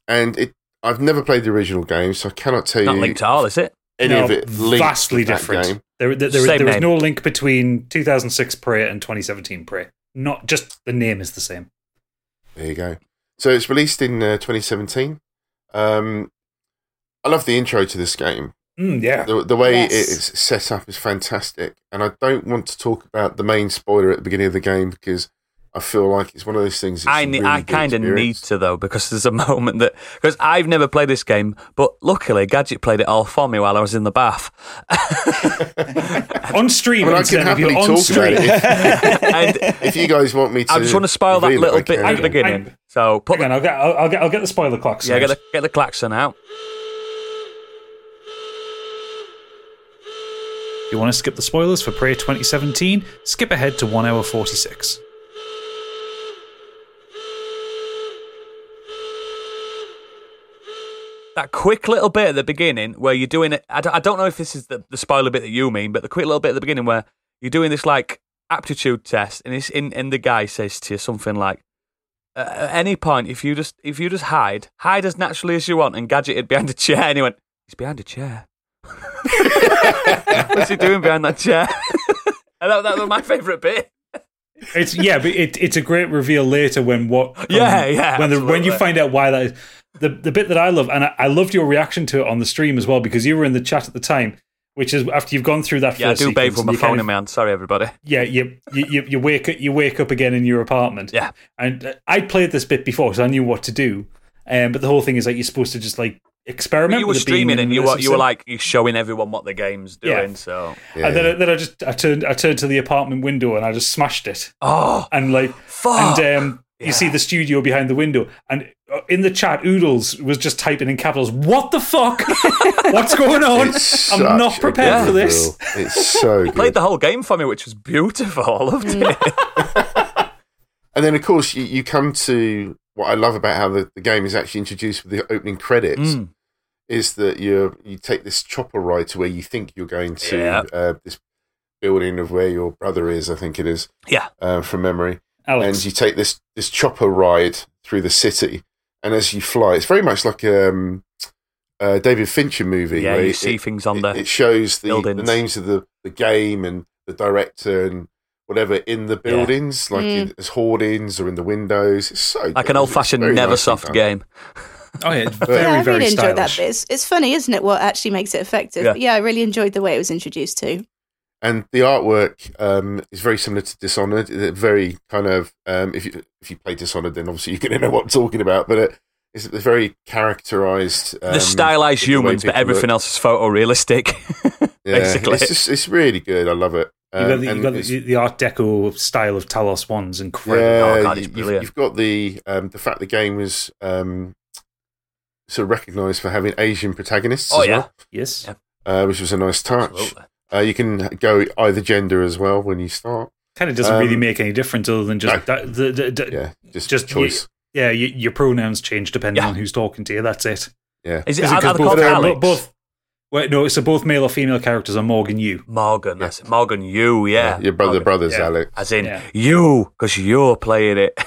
And it, I've never played the original game, so I cannot tell Not you linked at all, is it? any No, of it. linked vastly to that different. game. There, there, there, Same there is name. no link between 2006 Prey and 2017 Prey. Not just the name is the same. There you go. So it's released in uh, 2017. Um, I love the intro to this game. Mm, yeah. The, the way Yes. it is set up is fantastic, and I don't want to talk about the main spoiler at the beginning of the game because I feel like it's one of those things. That's I, ne- I kind of need to though because there's a [laughs] moment that because I've never played this game, but luckily Gadget played it all for me while I was in the bath, [laughs] On stream, I mean, I instead can of happily you- on talk stream. about it and if, if you guys want me [laughs] to. I just want to spoil that reveal it, little I bit at can I- the do. beginning. So put [laughs] Hang on, I'll get, I'll, I'll get, I'll get the spoiler clock. yeah, get sound. the get the klaxon out. If you want to skip the spoilers for Prey 2017, skip ahead to 1 hour 46. that quick little bit at the beginning where you're doing it. I d- I don't know if this is the, the spoiler bit that you mean, but the quick little bit at the beginning where you're doing this like aptitude test, and it's in and the guy says to you something like, uh, "At any point, if you just if you just hide, hide as naturally as you want, and gadgeted behind a chair." And he went, "He's behind a chair. [laughs] What's he doing behind that chair?" [laughs] and that, that was my favourite bit. It's yeah, but it, it's a great reveal later when what um, [laughs] Yeah, yeah, when the, when you absolutely. find out why that is the the bit that I love and I, I loved your reaction to it on the stream as well because you were in the chat at the time, which is after you've gone through that. Yeah, I first do bathe sequence with and my you kind phone of- in my hand. Sorry, everybody. Yeah, you, you you you wake you wake up again in your apartment. Yeah. and uh, I played this bit before because I knew what to do, um, but the whole thing is like you're supposed to just like experiment. you were with it being streaming in and you this were you were system. like you showing everyone what the game's Yeah. doing. So Yeah. And then, I- then I just I turned I turned to the apartment window and I just smashed it oh and like fuck. and um, Yeah. you see the studio behind the window and uh, in the chat oodles was just typing in capitals what the fuck [laughs] what's going on It's i'm such not a prepared good for this [laughs] reveal. It's so good. Played the whole game for me, which was beautiful. [laughs] I loved Mm. it. And then, of course, you, you come to what I love about how the, the game is actually introduced with the opening credits Mm. is that you you take this chopper ride to where you think you're going to Yeah. uh, this building of where your brother is, I think it is, Yeah. uh, from memory. alex And you take this this chopper ride through the city, and as you fly, it's very much like um, a David Fincher movie. Yeah, where you it- see things on it, there. it shows the, the buildings. names of the, the game and the director and whatever in the buildings, like Mm. in, as hoardings or in the windows. It's so Like an good. old It's fashioned very never nicely soft done. game. oh yeah [laughs] it's very yeah, I very really enjoyed that stylish. bit. It's, it's funny, isn't it? What actually makes it effective? Yeah. But Yeah, I really enjoyed the way it was introduced too. And the artwork um, is very similar to Dishonored. It's very kind of um, if you if you play Dishonored, then obviously you're going to know what I'm talking about. But it, it's a very characterized. Um, the stylized the way humans, but people look. everything else is photorealistic. [laughs] Yeah, basically. it's just it's really good. I love it. Um, you got, the, Uh, and you got it's- the, the art deco style of talos one's incredible Yeah, Oh, God, it's you- brilliant. You've, you've got the um, the fact the game was um, sort of recognised for having Asian protagonists. oh as yeah, yes Yeah. well, uh, which was a nice touch. absolutely. Uh, you can go either gender as well when you start. kind of doesn't Um, really make any difference other than just no. that the, the, the- yeah, Yeah, just, Just choice. you, your pronouns change depending Yeah. on who's talking to you that's it yeah, Is it? Is Are, it are they because called both- Alex? both wait no so both male or female characters are morgan you Morgan. That's it. Morgan. You. Yeah. your brother, Morgan. brothers, yeah. Alec. As in Yeah. you, because you're playing it.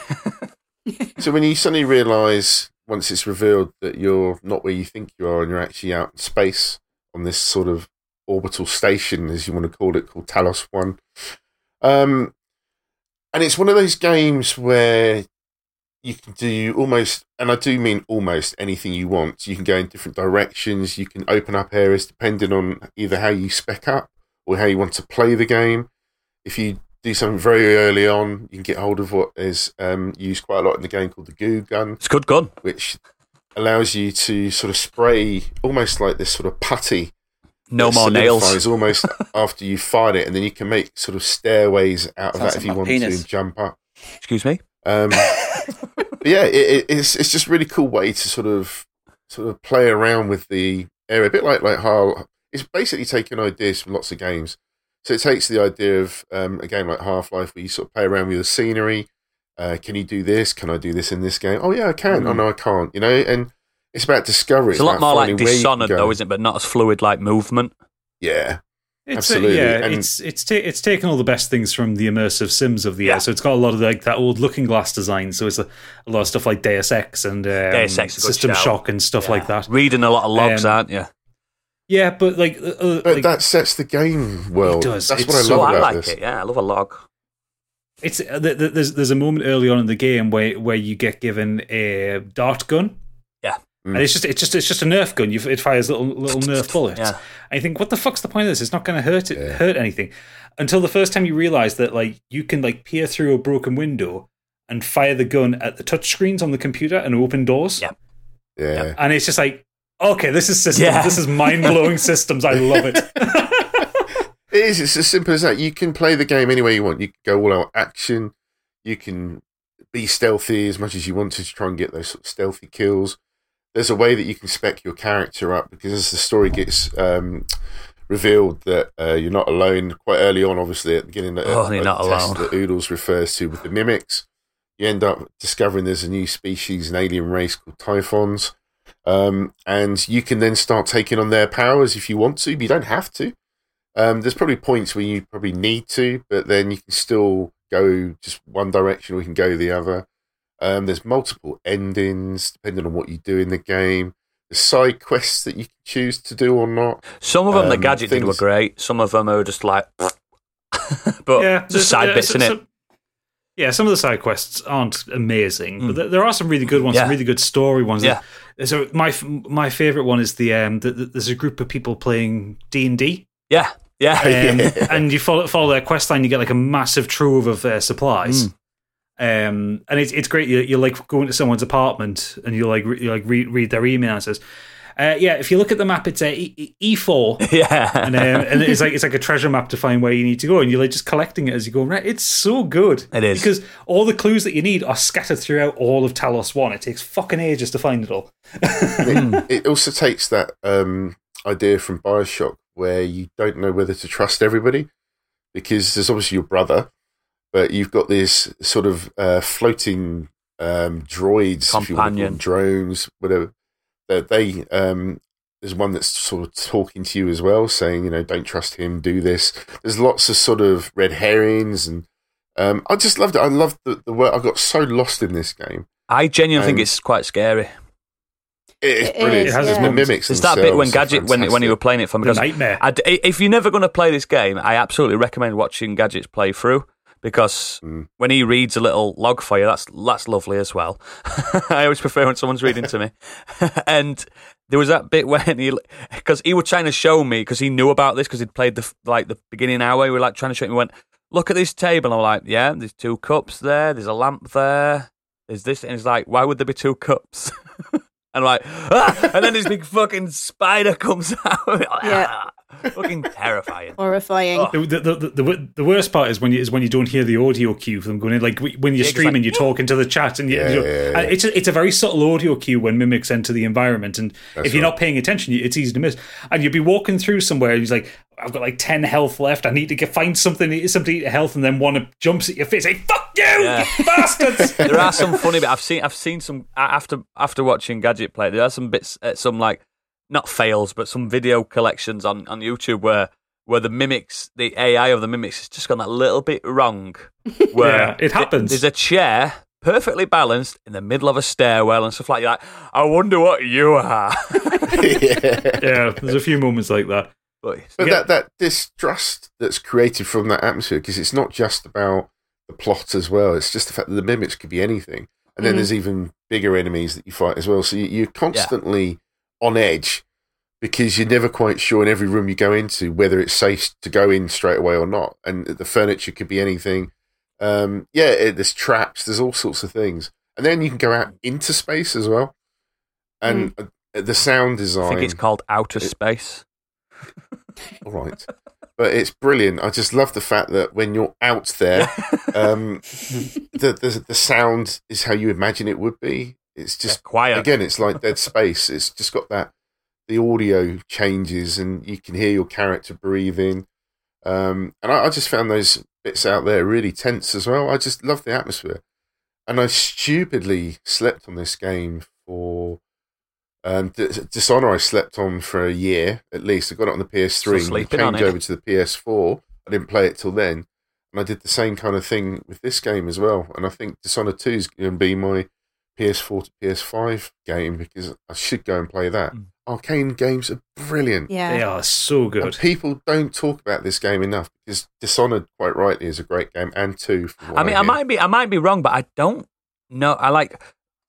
[laughs] So when you suddenly realise once it's revealed that you're not where you think you are, and you're actually out in space on this sort of orbital station, as you want to call it, called Talos One. Um, and it's one of those games where you can do almost, and I do mean almost anything you want. You can go in different directions. You can open up areas depending on either how you spec up or how you want to play the game. If you do something very early on, you can get hold of what is um, used quite a lot in the game called the goo gun It's a good gun. which allows you to sort of spray almost like this sort of putty. No that more nails. solidifies [laughs] almost after you fire it, and then you can make sort of stairways out of Sounds that like if you my want penis. to and jump up. Excuse me. Um, but yeah, it, it, it's it's just really cool way to sort of sort of play around with the area, a bit like like how it's basically taking ideas from lots of games. So it takes the idea of um, a game like Half Life, where you sort of play around with the scenery. Uh, can you do this? Can I do this in this game? Oh yeah, I can. Hmm. Oh no, I can't. You know, and it's about discovery. It's a lot about more like finding where you can Dishonored, though, go. isn't it? But not as fluid like movement. Yeah, It's uh, Absolutely, yeah, and- it's it's ta- it's taken all the best things from the immersive Sims of the year. Yeah. So it's got a lot of like that old Looking Glass design. So it's a, a lot of stuff like Deus Ex and um, Deus Ex is a good System shout. Shock and stuff like Yeah. that. Reading a lot of logs, Um, aren't you? Yeah, but like, uh, uh, but like that sets the game world. does. That's It's what I so- Oh, love I about like this. it. Yeah, I love a log. it's uh, th- th- there's there's a moment early on in the game where where you get given a dart gun. Yeah. And it's just it's just it's just a Nerf gun. You, it fires little little [laughs] Nerf bullets. Yeah. And you think, what the fuck's the point of this? It's not going to hurt it, hurt anything, until the first time you realize that like you can like peer through a broken window and fire the gun at the touch screens on the computer and open doors. Yeah. Yeah. And it's just like, okay, this is systems. Yeah. This is [laughs] mind blowing systems. I love it. It is. It's as simple as that. You can play the game any way you want. You can go all out action. You can be stealthy as much as you want to, to try and get those sort of stealthy kills. There's a way that you can spec your character up because as the story gets um, revealed that uh, you're not alone quite early on, obviously, at the beginning of Oh, you're of not the test alone. that Oodles refers to with the mimics. You end up discovering there's a new species, an alien race called Typhons. Um, and you can then start taking on their powers if you want to, but you don't have to. Um, there's probably points where you probably need to, but then you can still go just one direction or you can go the other. Um, there's multiple endings depending on what you do in the game. There's side quests that you can choose to do or not. Some of them, the Um, gadget did were things- great. Some of them are just like, [laughs] but there's- just side uh, bits so- in it. so- yeah, some of the side quests aren't amazing, but there- there are some really good ones, some Hmm. Yeah. really good story ones. Yeah. So my f- my favorite one is the um the, the, there's a group of people playing D and D, um, Yeah, [laughs] [laughs] yeah, and you follow follow their quest line, you get like a massive trove of uh, supplies. Hmm. Um, and it's it's great. You you like go into someone's apartment and you like re- you like read read their email and it says, uh, yeah, if you look at the map, it's uh, E- E four [laughs] yeah. and um, and it's like it's like a treasure map to find where you need to go, and you're like just collecting it as you go. Right, it's so good. It is. because all the clues that you need are scattered throughout all of Talos One. It takes fucking ages to find it all. And it, it also takes that um, idea from Bioshock where you don't know whether to trust everybody because there's obviously your brother, but you've got this sort of uh, floating um, droids, if you wanna call Companion. them, drones, whatever. That they um, there's one that's sort of talking to you as well, saying you know don't trust him, do this. There's lots of sort of red herrings, and um, I just loved it. I loved the, the work. I got so lost in this game. I genuinely think Um, it's quite scary. It is It brilliant. is, It has its yeah. the moments. mimics. It's that bit when themselves are Gadget when when you fantastic. were playing it for me The because nightmare. I'd- i if you're never going to play this game, I absolutely recommend watching Gadget's playthrough because Mm. when he reads a little log for you, that's that's lovely as well. [laughs] I always prefer when someone's reading to me. [laughs] and there was that bit [laughs] when he because he was trying to show me because he knew about this because he'd played the f- like the beginning hour. He was like trying to show me. He went, look at this table. I'm like, yeah, there's two cups there. There's a lamp there. There's this, and he's like, why would there be two cups? [laughs] And I'm like, ah! and then this big fucking spider comes [laughs] out. Yeah. Ah! fucking terrifying. Horrifying. Oh. The, the, the, the, wor- the worst part is when you is when you don't hear the audio cue from them going in. Like w- when you're Yeah, 'cause streaming, like- you're talking to the chat, and you, Yeah, you know, yeah, yeah. and it's a, it's a very subtle audio cue when mimics enter the environment, and That's if you're right. not paying attention, you- it's easy to miss. And you'd be walking through somewhere, and he's like, "I've got like ten health left. I need to get, find something, something to eat health," and then one jumps at your face, "Hey, fuck you, Yeah. you [laughs] bastards!" There are some funny bits. I've seen. I've seen some a- after after watching Gadget play. There are some bits, uh, some like not fails, but some video collections on on YouTube where where the mimics, the AI of the mimics, has just gone that little bit wrong. Where Yeah, it th- happens. there's a chair. Perfectly balanced in the middle of a stairwell and stuff like that. I wonder what you are. [laughs] [laughs] yeah. yeah, there's a few moments like that. But it's- But Yeah. that, that distrust that's created from that atmosphere, because it's not just about the plot as well, it's just the fact that the mimics could be anything. Mm-hmm. And then Mhm. there's even bigger enemies that you fight as well. So you, you're constantly on edge because you're never quite sure in every room you go into whether it's safe to go in straight away or not. And the furniture could be anything. Um, yeah, it, there's traps, there's all sorts of things. And then you can go out into space as well. And uh, the sound Mm. design. I think it's called Outer Space. all right. But it's brilliant. I just love the fact that when you're out there, um, the, the the sound is how you imagine it would be. It's just quiet. again, it's like Dead Space. It's just got that the audio changes and you can hear your character breathing. Um, and I, I just found those bits out there really tense as well. I just love the atmosphere. And I stupidly slept on this game for um, Dis- Dishonor. I slept on for a year at least. I got it on the PS3. Still and it sleeping on changed it. over to the PS4. I didn't play it till then. And I did the same kind of thing with this game as well. And I think Dishonored 2 is going to be my PS4 to PS5 game because I should go and play that. Arcane games are brilliant. They Yeah. are so And good. people don't talk about this game enough because Dishonored, quite rightly, is a great game and two. from what I mean, I hear. might be, I might be wrong, but I don't know. I like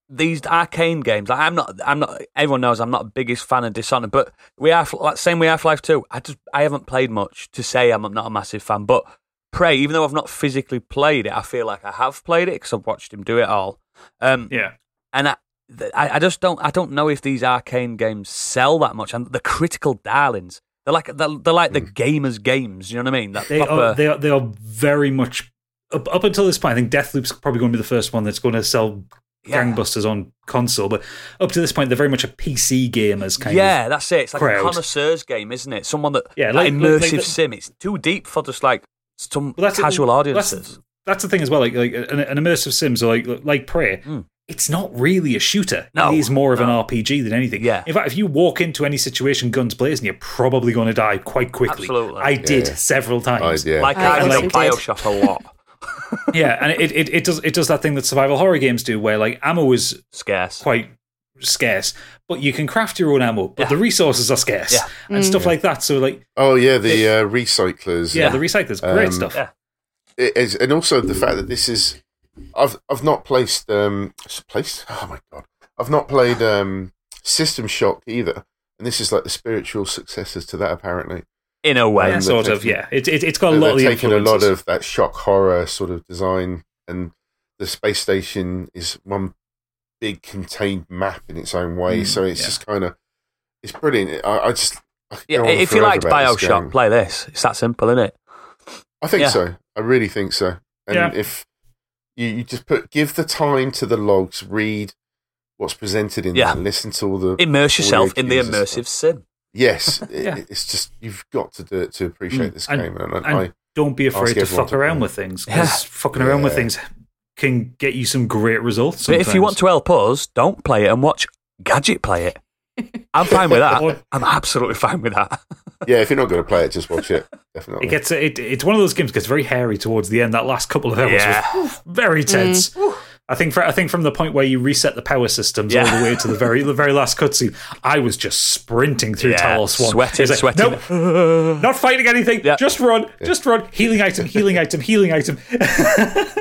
these arcane games. Like, I'm not, I'm not. Everyone knows I'm not the biggest fan of Dishonored, but we are like, same way Half Life Two. I just, I haven't played much to say I'm not a massive fan. But Prey, even though I've not physically played it, I feel like I have played it because I've watched him do it all. Um, Yeah, and I, th- I, I just don't, I don't know if these arcane games sell that much. And the critical darlings, they're like, they're, they're like the gamers' games. You know what I mean? That Hmm. they proper- are. They are. They are very much up, up until this point. I think Deathloop's probably going to be the first one that's going to sell Yeah. gangbusters on console. But up to this point, they're very much a PC gamers kind of. yeah, that's it. It's like a crowd. connoisseur's game, isn't it? Someone that Yeah, yeah, like- like- immersive like the- sim. It's too deep for just like some Well, that's casual that's- audiences. That's, the thing as well. Like, like an, an immersive sims, or like like Prey, it's not really a shooter. Hmm. No, it is more of no. an RPG than anything. Yeah. In fact, if you walk into any situation guns blazing, you're probably going to die quite quickly. Absolutely. I did Yeah. several times. yeah. Like I I also like did. Bioshock a lot. yeah, and it, it, it does it does that thing that survival horror games do, where like ammo is Scarce. quite scarce, but you can craft your own ammo, but the resources are scarce Yeah. and stuff like that. So like, oh yeah, the uh, recyclers. yeah, the recyclers, great Um, stuff. yeah. it is, and also the fact that this is, I've I've not placed um s- placed. [laughs] Oh my god, I've not played um System Shock either, and this is like the spiritual successors to that apparently. In a way. And sort they're of. Yeah, it, it it's got a So lot of the they're taking a lot influences. of that shock horror sort of design, and the space station is one big contained map in its own way. Mm, so it's yeah. just kind of it's brilliant. I, I just I could Yeah, go on if you forever liked about this Bioshock, game. play this. It's that simple, isn't it? I think Yeah. so. I really think so. And Yeah. if you, you just put give the time to the logs, read what's presented in Yeah. there, listen to all the Immerse all yourself in the cues and immersive stuff. sim. [laughs] Yes, Yeah. Mm, it, it's just you've got to do it to appreciate this And- game, and, and I, don't be afraid to everyone fuck to around play. with things Yeah. because fucking around with Yeah. things can get you some great results. But if you want to help us, don't play it and watch Gadget play it. I'm fine with Or- [laughs] that. I'm absolutely fine with that. yeah, if you're not going to play it, just watch it. It Definitely, gets it, it's one of those games that gets very hairy towards the end. That last couple of hours Yeah. was oof, very tense. I think for, I think from the point where you reset the power systems all Yeah. the way to the very the very last cutscene, I was just sprinting through Yeah, Talos One, sweating, It's like, sweating. Nope, uh, not fighting anything. Yeah. Just run, just run. Healing item, healing item, healing item.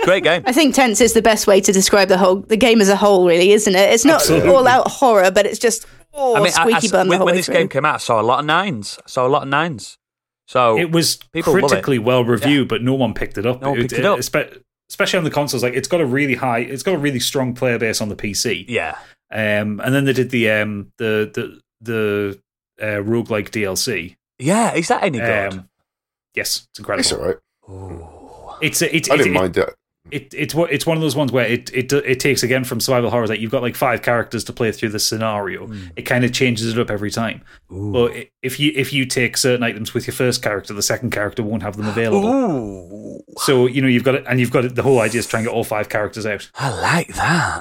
Great game. I think tense is the best way to describe the whole the game as a whole, really, isn't it? It's not Absolutely. all out horror, but it's just oh, squeaky bum the when, whole when way this game through. came out, I saw a lot of nines. I saw a lot of nines. So [laughs] it was people love it. critically well reviewed, but no one picked it up. No one picked it up. espe- especially on the consoles. Like it's got a really high, it's got a really strong player base on the PC. yeah, Um, and then they did the um the the the uh, roguelike DLC. yeah. Is that Oh any good? Um, yes, it's it's all incredible. right. It's a- it's I it's didn't it, mind it. it, it's what it's one of those ones where it, it it takes again from survival horror like you've got like five characters to play through the scenario. Hmm. It kind of changes it up every time. But i- if you if you take certain items with your first character, the second character won't have them available. Ooh, So you know you've got it, and you've got it. The whole idea is trying to get all five characters out. I like that.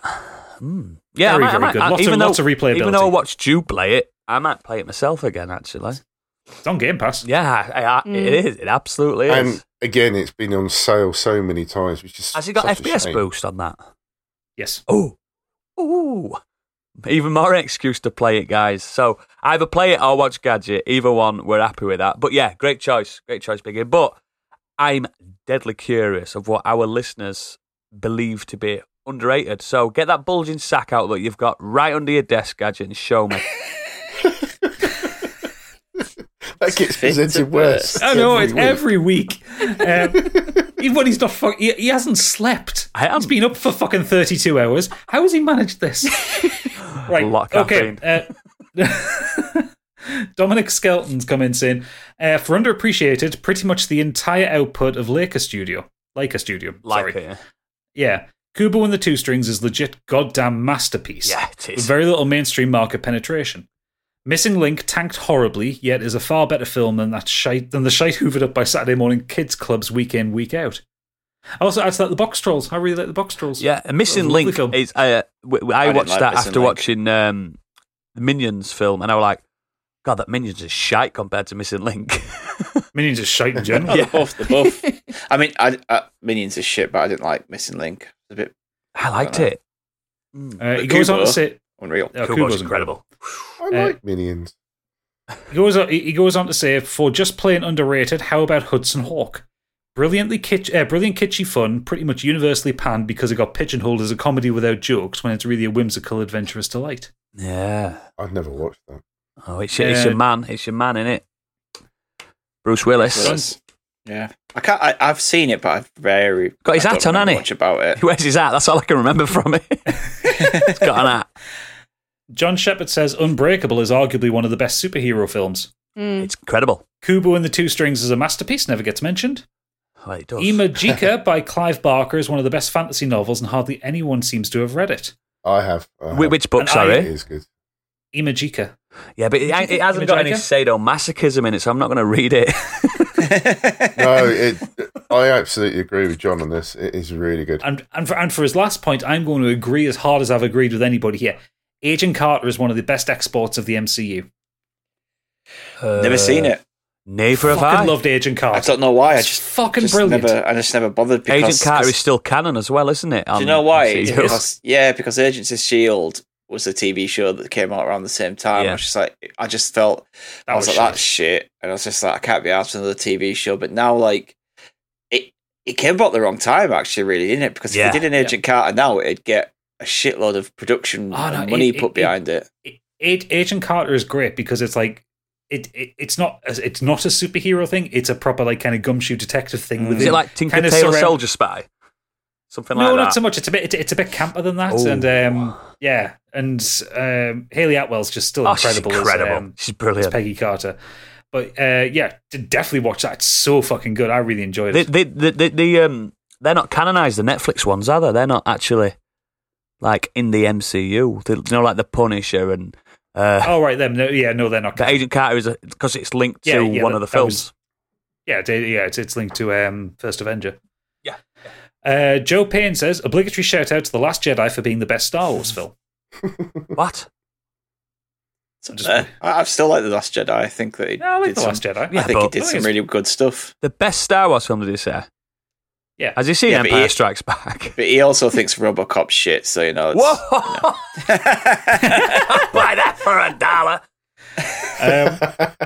Hmm. Yeah, Very, I might, very I might, good. I- Lots of- even though, lots of replayability. Even though I watched you play it, I might play it myself again. Actually, It's on Game Pass. yeah, I, I, it is. It absolutely is. And again, it's been on sale so many times, which is Has he got such a FPS shame. boost on that? Yes. Oh, ooh. Even more an excuse to play it, guys. So either play it or watch Gadget. Either one, we're happy with that. But yeah, great choice. Great choice, Biggie. But I'm deadly curious of what our listeners believe to be underrated. So get that bulging sack out that you've got right under your desk, Gadget, and show [laughs] me. [laughs] That gets Fit to presented worse. [laughs] burst. I know it's every week. every week. Um, [laughs] even when he's not, fuck, he, he hasn't slept. I haven't. He's been up for fucking thirty-two hours. How has he [laughs] managed this? right. lot of okay. uh, [laughs] Dominic Skelton's comments in uh, for underappreciated. Pretty much the entire output of Leica Studio. Leica Studio. Like sorry. it. Yeah. Kubo and the Two Strings is legit goddamn masterpiece. Yeah, it With is. very little mainstream market penetration. Missing Link tanked horribly, yet is a far better film than that shite than the shite hoovered up by Saturday morning kids clubs week in, week out. I also add to that the box trolls. I really like the box trolls. Yeah, a Missing Lovely Link film. is. Uh, w- w- I, I didn't watched like that Missing after Link. watching um, the Minions film, and I was like, God, that Minions is shite compared to Missing Link. [laughs] Minions is shite in general. The buff, the [laughs] buff. I mean, I, I, Minions is shit, but I didn't like Missing Link. It's a bit I liked know. it. Uh, he But goes on to Kubo- say unreal. oh, Kubo's Kubo's incredible. I Uh, like minions. He goes on, he goes on to say, for just plain underrated, how about Hudson Hawk? Brilliantly kitsch, uh, brilliant kitschy fun, pretty much universally panned because it got pigeonholed as a comedy without jokes when it's really a whimsical, adventurous delight. Yeah. I've never watched that. Oh, it's your, it's your Yeah. man. It's your man, in it. Bruce Willis. [laughs] Well, it's- yeah, I can't. I, I've seen it, but I've very Got his I hat don't on, remember hasn't he? Much about it. He wears his hat. That's all I can remember from it. He's got an hat. John Shepard says Unbreakable is arguably one of the best superhero films. It's incredible. Kubo and the Two Strings is a masterpiece, never gets mentioned. Oh, it does. Imajika by Clive Barker is one of the best fantasy novels, and hardly anyone seems to have read it. I have. I Wh- have. Which book, And It sorry? is good. Imajika. Yeah, but it, it hasn't got any Imagine sadomasochism in it, so I'm not going to read it. [laughs] no, it, I absolutely agree with John on this. It is really good. [laughs] And and for, and for his last point, I'm going to agree as hard as I've agreed with anybody here. Agent Carter is one of the best exports of the MCU. Never seen Uh, it. Nay for a Fucking fact. loved Agent Carter. I don't know why. I It's just fucking just brilliant. Never, I just never bothered. Because, Agent Carter is because- still canon as well, isn't it? Do you know why? It's because- yeah, because Agents of Shield E was the TV show that came out around the same time. Yeah. I was just like, I just felt That I was, was like, that's shit, and I was just like, I can't be asked for another TV show. But now, like, it it came about the wrong time, actually, really, didn't it? Because Yeah. if they did an Agent Carter now, it'd get a shitload of production Oh, no, and money it- put it- behind it. A- Agent Carter is great because it's like it, it it's not it's not a superhero thing. It's a proper like kind of gumshoe detective thing. Mm. With Is it like Tinker Kinda Tailor surround- Soldier Spy? Something no, like not that. so much. It's a bit it's, it's a bit camper than that. Ooh. And um, yeah, and um, Haley Atwell's just still Oh, she's incredible. incredible. As, um, she's as brilliant. Peggy Carter. But uh, yeah, d- definitely watch that. It's so fucking good. I really enjoyed They, it. they, they, they, they, um, they're not canonized, the Netflix ones, are they? They're not actually like in the MCU. They, you know, like The Punisher and uh, oh right, them. No, yeah, no, they're not. the Agent Carter is because it's linked Yeah, to yeah, one that- of the that was- films. Yeah, it- yeah, it's, it's linked to um, First Avenger. Yeah. Uh, Joe Payne says obligatory shout out to the Last Jedi for being the best Star Wars film. What? So, just- uh, I, I still like the Last Jedi. I think that it Yeah, I like did the some, Last Jedi. I think but- it did some really good stuff. The best Star Wars film, did you say? Yeah. Has he seen Yeah, but Empire he- Strikes [laughs] Back? But he also thinks RoboCop shit. So you know, it's, Whoa! [laughs] Buy that for a dollar. Um,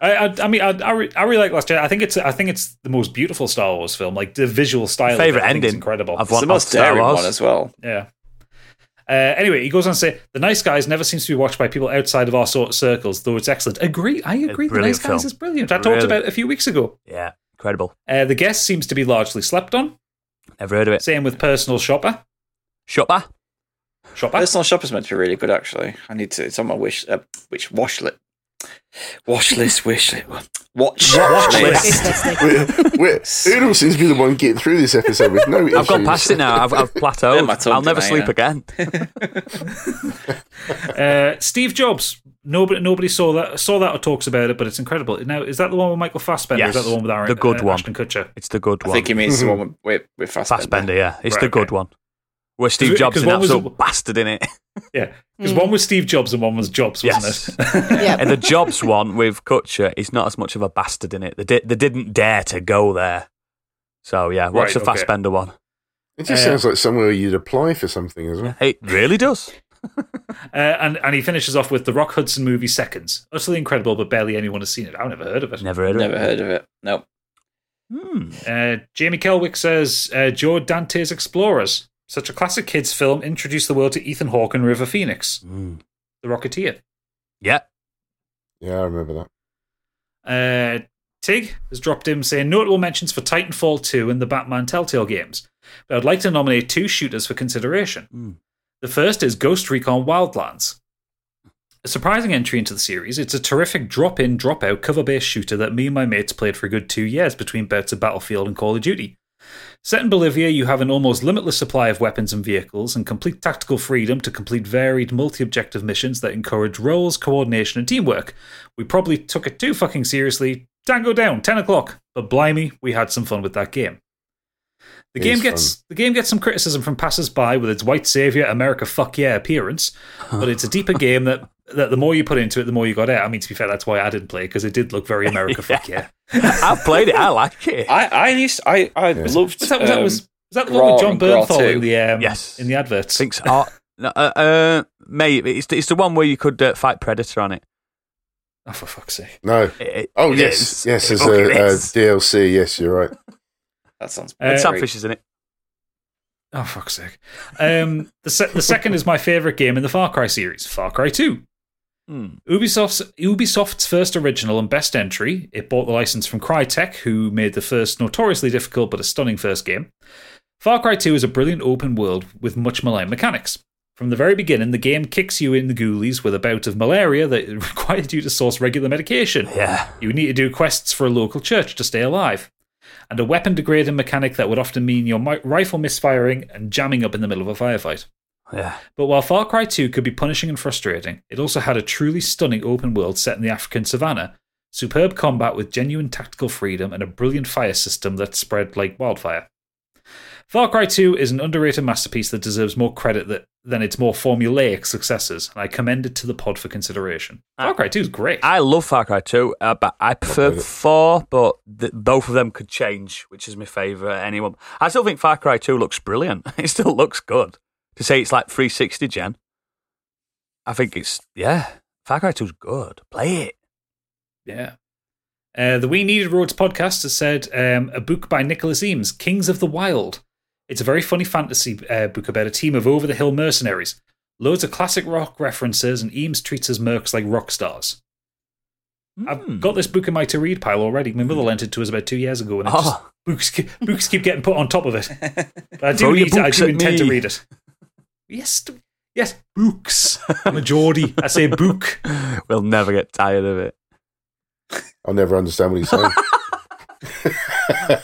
I, I, I mean, I, I, re- I really like Last Jedi. I think it's, I think it's the most beautiful Star Wars film. Like the visual style, of it, Favorite I think it's ending. incredible. I've it's the won most Star daring Wars. one as well. yeah. Uh, anyway, he goes on to say, "The Nice Guys never seems to be watched by people outside of our sort of circles, though it's excellent." Agree, I agree. The brilliant Nice Guys film. is brilliant. I talked Really. about it a few weeks ago. Yeah, incredible. Uh, the guest seems to be largely slept on. Never heard of it. Same with Personal Shopper. Shopper. Shopper. Personal shop is meant to be really good, actually. I need to. It's on my wish. Uh, which wash list? Wash list. Wish list. Watch. Watch list. We're- [laughs] we're- Oodle seems to be the one getting through this episode with no issues. I've gone past it now. I've, [laughs] I've my plateaued. tongue I'll never tonight, sleep yeah. again. [laughs] Uh, Steve Jobs. Nobody, nobody saw that, saw that or talks about it, but it's incredible. Now, is that the one with Michael Fassbender? Or Yes, is that the one with Aaron, the good uh, one. Ashton Kutcher? It's the good I one. think he means the one with with, with Fassbender. Fassbender, yeah. It's Right, the good okay. one. Where Steve Because- Jobs is because an what was absolute the- bastard in it. Yeah, because one was Steve Jobs and one was Jobs, [laughs] wasn't Yes. it? [laughs] yeah. [laughs] [laughs] and the Jobs one with Kutcher is not as much of a bastard in it. They, di- they didn't dare to go there. So, yeah, watch Right, the okay. Fassbender one. It just Uh, sounds like somewhere you'd apply for something as well. It really does. Uh, and and he finishes off with the Rock Hudson movie Seconds, utterly incredible, but barely anyone has seen it. I've never heard of it. Never heard of Never it. heard of it. No. Hmm. Uh, Jamie Kelwick says uh, Joe Dante's Explorers, such a classic kids film, introduced the world to Ethan Hawke and River Phoenix, Hmm. the Rocketeer. Yeah. Yeah, I remember that. Uh, Tig has dropped in saying notable mentions for Titanfall 2 and the Batman Telltale games. But I'd like to nominate two shooters for consideration. Mm. The first is Ghost Recon Wildlands. A surprising entry into the series, it's a terrific drop in, drop out, cover based shooter that me and my mates played for a good two years between bouts of Battlefield and Call of Duty. Set in Bolivia, you have an almost limitless supply of weapons and vehicles and complete tactical freedom to complete varied multi objective missions that encourage roles, coordination, and teamwork. We probably took it too fucking seriously. Tango down, 10 o'clock. But blimey, we had some fun with that game. The It game is gets the game gets some criticism from passers-by with its white savior America fuck yeah appearance, but it's a deeper game that that the more you put into it, the more you got out. I mean, to be fair, that's why I didn't play because it did look very America fuck yeah. I've played it. I like [laughs] it. I I used I I Yeah. loved. Was that, was that, was, um, was that the one with Graw John and Graw Bernthal in too. the um, Yes. in the adverts? think so. Oh, no, uh, uh, mate, it's, the- it's the one where you could uh, fight Predator on it. Oh, for fuck's sake! No. It- it- Oh, it yes. is. Yes, It as a, fucking a is. DLC. Yes, you're right. that sounds. Uh, And Sam great. Fish is in it. Oh, fuck's sake! Um, the se- the second is my favorite game in the Far Cry series, Far Cry Two. Hmm. Ubisoft's, Ubisoft's first original and best entry, it bought the license from Crytek, who made the first notoriously difficult but a stunning first game. Far Cry 2 is a brilliant open world with much maligned mechanics. From the very beginning, the game kicks you in the ghoulies with a bout of malaria that [laughs] required you to source regular medication. Yeah. You would need to do quests for a local church to stay alive, and a weapon degrading mechanic that would often mean your mi- rifle misfiring and jamming up in the middle of a firefight. Yeah. But while Far Cry 2 could be punishing and frustrating, it also had a truly stunning open world set in the African savannah, Superb combat with genuine tactical freedom and a brilliant fire system that spread like wildfire. Far Cry 2 is an underrated masterpiece that deserves more credit that, than its more formulaic successors, and I commend it to the pod for consideration. Far Cry 2 is great. I love Far Cry 2, uh, but I prefer played it. 4, but th- both of them could change, which is my favourite. Anyone. I still think Far Cry 2 looks brilliant. [laughs] It still looks good. To say it's like 360 gen, I think it's, yeah, Far Cry 2's good. Play it. Yeah. Uh, the We Needed Roads podcast has said um, a book by Nicholas Eames, Kings of the Wild. It's a very funny fantasy uh, book about a team of over the hill mercenaries. Loads of classic rock references, and Eames treats his mercs like rock stars. Hmm. I've got this book in my to read pile already. My mother lent it to us about two years ago, and it Oh. just, books ke- books keep getting put on top [laughs] of it. But I do, Throw your need, I books do at intend me. to read it. Yes, d- yes, [laughs] books. I'm a Geordie. I say book. We'll never get tired of [laughs] it. I'll never understand what [laughs] he's saying.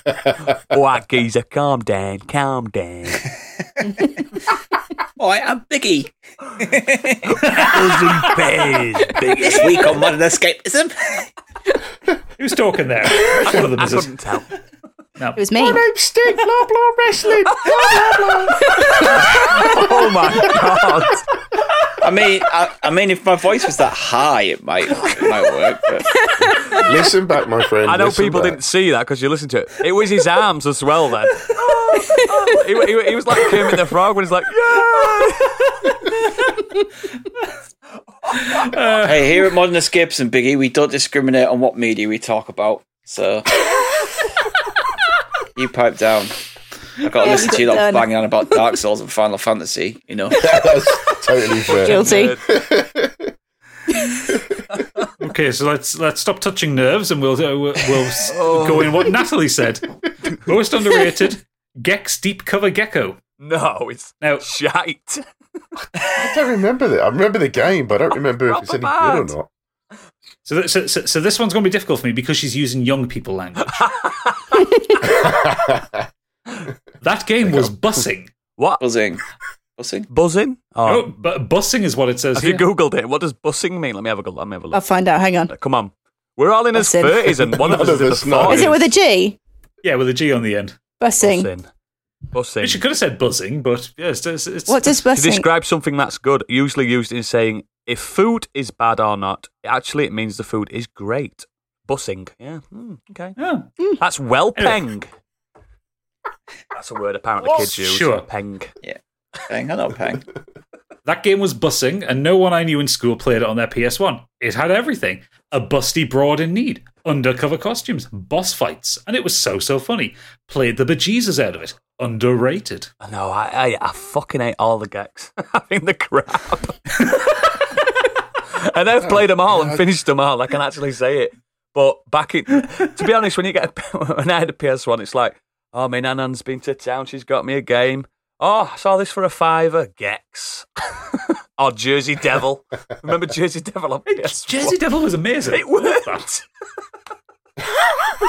Oh, ah, geezer, calm down, calm down. Hi, I'm Biggie. [laughs] Cousin Bears, big- This week on Modern Escapism. Who's [laughs] talking there? One of [laughs] them I is us. couldn't tell. No. It was me. Stick blah blah wrestling. Oh my [laughs] god! [laughs] I mean, I, I mean, if my voice was that high, it might, it might work. But Listen back, my friend. I know listen people back. [laughs] didn't see that because you listened to it. It was his arms as well. [laughs] Then he, he- he was like Kermit the Frog when he's like, "Yeah." hey, here at Modern Escapism, Biggie, we don't discriminate on what media we talk about. [laughs] So you pipe down. I got to Yeah, listen to you we've lot done. banging on about Dark Souls and Final Fantasy. You know, [laughs] That's totally fair. Guilty. [laughs] Okay, so let's let's stop touching nerves and we'll uh, we'll, we'll s- [laughs] Oh. go in what Natalie said. Most underrated Gex deep cover gecko. No, it's Now, shite. I don't remember that. I remember the game, but I don't remember if it's any good or not. so th- so, so, so this one's going to be difficult for me because she's using young [laughs] people language. that game was bussing. What buzzing, buzzing. buzzing? Oh, Oh, but bussing is what it says have you here. googled it? What does bussing mean? Let me have a go. Let me have a I'll look. find out. Hang on. Come on, we're all in his Bussing. thirties and one of us None is in of the us know. forties. Is it with a G? yeah, with a G on the end. Bussing. bussing? Bussing. Which you could have said buzzing, but yeah, it's, it's, it's What does to bussing? describe something that's good, usually used in saying if food is bad or not. Actually, it means the food is great. Bussing, yeah, Hmm, okay. Oh, That's well peng. That's a word apparently Well, kids use. sure. Peng. Pang, I know pang. That game was bussing, and no one I knew in school played it on their PS1. It had everything a busty broad in need, undercover costumes, boss fights, and it was so, so funny. Played the bejesus out of it. Underrated. No, I, I, I fucking hate all the [laughs] geeks. I think the [laughs] crap. and I've played them all and finished them all. I can actually say it. But back in, to be honest, when you get a, [laughs] when I had a PS One, it's like, oh, my nanan's been to town. She's got me a game. Oh, I saw this for a fiver. Gex. [laughs] or Jersey Devil. Remember Jersey Devil on PS One? Jersey Devil was amazing. It worked.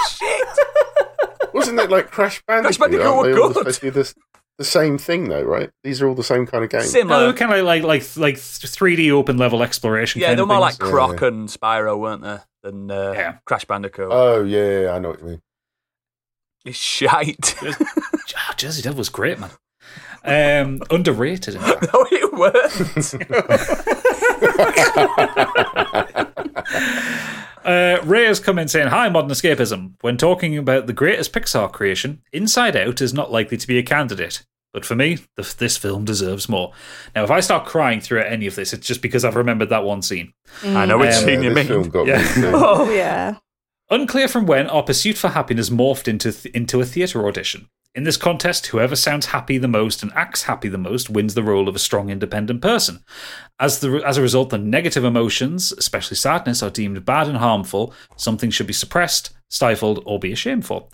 Shit. Wasn't that [laughs] like Crash Bandicoot? Bandicoot oh, Aren't were they all good. supposed to be this- the same thing, though, right? These are all the same kind of game. Similar. No, kind of like like like three D open level exploration. uh, Yeah, kind they were of more like things. things. Croc and Spyro, weren't they? Than uh, Yeah. Crash Bandicoot. Oh yeah, yeah, yeah, I know what you mean. it's [laughs] shite. Ah, Jersey Devil was great, man. Um, underrated. In fact. no, it [laughs] worked. Uh, Ray has come in saying, Hi, Modern Escapism. When talking about the greatest Pixar creation, Inside Out is not likely to be a candidate. But for me, the, this film deserves more. Now, if I start crying throughout any of this, it's just because I've remembered that one scene. I know which Um, scene Yeah, you this film mean. got me Yeah. too. Oh yeah. Unclear from when, our pursuit for happiness morphed into, th- into a theatre audition. In this contest, whoever sounds happy the most and acts happy the most wins the role of a strong, independent person. As, the, as a result, the negative emotions, especially sadness, are deemed bad and harmful, something should be suppressed, stifled, or be ashamed for.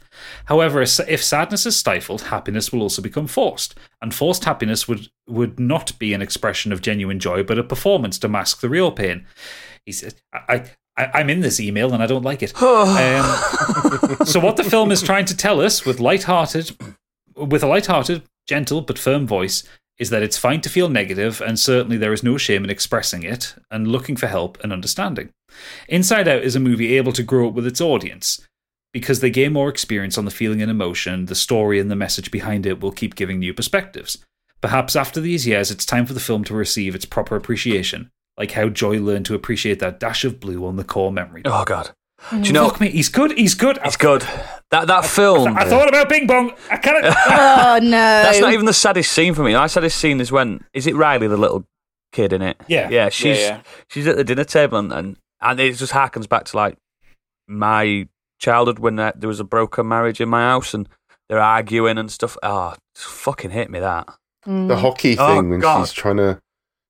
However, if if sadness is stifled, happiness will also become forced, and forced happiness would, would not be an expression of genuine joy, but a performance to mask the real pain. He says, I, I, I- I'm in this email and I don't like it. Um, so what the film is trying to tell us with light-hearted, with a light-hearted, gentle but firm voice is that it's fine to feel negative, and certainly there is no shame in expressing it and looking for help and understanding. Inside Out is a movie able to grow up with its audience because they gain more experience on the feeling and emotion, the story and the message behind it will keep giving new perspectives. Perhaps after these years, it's time for the film to receive its proper appreciation, like how Joy learned to appreciate that dash of blue on the core memory. [laughs] Oh God. Do Mm. you know? Fuck me, he's good, he's good. It's good. That that film. I thought about Bing Bong. I [laughs] cannot. Oh no. That's not even the saddest scene for me. My saddest scene is when is it Riley, the little kid in it? Yeah. yeah. She's yeah. she's at the dinner table and, and and it just harkens back to like my childhood when there there was a broken marriage in my house and they're arguing and stuff. Oh, it's fucking hit me that. The hockey thing Oh, when God. Mm. she's trying to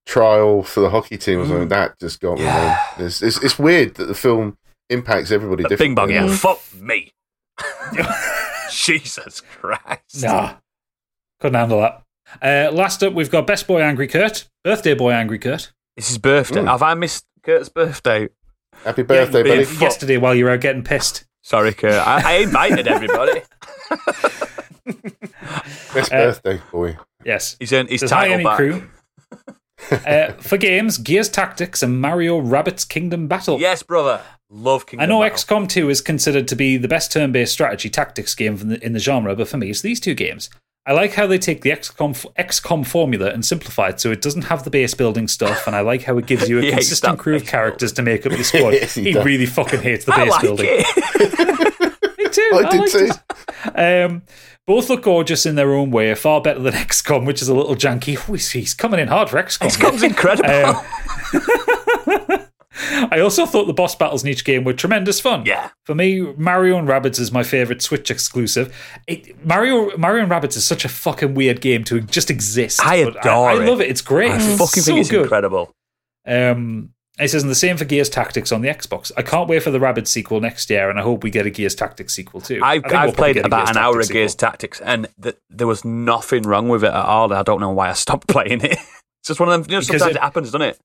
trial for the hockey team or something, that just got me. Yeah. man. It's, it's, it's weird that the film impacts everybody That differently. Bing bong, yeah. Mm. Fuck me. [laughs] Jesus Christ. Nah. Couldn't handle that. Uh, last up, we've got Best Boy Angry Kurt, Birthday Boy Angry Kurt. It's his birthday. Mm. Have I missed Kurt's birthday? Happy birthday, Yeah, buddy. fuck. Yesterday, while you were out getting pissed. Sorry, Kurt. I, I invited everybody. Best Uh, birthday, boy. [laughs] Yes. He's earned his Says, "Hi, title Amy back. Crew. uh, for games, Gears Tactics and Mario Rabbit's Kingdom Battle. Yes, brother. Love Kingdom I know Battle. XCOM 2 is considered to be the best turn based strategy tactics game from the, in the genre, but for me, it's these two games. I like how they take the XCOM, f- XCOM formula and simplify it so it doesn't have the base building stuff, and I like how it gives [laughs] you a He hates consistent that crew of base characters to make up [laughs] your squad. Yes, he he does. really fucking hates the I base like building. it. [laughs] Me too. [laughs] I did liked too. it. Um, both look gorgeous in their own way, far better than [laughs] XCOM, which is a little janky. Oh, he's, he's coming in hard for XCOM. XCOM's incredible. Um, [laughs] I also thought the boss battles in each game were tremendous fun. Yeah. For me, Mario and Rabbids is my favorite Switch exclusive. It, Mario Mario and Rabbids is such a fucking weird game to just exist. I but adore I, I it. love it. It's great. I It's fucking so think it's good. incredible. Um, it says, and the same for Gears Tactics on the Xbox. I can't wait for the Rabbids sequel next year, and I hope we get a Gears Tactics sequel too. I've, I think we'll I've probably played get a about an hour of Tactics Gears sequel. Tactics, and th- there was nothing wrong with it at all. I don't know why I stopped [laughs] playing it. It's just one of them. You know, Because sometimes it- it, happens, doesn't it?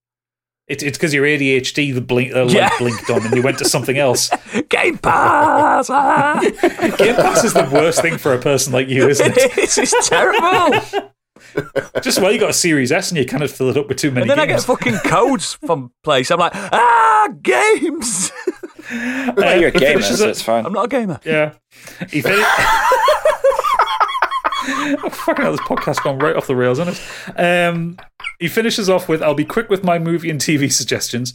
It, it's because your ADHD the blink the light Yeah. blinked on, and you went to [laughs] something else. Game Pass. [laughs] ah! Game Pass is the worst thing for a person like you, isn't [laughs] it? it is. It's terrible. Just well, you got a Series S, and you kind of fill it up with too many. and then I get games. fucking codes from place. I'm like, ah, games. [laughs] Uh, Well, you're a but gamer, finishes so it- it's fine. I'm not a gamer. Yeah. He [laughs] fin- Fucking hell, this podcast gone right off the rails, isn't it? Um, he finishes off with I'll be quick with my movie and TV suggestions.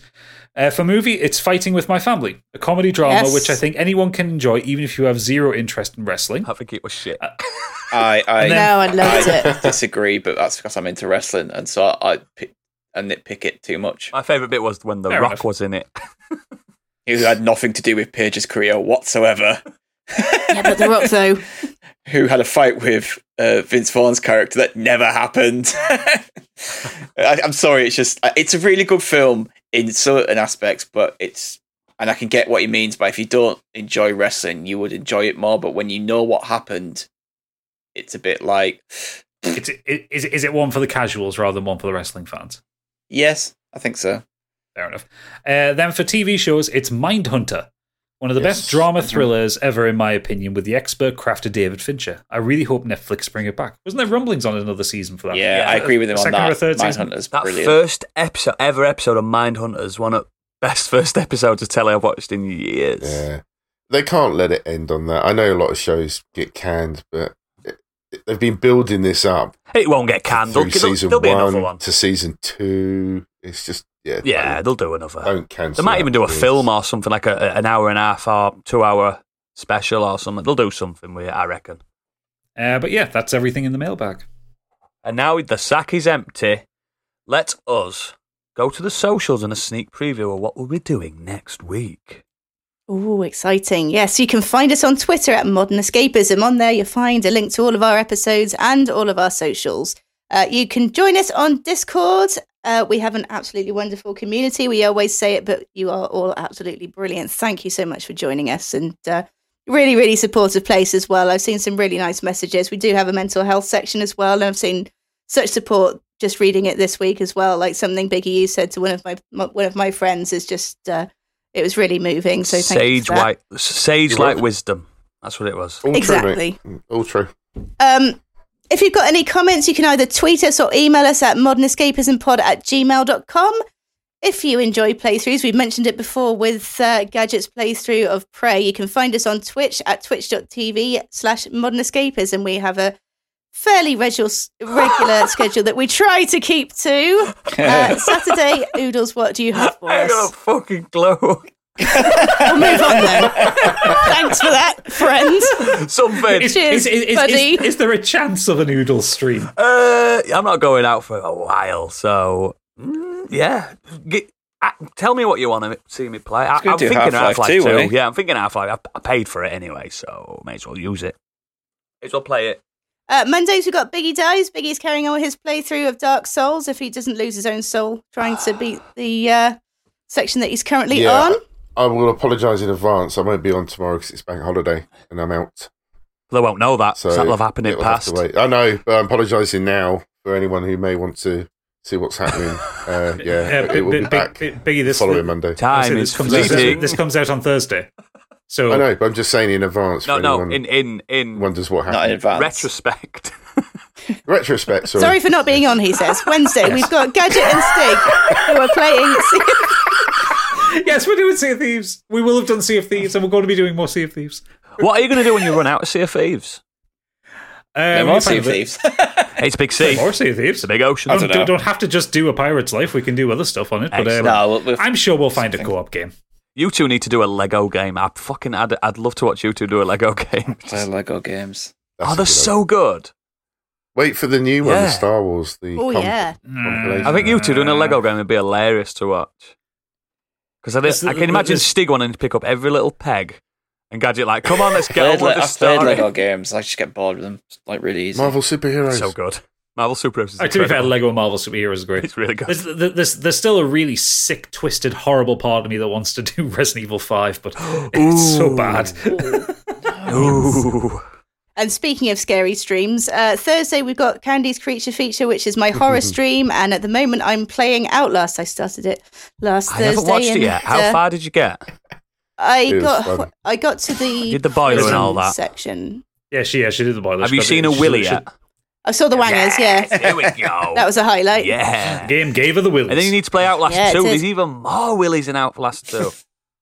Uh, for movie, it's Fighting with My Family, a comedy drama Yes. which I think anyone can enjoy, even if you have zero interest in wrestling. I think it was shit. I, I, And no, then- I loved [laughs] it. I disagree, but that's because I'm into wrestling, and so I, I pick, I nitpick it too much. My favourite bit was when The Fair Rock enough. was in it. [laughs] Who had nothing to do with Page's career whatsoever. Yeah, but The Rock though. Who had a fight with uh, Vince Vaughn's character that never happened. [laughs] I, I'm sorry, it's just uh, it's a really good film in certain aspects, but it's and I can get what he means. But if you don't enjoy wrestling, you would enjoy it more. But when you know what happened, it's a bit like It's, it, is, is it one for the casuals rather than one for the wrestling fans? yes, I think so. Fair enough. Uh, then for TV shows, it's Mindhunter, one of the Yes. Mm-hmm. best drama thrillers ever, in my opinion, with the expert crafter David Fincher. I really hope Netflix bring it back. Wasn't there rumblings on another season for that? Yeah, I agree with him on Second or that. third season? Mindhunter's That brilliant. first episode, ever episode of Mindhunters, one of best first episodes of telly I've watched in years. Yeah. They can't let it end on that. I know a lot of shows get canned, but it, it- they've been building this up It won't get canned. There'll, through season there'll be another one, one. to season two. It's just, yeah. Yeah, Don't, they'll do another. don't cancel. They might that, even do a please. film or something like a, a- an hour and a half or two hour special or something. They'll do something with it, I reckon. Uh, but yeah, that's everything in the mailbag. And now the sack is empty. Let us go to the socials and a sneak preview of what we'll be doing next week. Oh, exciting. Yes, you can find us on Twitter at Modern Escapism. On there, you'll find a link to all of our episodes and all of our socials. Uh, you can join us on Discord. Uh, we have an absolutely wonderful community. We always say it, but you are all absolutely brilliant. Thank you so much for joining us and uh, really, really supportive place as well. I've seen some really nice messages. We do have a mental health section as well, and I've seen such support just reading it this week as well. Like something Biggie you said to one of my, my one of my friends is just uh, it was really moving. So thank you sage for that. white, sage You're like welcome. Oh wisdom. That's what it was. All true, mate. Exactly. All true. Um, If you've got any comments, you can either tweet us or email us at modernescapismpod at gmail.com. If you enjoy playthroughs, we've mentioned it before with uh, Gadget's playthrough of Prey. You can find us on Twitch at twitch.tv slash modernescapism. We have a fairly regular, regular schedule that we try to keep to. Uh, Saturday, Oodles, what do you have for I got us? a fucking glow. We'll move on then. [laughs] Thanks for that, friend. Something. Is, Cheers, is, is, is, buddy. is there a chance of a noodle stream? [laughs] Uh, I'm not going out for a while, so mm, yeah. Get, uh, tell me what you want to see me play. I, gonna I'm do thinking Half-Life Half-Life 2, wasn't he? Yeah, I'm thinking Half-Life. I, I paid for it anyway, so may as well use it. May as well play it. Uh, Mondays we've got Biggie Dies. Biggie's carrying on with his playthrough of Dark Souls if he doesn't lose his own soul trying to beat the uh, section that he's currently on. I will apologise in advance. I won't be on tomorrow because it's bank holiday and I'm out. They won't know that. So So that'll have happened in it'll have past. to wait. I know, but I'm apologising now for anyone who may want to see [laughs] what's happening. uh, yeah, Uh, [laughs] it will be Big- back Big- Biggie, this following Monday. Time this is comes out, fleeting. this comes out on Thursday. So I know, but I'm just saying in advance. No, for no. anyone In in who in wonders what Not in happened. advance. retrospect. [laughs] Retrospect. Sorry. Sorry for not being on, he says. Wednesday we've got Gadget and Stig [laughs] who are playing. [laughs] yes, we're doing Sea of Thieves. We will have done Sea of Thieves, and we're going to be doing more Sea of Thieves. what are you going to do when you run out of Sea of Thieves? Um, Yeah, we'll more Sea find of it. Thieves. It's big Play sea. More It's Sea of Thieves. a big ocean. I Don't, dunno. don't have to just do a pirate's life. We can do other stuff on it. But um, Excellent. no, we'll, we'll, I'm sure we'll find a co-op game. You two need to do a Lego game. I fucking, I'd, I'd love to watch you two do a Lego [laughs] game. play Lego games. That's oh, a they're good so good. idea. Wait for the new one, Yeah. the Star Wars. The Oh, com- yeah. compilation. I think you two doing a Lego game would be hilarious to watch. Because I, It's- did- I can imagine it's- Stig wanting to pick up every little peg and Gadget like, come on, let's get on with Played, Le- the I've played Lego story. games. I just get bored with them. It's like really easy. Mm. Marvel [laughs] superheroes. So good. Marvel Super Heroes is Oh, to be fair, incredible. Lego Marvel Superheroes is great. It's really good. There's, there's, there's still a really sick, twisted, horrible part of me that wants to do [laughs] Resident Evil [gasps] 5, but it's so Ooh. bad. Ooh. And speaking of scary streams, uh, Thursday we've got Candy's Creature Feature, which is [laughs] my horror stream. And at the moment I'm playing Outlast. I started it last I Thursday. haven't watched it and, yet. How uh, far did you get? I It was got fun. I got to the Did the boiler prison and all that? section. Yeah, she, yeah, she did the boiler. Have you She- seen a she- Willy she- yet? I saw the [laughs] wangers, yeah. Here we go. [laughs] That was a highlight. yeah. Game gave her the willies. And then you need to play Outlast Yeah, it 2. is. There's even more Willies in Outlast [laughs] 2.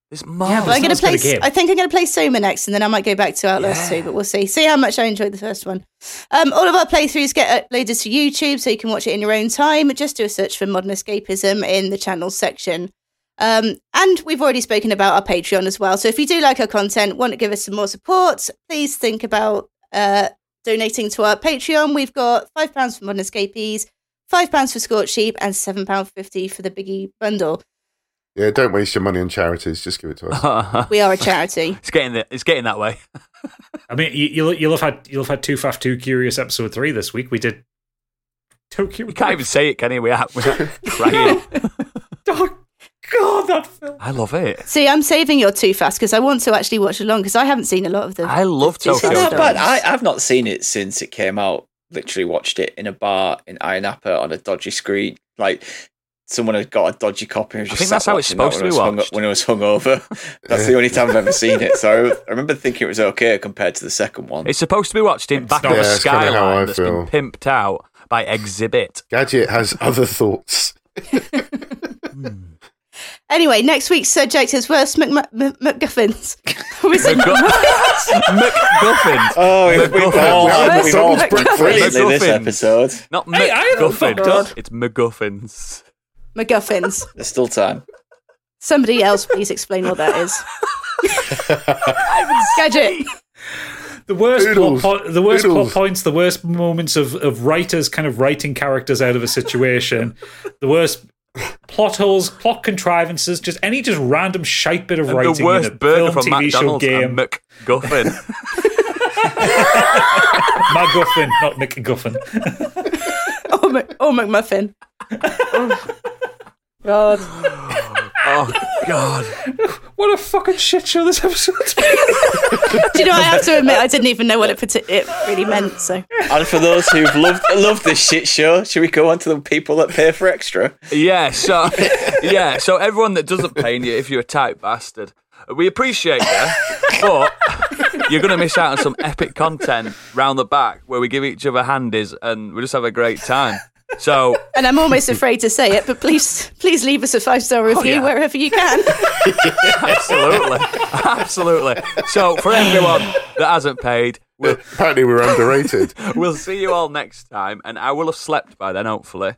There's more. Yeah, but But I'm That going to sounds play. like a game. I think I'm going to play Soma next, and then I might go back to Outlast Yeah. 2, but we'll see. See how much I enjoyed the first one. Um, all of our playthroughs get uploaded to YouTube, so you can watch it in your own time. Just do a search for Modern Escapism in the channel section. Um, and we've already spoken about our Patreon as well. So if you do like our content, want to give us some more support, please think about uh, donating to our Patreon. We've got £5 for Modern Escapees, £5 for Scorched Sheep, and £7.50 for the Biggie Bundle. Yeah, don't waste your money on charities. Just give it to [laughs] us. We are a charity. it's getting the, it's getting that way. I mean, you, you'll, you'll have had you'll have had two faff two curious episode three this week. We did Tokyo. You can't even say it, can you? We are, we [laughs] are crying. Oh God, that film. I love it. See, I'm saving your too fast because I want to actually watch along because I haven't seen a lot of them. I love It's Tokyo. It's Sure. not Jungle. bad. I, I've not seen it since it came out. Literally watched it in a bar in Ironapa on a dodgy screen. Like someone had got a dodgy copy. And I just think sat that's how it's watching that supposed when to I be was hung- When I was hungover, [laughs] that's the only time I've ever seen it. So I remember thinking it was okay compared to the second one. It's supposed to be watched in back not. of a Yeah, it's kinda how I skyline that's been feel. pimped out by [laughs] Exhibit. Gadget has other thoughts. Anyway, next week's subject is worst Mc- Mc- Mc- [laughs] McGuffins. We said- McGuffins. Uh, Oh, we've- we've, we've all- all we've we've all all McGuffins. brilliantly this McGuffins. episode. Not Hey, I haven't fucked up. McGuffins. It's McGuffins. McGuffins. There's still time. Somebody else, please explain what that [laughs] is. Gadget. The worst Oodles. plot, po- the worst plot Oodles. points, the worst moments of, of writers kind of writing characters out of a situation, [laughs] the worst plot holes, plot contrivances, just any just random shite bit of And writing the in a worst burger film, from TV show, McDonald's, a game. [laughs] McGuffin. MacGuffin, not McGuffin. Or, Mc- or McMuffin. God. oh God! [laughs] What a fucking shit show this episode's been. Do you know, I have to admit, I didn't even know what it, parti- it really meant. So, And for those who've loved loved this shit show, should we go on to the people that pay for extra? [laughs] Yeah, so yeah, so everyone that doesn't pay you, if you're a tight bastard, We appreciate you, but you're going to miss out on some epic content round the back where we give each other handies and we just have a great time. So [laughs] And I'm almost afraid to say it, but please, please leave us a five star review Oh, yeah. wherever you can. absolutely, absolutely. So for everyone that hasn't paid, we'll [laughs] Apparently, we're underrated. we'll see you all next time, and I will have slept by then, hopefully.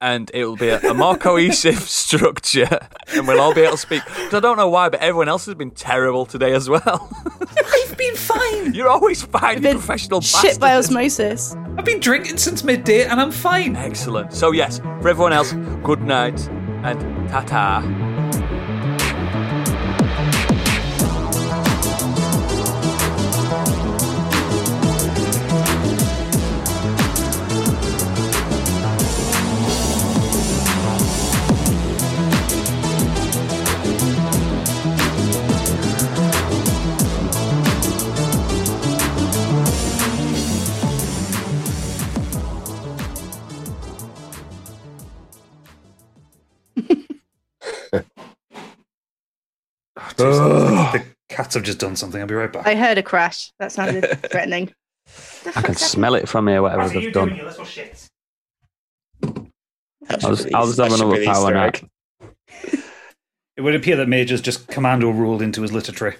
And it will be a, a more cohesive [laughs] structure, and we'll all be able to speak. 'Cause I don't know why, but everyone else has been terrible today as well. I've been fine. You're always fine, you Been professional Shit by bastard. osmosis. I've been drinking since midday and I'm fine. Excellent. So, yes, for everyone else, good night and ta ta. The cats have just done something. I'll be right back. I heard a crash. That sounded [laughs] threatening. I can smell it from here, whatever they've done. your little shit? That I'll should just, be- I'll just that have should another be the power Easter nap. egg. It would appear that Major's just commando rolled into his litter tray.